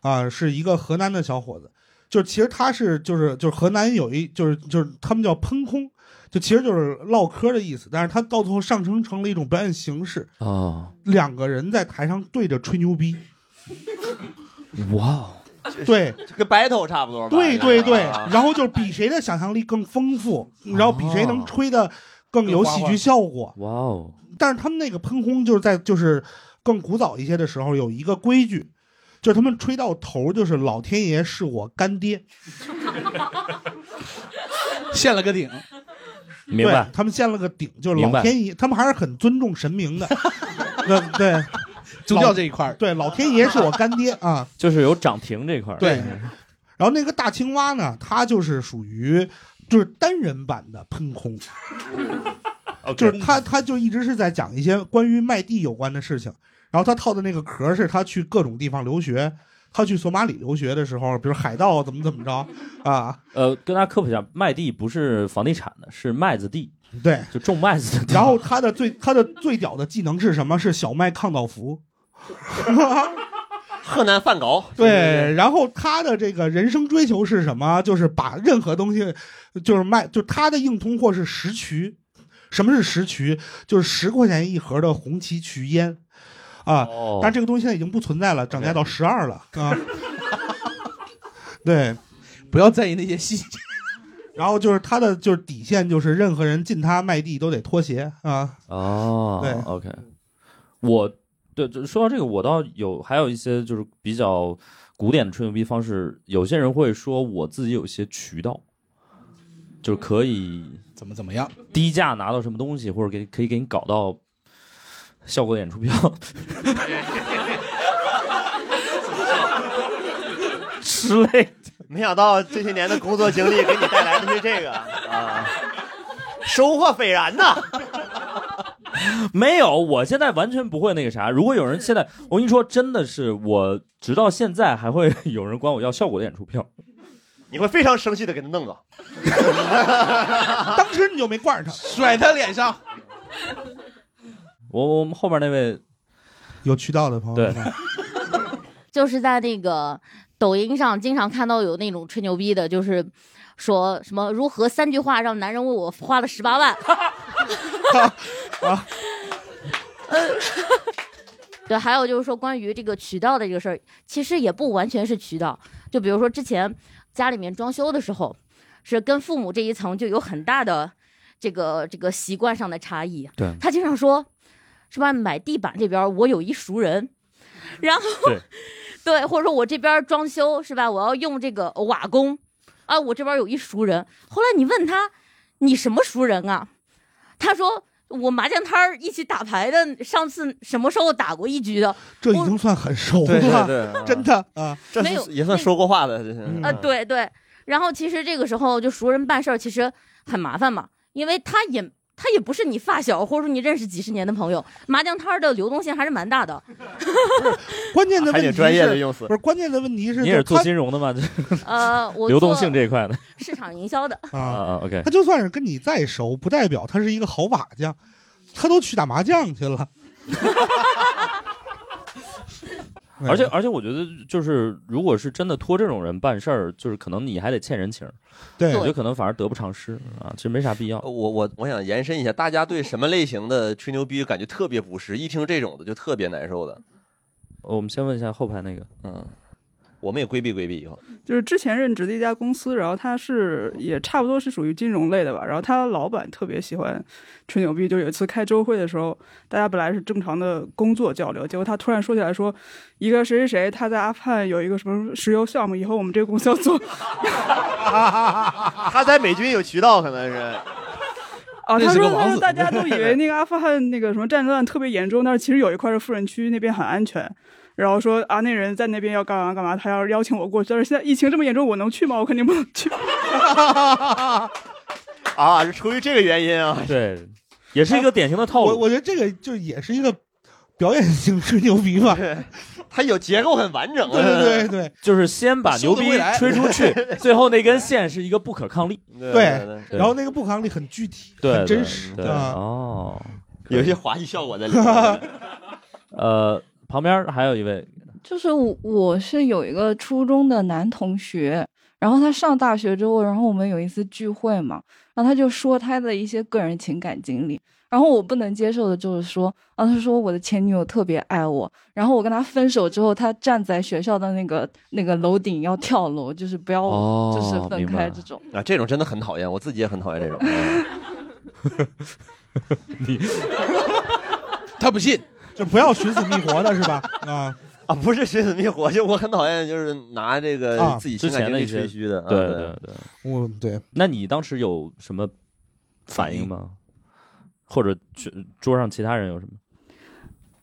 Speaker 4: 啊，是一个河南的小伙子，就其实他是就是就是河南有一就是就是他们叫喷空，就其实就是唠嗑的意思，但是他到最后上升成了一种表演形式，
Speaker 1: 哦，
Speaker 4: 两个人在台上对着吹牛逼，
Speaker 1: 哇哦，
Speaker 4: 对，
Speaker 3: 就跟 battle 差不多吧？
Speaker 4: 对
Speaker 3: 就
Speaker 4: 对
Speaker 3: 是
Speaker 4: 对
Speaker 3: 啊，
Speaker 4: 然后就是比谁的想象力更丰富，然后比
Speaker 3: 哦
Speaker 4: 谁能吹的更有喜剧效果。
Speaker 1: 哇哦，
Speaker 4: 但是他们那个喷空就是在就是更古早一些的时候有一个规矩，就是他们吹到头就是老天爷是我干爹，
Speaker 2: 献了个顶，
Speaker 1: 明白
Speaker 4: 对。他们建了个顶，就是
Speaker 1: 明白
Speaker 4: 老天爷，他们还是很尊重神明的。 那对
Speaker 2: 宗教这一块儿，
Speaker 4: 对，老天爷是我干爹啊。
Speaker 1: 就是有涨停这块儿，
Speaker 4: 对，然后那个大青蛙呢，它就是属于就是单人版的喷 空。就是他，他就一直是在讲一些关于卖地有关的事情。然后他套的那个壳儿是他去各种地方留学，他去索马里留学的时候，比如海盗怎么怎么着啊，
Speaker 1: 呃，跟大家科普一下，麦地不是房地产的，是麦子地，
Speaker 4: 对。
Speaker 1: 就种麦子的地。
Speaker 4: 然后他的最他的最屌的技能是什么？是小麦抗倒伏。
Speaker 3: 河南范高，
Speaker 4: 对，然后他的这个人生追求是什么？就是把任何东西，就是卖，就他的硬通货是石渠。什么是石渠？就是十块钱一盒的红旗渠烟，啊，
Speaker 1: 哦，
Speaker 4: 但这个东西现在已经不存在了，涨价到十二了 啊。对，
Speaker 2: 不要在意那些细节。
Speaker 4: 然后就是他的就是底线就是任何人进他卖地都得脱鞋 啊。
Speaker 1: 哦，
Speaker 4: 对
Speaker 1: ，OK，我对就说到这个，我倒有还有一些就是比较古典的吹牛逼方式，有些人会说我自己有一些渠道，就是可以
Speaker 2: 怎么怎么样？
Speaker 1: 低价拿到什么东西，或者给可以给你搞到效果演出票。 之类，
Speaker 3: 没想到这些年的工作经历给你带来的是这个啊，收获斐然呐！
Speaker 1: 没有，我现在完全不会那个啥。如果有人现在，我跟你说，真的是我直到现在还会有人管我要效果的演出票。
Speaker 3: 你会非常生气的给他弄走。
Speaker 4: 当时你就没惯着他，
Speaker 2: 甩他脸上，
Speaker 1: 我我们后边那位
Speaker 4: 有渠道的朋友
Speaker 1: 对
Speaker 4: 是吧，
Speaker 6: 就是在那个抖音上经常看到有那种吹牛逼的，就是说什么如何三句话让男人为我花了十八万。
Speaker 4: 啊
Speaker 6: 呃对，还有就是说关于这个渠道的这个事儿，其实也不完全是渠道。就比如说之前家里面装修的时候，是跟父母这一层就有很大的这个这个习惯上的差异。
Speaker 1: 对
Speaker 6: 他经常说，是吧？买地板这边儿我有一熟人，然后
Speaker 1: 对
Speaker 6: 对或者说我这边儿装修是吧？我要用这个瓦工，啊，我这边儿有一熟人。后来你问他，你什么熟人啊？他说。我麻将摊儿一起打牌的，上次什么时候打过一局的？
Speaker 4: 这已经算很熟了，
Speaker 3: 对
Speaker 4: 真的啊。
Speaker 3: 这
Speaker 6: 没有
Speaker 3: 是也算说过话的，这是
Speaker 4: 嗯
Speaker 6: 啊，对对。然后其实这个时候就熟人办事儿其实很麻烦嘛，因为他也他也不是你发小，或者说你认识几十年的朋友，麻将摊儿的流动性还是蛮大的。
Speaker 4: 关键的
Speaker 3: 还
Speaker 4: 问
Speaker 3: 挺
Speaker 4: 题
Speaker 3: 专业的
Speaker 4: 是，
Speaker 3: 用词
Speaker 4: 不。是关键的问题是，
Speaker 1: 你也
Speaker 4: 就
Speaker 1: 是做
Speaker 4: 是
Speaker 1: 金融的吗？
Speaker 6: 呃，我
Speaker 1: 流动
Speaker 6: 做
Speaker 1: 性这一块的
Speaker 6: 市场营销的，
Speaker 4: 他
Speaker 1: 啊
Speaker 4: 啊，
Speaker 1: 啊，OK，
Speaker 4: 他就算是跟你再熟，不代表他是一个好瓦匠，他都去打麻将去了。对
Speaker 1: 而且而且我觉得就是，如果是真的托这种人办事儿，就是可能你还得欠人情儿，
Speaker 4: 对
Speaker 1: 我觉得可能反而得不偿失啊，其实没啥必要。
Speaker 3: 我我我想延伸一下，大家对什么类型的吹牛逼感觉特别不适？一听这种的就特别难受的。
Speaker 1: 我们先问一下后排那个，
Speaker 3: 嗯，我们也规避规避以 后。
Speaker 8: 就是之前任职的一家公司，然后他是也差不多是属于金融类的吧，然后他老板特别喜欢吹牛逼，就有一次开周会的时候，大家本来是正常的工作交流，结果他突然说起来说，一个谁谁谁他在阿富汗有一个什么石油项目，以后我们这个公司要做，
Speaker 9: 他在美军有渠道，可能是。
Speaker 8: 啊，
Speaker 9: 那
Speaker 8: 他
Speaker 9: 是个
Speaker 8: 说
Speaker 9: 王
Speaker 8: 他
Speaker 9: 子
Speaker 8: 说大家都以 为那个阿富汗那个什么战乱特别严重，但是其实有一块是富人区，那边很安全。然后说啊，那人在那边要干嘛干嘛，他要邀请我过去，但是现在疫情这么严重，我能去吗？我肯定不能去。
Speaker 9: 啊，是出于这个原因啊。
Speaker 1: 对，也是一个典型的套
Speaker 4: 我
Speaker 1: 路。
Speaker 4: 我觉得这个就也是一个表演性吹牛逼吧。对
Speaker 9: 它有结构很完整啊。
Speaker 4: 对对对
Speaker 1: 就是先把牛
Speaker 9: 收
Speaker 1: 逼
Speaker 9: 得回来
Speaker 1: 吹出去， 最后那根线是一个不可抗力。
Speaker 3: 对
Speaker 4: 对，
Speaker 1: 对
Speaker 4: 然后那个不抗力很具体，
Speaker 1: 对，
Speaker 4: 很
Speaker 1: 对
Speaker 4: 真实
Speaker 1: 对
Speaker 4: 啊。
Speaker 1: 哦，
Speaker 9: 有一些
Speaker 3: 滑稽效果在里面。
Speaker 1: 呃，旁边还有一位，
Speaker 10: 就是我我是有一个初中的男同学，然后他上大学之后，然后我们有一次聚会嘛，然后他就说他的一些个人情感经历，然后我不能接受的就是说，啊，他说我的前女友特别爱我，然后我跟他分手之后，他站在学校的那个那个楼顶要跳楼，就是不要
Speaker 1: 哦
Speaker 10: 就是分
Speaker 1: 明白
Speaker 10: 开这种。
Speaker 3: 啊，这种真的很讨厌，我自己也很讨厌这种。
Speaker 1: 嗯
Speaker 2: 他不信，
Speaker 4: 就不要寻死觅活的是吧？啊，
Speaker 3: 啊，不是寻死觅活，就我很讨厌，就是拿这个
Speaker 4: 啊
Speaker 3: 呃自己
Speaker 1: 之
Speaker 3: 情感
Speaker 1: 前
Speaker 3: 经
Speaker 1: 的
Speaker 3: 历
Speaker 1: 一些
Speaker 3: 吹嘘的。啊
Speaker 1: 对对对。
Speaker 4: 我对
Speaker 1: 那你当时有什么反应吗？或者桌桌上其他人有什么？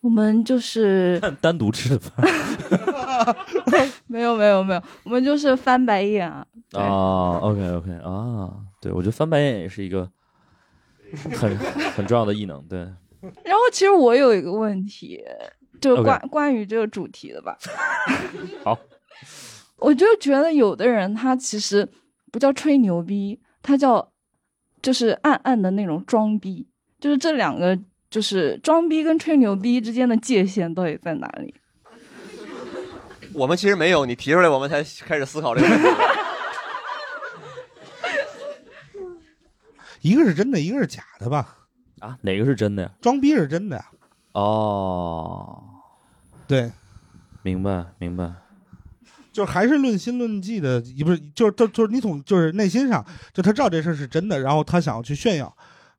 Speaker 10: 我们就是
Speaker 1: 单单独吃的饭
Speaker 10: 没有没有没有，我们就是翻白眼啊。对
Speaker 1: 啊？OK OK 啊，对我觉得翻白眼也是 一个很很重要的异能。对，
Speaker 10: 然后其实我有一个问题，就是
Speaker 1: OK
Speaker 10: 关关于这个主题的吧。
Speaker 1: 好，
Speaker 10: 我就觉得有的人他其实不叫吹牛逼，他叫就是暗暗的那种装逼，就是这两个就是装逼跟吹牛逼之间的界限到底在哪里？
Speaker 3: 我们其实没有，你提出来，我们才开始思考这个问题。
Speaker 4: 一个是真的，一个是假的吧？
Speaker 1: 啊，哪个是真的呀？
Speaker 4: 装逼是真的呀，
Speaker 1: 哦，
Speaker 4: 对，
Speaker 1: 明白明白。
Speaker 4: 就是还是论心论迹的，也不是，就是就就是你从就是内心上，就他知道这事儿是真的，然后他想要去炫耀，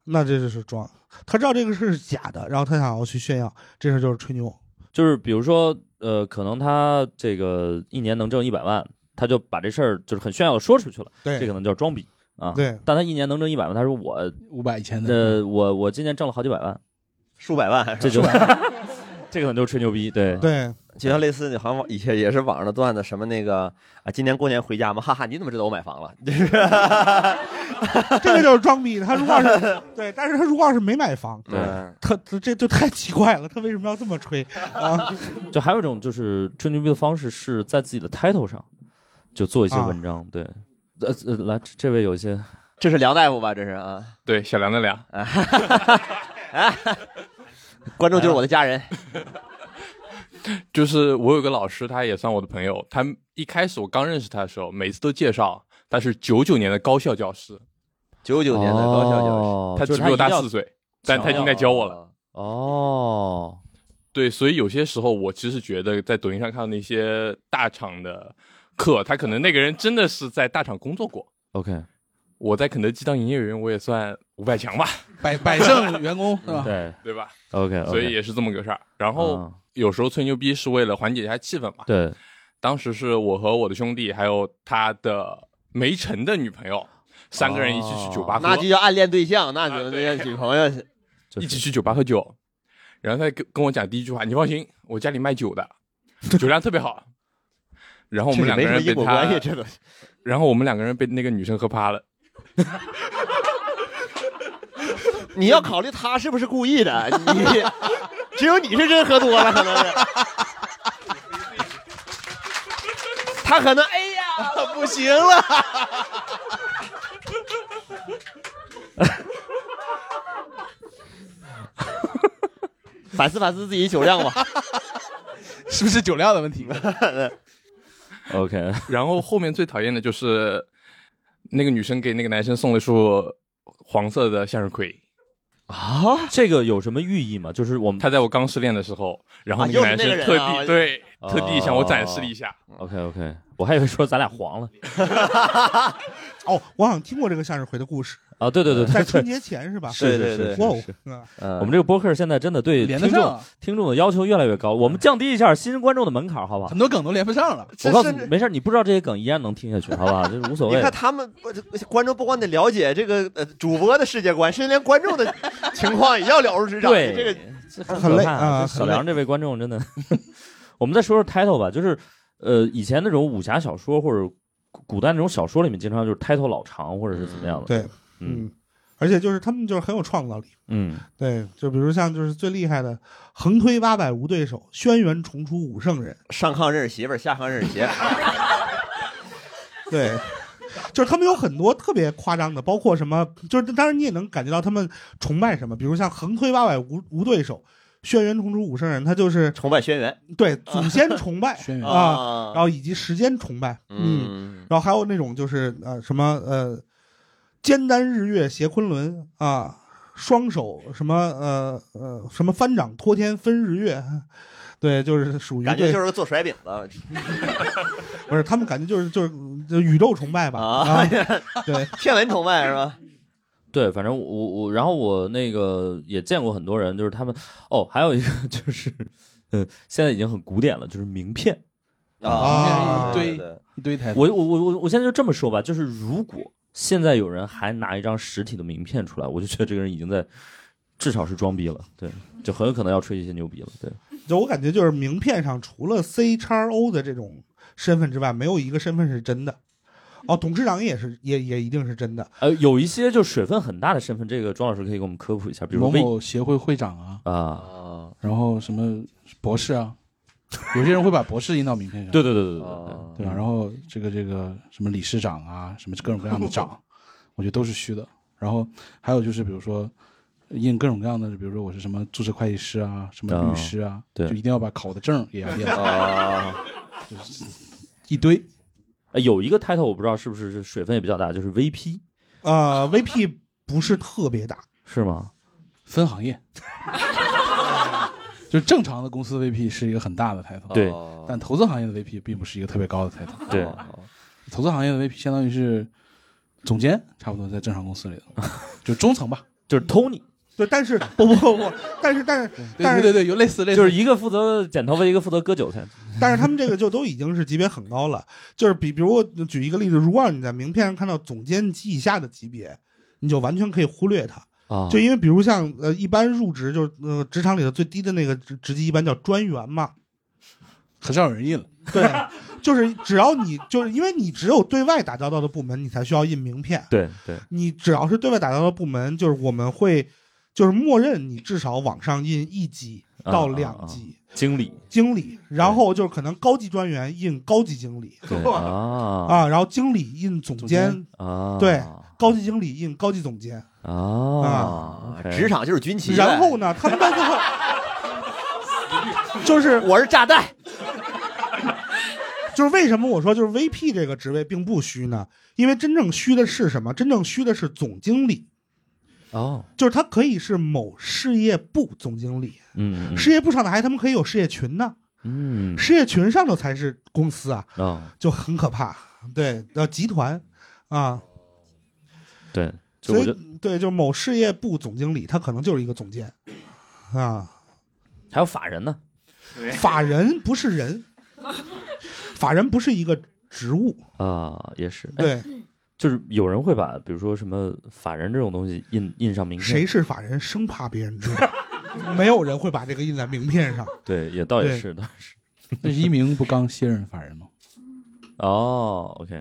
Speaker 4: 那这就是装；他知道这个事儿是假的，然后他想要去炫耀，这事儿就是吹牛。
Speaker 1: 就是比如说，呃，可能他这个一年能挣一百万，他就把这事儿就是很炫耀的说出去了，
Speaker 4: 对
Speaker 1: 这可能叫装逼啊。
Speaker 4: 对，
Speaker 1: 但他一年能挣一百万，他说我
Speaker 2: 五百以前的，
Speaker 1: 呃我我今年挣了好几百万，
Speaker 3: 数百万，
Speaker 1: 这就这个可能就吹牛逼，对
Speaker 4: 对，
Speaker 3: 就像类似的，好像以前也是网上的段子，什么那个啊，今年过年回家吗？哈哈，你怎么知道我买房了？ 就是
Speaker 4: 这个就是装逼。他如果要是对，但是他如果要是没买房，
Speaker 1: 对
Speaker 3: 嗯
Speaker 4: 他他这就太奇怪了，他为什么要这么吹啊？
Speaker 1: 就还有一种就是吹牛逼的方式是在自己的 title 上就做一些
Speaker 4: 啊
Speaker 1: 文章，对。呃呃，来，这这位有一些
Speaker 3: 这是梁大夫吧？这是啊，
Speaker 11: 对，小梁的梁，
Speaker 3: 观众就是我的家人。
Speaker 11: 就是我有个老师，他也算我的朋友。他一开始我刚认识他的时候，每次都介绍他是九九年的高校教师，
Speaker 3: 九九年的高校教
Speaker 1: 哦
Speaker 11: 他
Speaker 1: 就
Speaker 11: 只
Speaker 1: 是
Speaker 11: 比我大
Speaker 1: 一定要
Speaker 11: 四岁，但
Speaker 1: 强
Speaker 11: 他已经
Speaker 1: 调
Speaker 11: 在教
Speaker 3: 师，
Speaker 11: 我了。
Speaker 1: 哦，
Speaker 11: 对，所以有些时候我其实觉得，在抖音上看到那些大厂的课，他可能那个人真的是在大厂工作过。
Speaker 1: OK，
Speaker 11: 我在肯德基当营业员，我也算五百 强吧，
Speaker 2: 百百胜员工是吧？
Speaker 1: 对
Speaker 11: 对吧？
Speaker 1: ，OK，
Speaker 11: 所以也是这么个事儿。然后
Speaker 1: 啊
Speaker 11: 有时候吹牛逼是为了缓解一下气氛嘛。
Speaker 1: 对，
Speaker 11: 当时是我和我的兄弟，还有他的梅晨的女朋友，三个人一起去酒吧喝，
Speaker 3: 哦
Speaker 11: 啊
Speaker 3: 那就叫暗恋对象，那就那叫女朋友。
Speaker 1: 就
Speaker 11: 一
Speaker 1: 是
Speaker 11: 起去酒吧喝酒。然后他跟跟我讲第一句话：“你放心，我家里卖酒的，酒量特别好。”然后我
Speaker 3: 这
Speaker 11: 们
Speaker 3: 个
Speaker 11: 两个人
Speaker 3: 没什么
Speaker 11: 被
Speaker 3: 因果关系，
Speaker 11: 他，
Speaker 3: 这都是
Speaker 11: 然后我们两个人被那个女生喝趴了。
Speaker 3: 你要考虑他是不是故意的，你只有你是真喝多了，可能是。他可能哎呀，不行了。反思反思自己酒量吧，
Speaker 2: 是不是酒量的问 题？
Speaker 1: OK，
Speaker 11: 然后后面最讨厌的就是那个女生给那个男生送了一束黄色的向日葵。
Speaker 1: 啊，这个有什么寓意吗？就是我们
Speaker 11: 他在我刚失恋的时候，然后
Speaker 9: 啊
Speaker 11: 那个
Speaker 9: 又是
Speaker 11: 男生
Speaker 9: 那个人
Speaker 11: 特地、
Speaker 9: 啊我
Speaker 11: 对、
Speaker 1: 哦
Speaker 11: 特地向我展示了一下，
Speaker 1: OK OK，我哦还以为说咱俩黄了
Speaker 4: 哦，我好像听过这个向日葵的故事，
Speaker 1: 啊！对对对
Speaker 4: 在
Speaker 1: 对
Speaker 4: 春
Speaker 1: 对，
Speaker 4: 节前是吧？
Speaker 1: 是
Speaker 3: 对
Speaker 1: 是
Speaker 3: 对
Speaker 1: 是
Speaker 4: 哇
Speaker 1: 是
Speaker 4: 哦
Speaker 1: 是，呃
Speaker 4: 嗯
Speaker 3: 嗯，
Speaker 1: 我们这个播客现在真的对
Speaker 2: 连得
Speaker 1: 听
Speaker 2: 上
Speaker 1: 众，
Speaker 4: 啊
Speaker 1: 听众的要求越来越高，我们降低一下新观众的门槛，好不好？
Speaker 2: 很多梗都连不上了。
Speaker 1: 我
Speaker 9: 这
Speaker 1: 告诉
Speaker 9: 甚
Speaker 1: 你，
Speaker 9: 至
Speaker 1: 没事儿，你不知道这些梗依然能听下去，好不好？这无所
Speaker 9: 你
Speaker 1: 谓
Speaker 9: 看。他们不观众不光得了解这个呃主播的世界观，甚至连观众的情况也要了如指掌。
Speaker 1: 对，
Speaker 9: 这个
Speaker 1: 这很
Speaker 4: 很
Speaker 1: 可
Speaker 4: 累
Speaker 1: 怕
Speaker 4: 啊
Speaker 1: 这
Speaker 4: 很
Speaker 1: 小梁这位观众真的，我们再说说 title 吧，就是呃，以前那种武侠小说或者古古代那种小说里面，经常就是 title 老长或者是怎么样的。
Speaker 4: 对，
Speaker 1: 嗯
Speaker 4: 嗯，而且就是他们就是很有创造力。
Speaker 1: 嗯，
Speaker 4: 对，就比如像就是最厉害的，横推八百无对手，轩辕重出五圣 人。
Speaker 9: 上炕认识媳妇儿，下炕认识鞋，
Speaker 4: 对，就是他们有很多特别夸张的，包括什么，就是当然你也能感觉到他们崇拜什么，比如像横推八百无无对手，轩辕重出五圣人，他就是
Speaker 9: 崇拜轩辕
Speaker 4: 对祖先崇拜
Speaker 2: 啊 轩辕
Speaker 4: 啊，然后以及时间崇拜，嗯，
Speaker 9: 嗯，
Speaker 4: 然后还有那种就是呃什么呃，肩担日月携昆仑啊，双手什么呃呃什么翻掌托天分日月，对，就是属于
Speaker 9: 感觉
Speaker 4: 对
Speaker 9: 就是个做甩饼的
Speaker 4: 不是他们感觉就是就是就宇宙崇拜吧
Speaker 9: 啊，
Speaker 4: 对，
Speaker 9: 天文崇拜是吧？
Speaker 1: 对，反正我我我，然后我那个也见过很多人，就是他们哦，还有一个就是，嗯，现在已经很古典了，就是名片。
Speaker 4: 啊
Speaker 9: 对对
Speaker 2: 一堆台词，
Speaker 1: 我我我我我现在就这么说吧，就是如果现在有人还拿一张实体的名片出来，我就觉得这个人已经在至少是装逼了，对，就很有可能要吹一些牛逼了，对。
Speaker 4: 就我感觉就是名片上除了 C x O 的这种身份之外，没有一个身份是真的。哦，董事长也是，也也一定是真的。
Speaker 1: 呃，有一些就水分很大的身份，这个庄老师可以给我们科普一下，比如
Speaker 2: 某
Speaker 1: 微
Speaker 2: 某协会会长啊，
Speaker 1: 啊，
Speaker 9: 啊
Speaker 2: 然后什么博士啊， 有些人会把博士印到名片上，
Speaker 1: 对对对对对对，嗯
Speaker 9: 啊
Speaker 2: 对吧？然后这个这个什么理事长啊，什么各种各样 的长，我觉得都是虚的。然后还有就是比如说印各种各样的，比如说我是什么注册会计师啊，什么律师啊，
Speaker 1: 对
Speaker 2: 就一定要把考的证也 要印
Speaker 1: 哦
Speaker 2: 到
Speaker 9: 啊，
Speaker 2: 一堆。
Speaker 1: 呃有一个 title 我不知道是不是水分也比较大，就是 VP
Speaker 4: 呃，VP 不是特别大，
Speaker 1: 是吗？
Speaker 2: 分行业，就正常的公司 VP 是一个很大的抬头，
Speaker 1: 对
Speaker 9: 哦
Speaker 2: 但投资行业的 VP 并不是一个特别高的抬头。
Speaker 1: 对
Speaker 2: 投资行业的 VP 相当于是总监，差不多在正常公司里头，就中层吧。
Speaker 1: 就是 Tony，
Speaker 4: 对，但是不不不不，但是但是
Speaker 2: 嗯对
Speaker 4: 但
Speaker 2: 对
Speaker 4: 是
Speaker 2: 对对，有类似类似，
Speaker 1: 就是一个负责剪头发，一个负责割韭菜。
Speaker 4: 但是他们这个就都已经是级别很高了，就是比比如我举一个例子，如果让你在名片上看到总监及以下的级别，你就完全可以忽略它，
Speaker 1: 啊
Speaker 4: 就因为比如像呃一般入职就是呃职场里的最低的那个职职级一般叫专员嘛，
Speaker 2: 很少有人印了。
Speaker 4: 对，就是只要你就是因为你只有对外打交道的部门，你才需要印名片，
Speaker 1: 对对，
Speaker 4: 你只要是对外打交道的部门，就是我们会就是默认你至少往上印一级
Speaker 2: 啊
Speaker 4: 到两级。
Speaker 1: 啊经理
Speaker 4: 经理，然后就是可能高级专员印高级经理
Speaker 1: 对啊
Speaker 4: 啊，然后经理印总
Speaker 2: 总
Speaker 4: 监，
Speaker 2: 监
Speaker 1: 啊
Speaker 4: 对高级经理印高级总监，
Speaker 1: 啊，OK，
Speaker 9: 职场就是军旗呗。
Speaker 4: 然后呢，他们到 最后就是
Speaker 9: 我是炸弹，
Speaker 4: 就是为什么我说就是 VP 这个职位并不虚呢？因为真正虚的是什么？真正虚的是总经理，
Speaker 1: 哦，
Speaker 4: 就是他可以是某事业部总经理，
Speaker 1: 嗯
Speaker 4: 事业部上的还他们可以有事业群呢，
Speaker 1: 嗯
Speaker 4: 事业群上头才是公司啊，
Speaker 1: 啊，
Speaker 4: 就很可怕，对，呃，集团啊，
Speaker 1: 对，就
Speaker 4: 所
Speaker 1: 我觉得
Speaker 4: 以对，就是某事业部总经理，他可能就是一个总监啊。
Speaker 1: 还有法人呢，
Speaker 4: 法人不是人，法人不是一个职务。
Speaker 1: 啊，也是，哎，
Speaker 4: 对，
Speaker 1: 就是有人会把比如说什么法人这种东西印印上名片，
Speaker 4: 谁是法人，生怕别人知道。没有人会把这个印在名片上。
Speaker 1: 对，也倒也
Speaker 4: 对
Speaker 1: 是，倒也是。
Speaker 2: 那是一鸣不刚，卸任法人嘛，
Speaker 1: 哦，OK，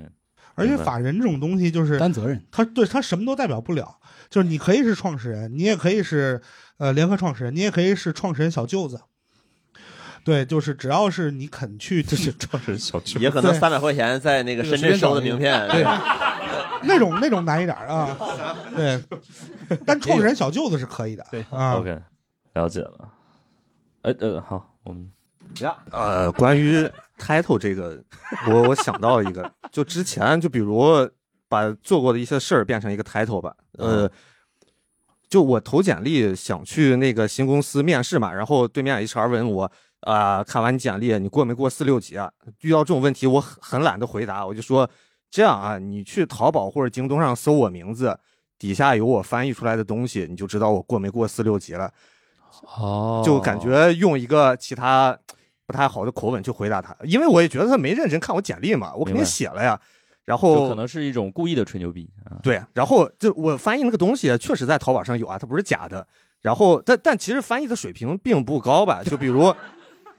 Speaker 4: 而且
Speaker 1: 明白
Speaker 4: 法人这种东西，就是
Speaker 2: 担责任。
Speaker 4: 他对他什么都代表不了。就是你可以是创始人，你也可以是呃联合创始人，你也可以是创始人小舅子。对，就是只要是你肯去
Speaker 1: 这是
Speaker 4: 替
Speaker 1: 创始人小区
Speaker 9: 也可能
Speaker 4: 对
Speaker 9: 三百块钱在那个深圳收的名片，
Speaker 2: 对，
Speaker 3: 啊
Speaker 4: 那种那种难一点儿啊， 对，但创始人小舅子是可以的，
Speaker 2: 对
Speaker 4: 啊，
Speaker 1: ，OK，了解了。哎呃，好，我们
Speaker 12: 呀，
Speaker 7: 呃，关于 title 这个，我我想到一个，就之前就比如把做过的一些事儿变成一个 title 吧，
Speaker 3: 哦
Speaker 7: 呃，
Speaker 3: 嗯
Speaker 7: 就我投简历想去那个新公司面试嘛，然后对面 HR 问我啊、看完你简历你过没过四六级啊？遇到这种问题我很很懒得回答，我就说这样啊，你去淘宝或者京东上搜我名字，底下有我翻译出来的东西，你就知道我过没过四六级了。
Speaker 13: 哦
Speaker 7: 就感觉用一个其他不太好的口吻去回答他，因为我也觉得他没认真看我简历嘛，我肯
Speaker 13: 明
Speaker 7: 定
Speaker 13: 白
Speaker 7: 写了呀。然
Speaker 13: 就
Speaker 7: 后
Speaker 13: 可能是一种故意的吹牛逼。啊
Speaker 7: 对，然后就我翻译那个东西确实在淘宝上有啊，它不是假的。然后但但其实翻译的水平并不高吧？就比如，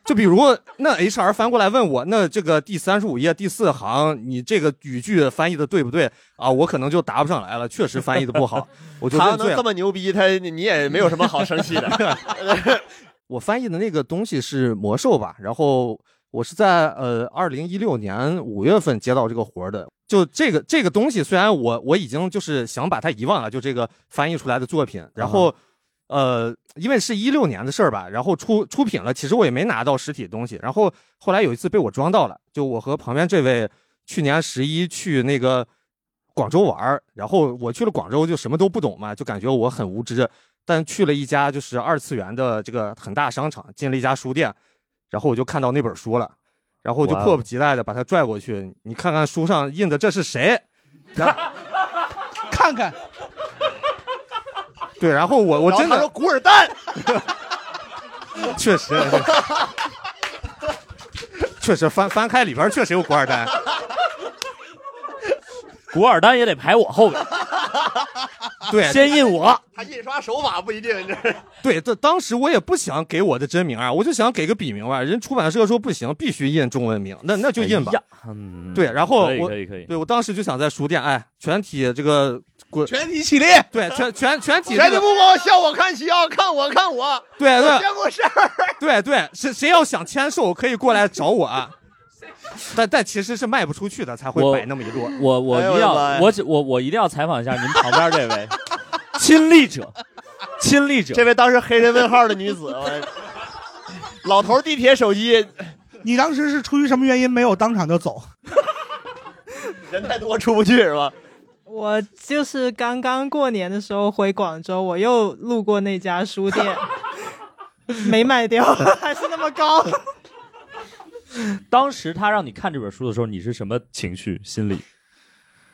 Speaker 7: 就比如那 HR 翻过来问我，那这个第三十五页第四行，你这个语句翻译的对不对啊？我可能就答不上来了，确实翻译的不 好，我就
Speaker 3: 他
Speaker 7: 认
Speaker 3: 能
Speaker 7: 罪
Speaker 3: 这
Speaker 7: 了。
Speaker 3: 么牛逼，他你也没有什么好生气的。
Speaker 7: 我翻译的那个东西是魔兽吧，然后我是在呃二零一六年五月份接到这个活儿的。就这个这个东西，虽然我我已经就是想把它遗忘了，就这个翻译出来的作品，然后呃，因为是一六年的事儿吧，然后出出品了，其实我也没拿到实体东西。然后后来有一次被我装到了，就我和旁边这位去年十一去那个广州玩儿，然后我去了广州就什么都不懂嘛，就感觉我很无知。但去了一家就是二次元的这个很大商场，进了一家书店，然后我就看到那本书了，然后我就
Speaker 13: 哇哦
Speaker 7: 迫不及待的把它拽过去，你看看书上印的这是谁？
Speaker 2: 看看，
Speaker 7: 对，然后我我真
Speaker 3: 然后他说
Speaker 7: 的
Speaker 3: 古 尔蛋，
Speaker 7: 确 实，确实翻翻开里边确实有古尔丹。
Speaker 1: 古尔丹也得排我后边，
Speaker 7: 对
Speaker 1: 先印我。
Speaker 3: 他印刷手法不一定，这
Speaker 7: 对，这当时我也不想给我的真名啊，我就想给个笔名吧。人出版社说不行，必须印中文名，那那就印吧。
Speaker 1: 哎呀
Speaker 13: 嗯
Speaker 7: 对，然后
Speaker 1: 可以
Speaker 7: 我
Speaker 1: 可以可以
Speaker 7: 对我当时就想在书店，哎，全体这个滚，
Speaker 2: 全体起立，对
Speaker 7: 对，全全全体、这个，
Speaker 3: 全体不光向我看齐，要看我看我，
Speaker 7: 对对
Speaker 3: 我见过事儿。
Speaker 7: 对对，谁谁要想签售，可以过来找我啊。但但其实是卖不出去的，才会
Speaker 1: 我
Speaker 7: 摆那么一摞。
Speaker 1: 我我
Speaker 3: 哎
Speaker 1: 一
Speaker 3: 呦
Speaker 1: 定要
Speaker 3: 我的妈呀
Speaker 1: 我只我我一定要采访一下您旁边这 位亲历者， 亲历者
Speaker 3: 这位当时黑人问号的女子，我老头地铁手机
Speaker 4: 你当时是出于什么原因没有当场就走？
Speaker 3: 人太多出不去是吧？
Speaker 5: 我就是刚刚过年的时候回广州，我又路过那家 书店，没卖掉， 还是那么高。
Speaker 1: 当时他让你看这本书的时候，你是什么情绪、心理？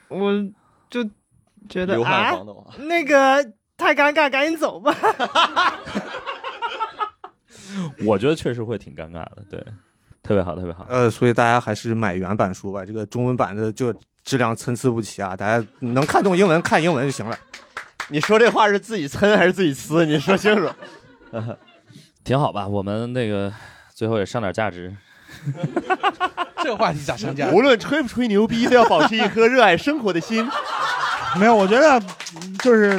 Speaker 5: 我就觉得
Speaker 1: 流汗
Speaker 5: 啊
Speaker 1: 房的吗，
Speaker 5: 那个太尴尬，赶紧 走吧。
Speaker 1: 我觉得确实会挺尴尬的，对，特别好，特别 好。
Speaker 7: 呃，所以大家还是买原版书吧，这个中文版的就质量参差不齐啊，大家能看懂英文看英文就行了。
Speaker 3: 你说这话是自己抻还是自己撕？你说清楚。
Speaker 13: 挺好吧？我们那个最后也上点价值。
Speaker 2: 这话题咋上架？
Speaker 3: 无论吹不吹牛逼，都要保持一颗热爱生活的心。
Speaker 4: 没有，我觉得嗯就是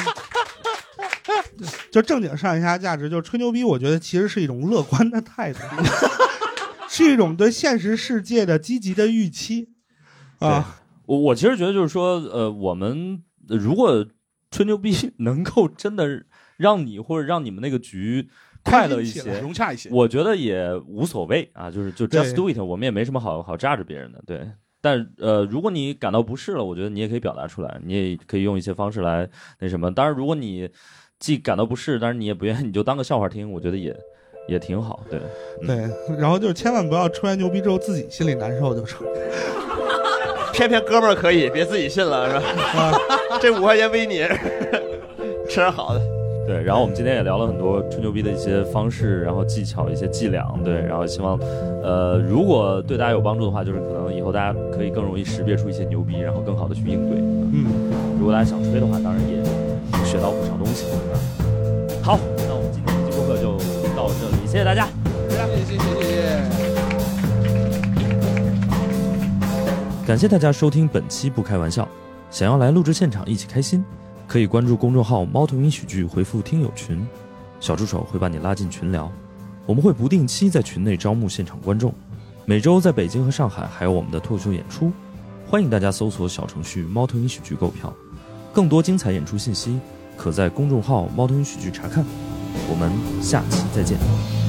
Speaker 4: 就正经上一下价值，就是吹牛逼，我觉得其实是一种乐观的态 度，是一种对现实世界的积极的预期啊。
Speaker 1: 我我其实觉得就是说，呃，我们呃如果吹牛逼 能够真的让你或者让你们那个局快乐
Speaker 2: 开
Speaker 1: 一
Speaker 2: 心起来
Speaker 1: 些，
Speaker 2: 融洽一些
Speaker 1: 我觉得也无所谓啊，就是就
Speaker 2: 对
Speaker 1: just do it，我们也没什么好好扎着别人的，对。但呃，如果你感到不适了，我觉得你也可以表达出来，你也可以用一些方式来那什么。当然，如果你既感到不适，但是你也不愿意，你就当个笑话听，我觉得也也挺好，对。
Speaker 3: 嗯
Speaker 4: 对，然后就是千万不要吹完牛逼之后自己心里难受就是。
Speaker 3: 偏偏哥们儿可以，别自己信了是吧？ 这五块钱归你， 吃点好的。
Speaker 1: 对，然后我们今天也聊了很多吹牛逼的一些方式，然后技巧、一些伎俩，对，然后希望，呃，如果对大家有帮助的话，就是可能以后大家可以更容易识别出一些牛逼，然后更好的去应对。
Speaker 4: 嗯，
Speaker 1: 如果大家想吹的话，当然也学到不少东西。啊好，那我们今天这期播客就到这里，谢谢大家。
Speaker 2: 谢谢谢谢。
Speaker 13: 感谢大家收听本期《不开玩笑》，想要来录制现场一起开心，可以关注公众号“猫头鹰喜剧”，回复“听友群”，小助手会把你拉进群聊。我们会不定期在群内招募现场观众，每周在北京和上海还有我们的脱口秀演出，欢迎大家搜索小程序“猫头鹰喜剧”购票。更多精彩演出信息可在公众号“猫头鹰喜剧”查看。我们下期再见。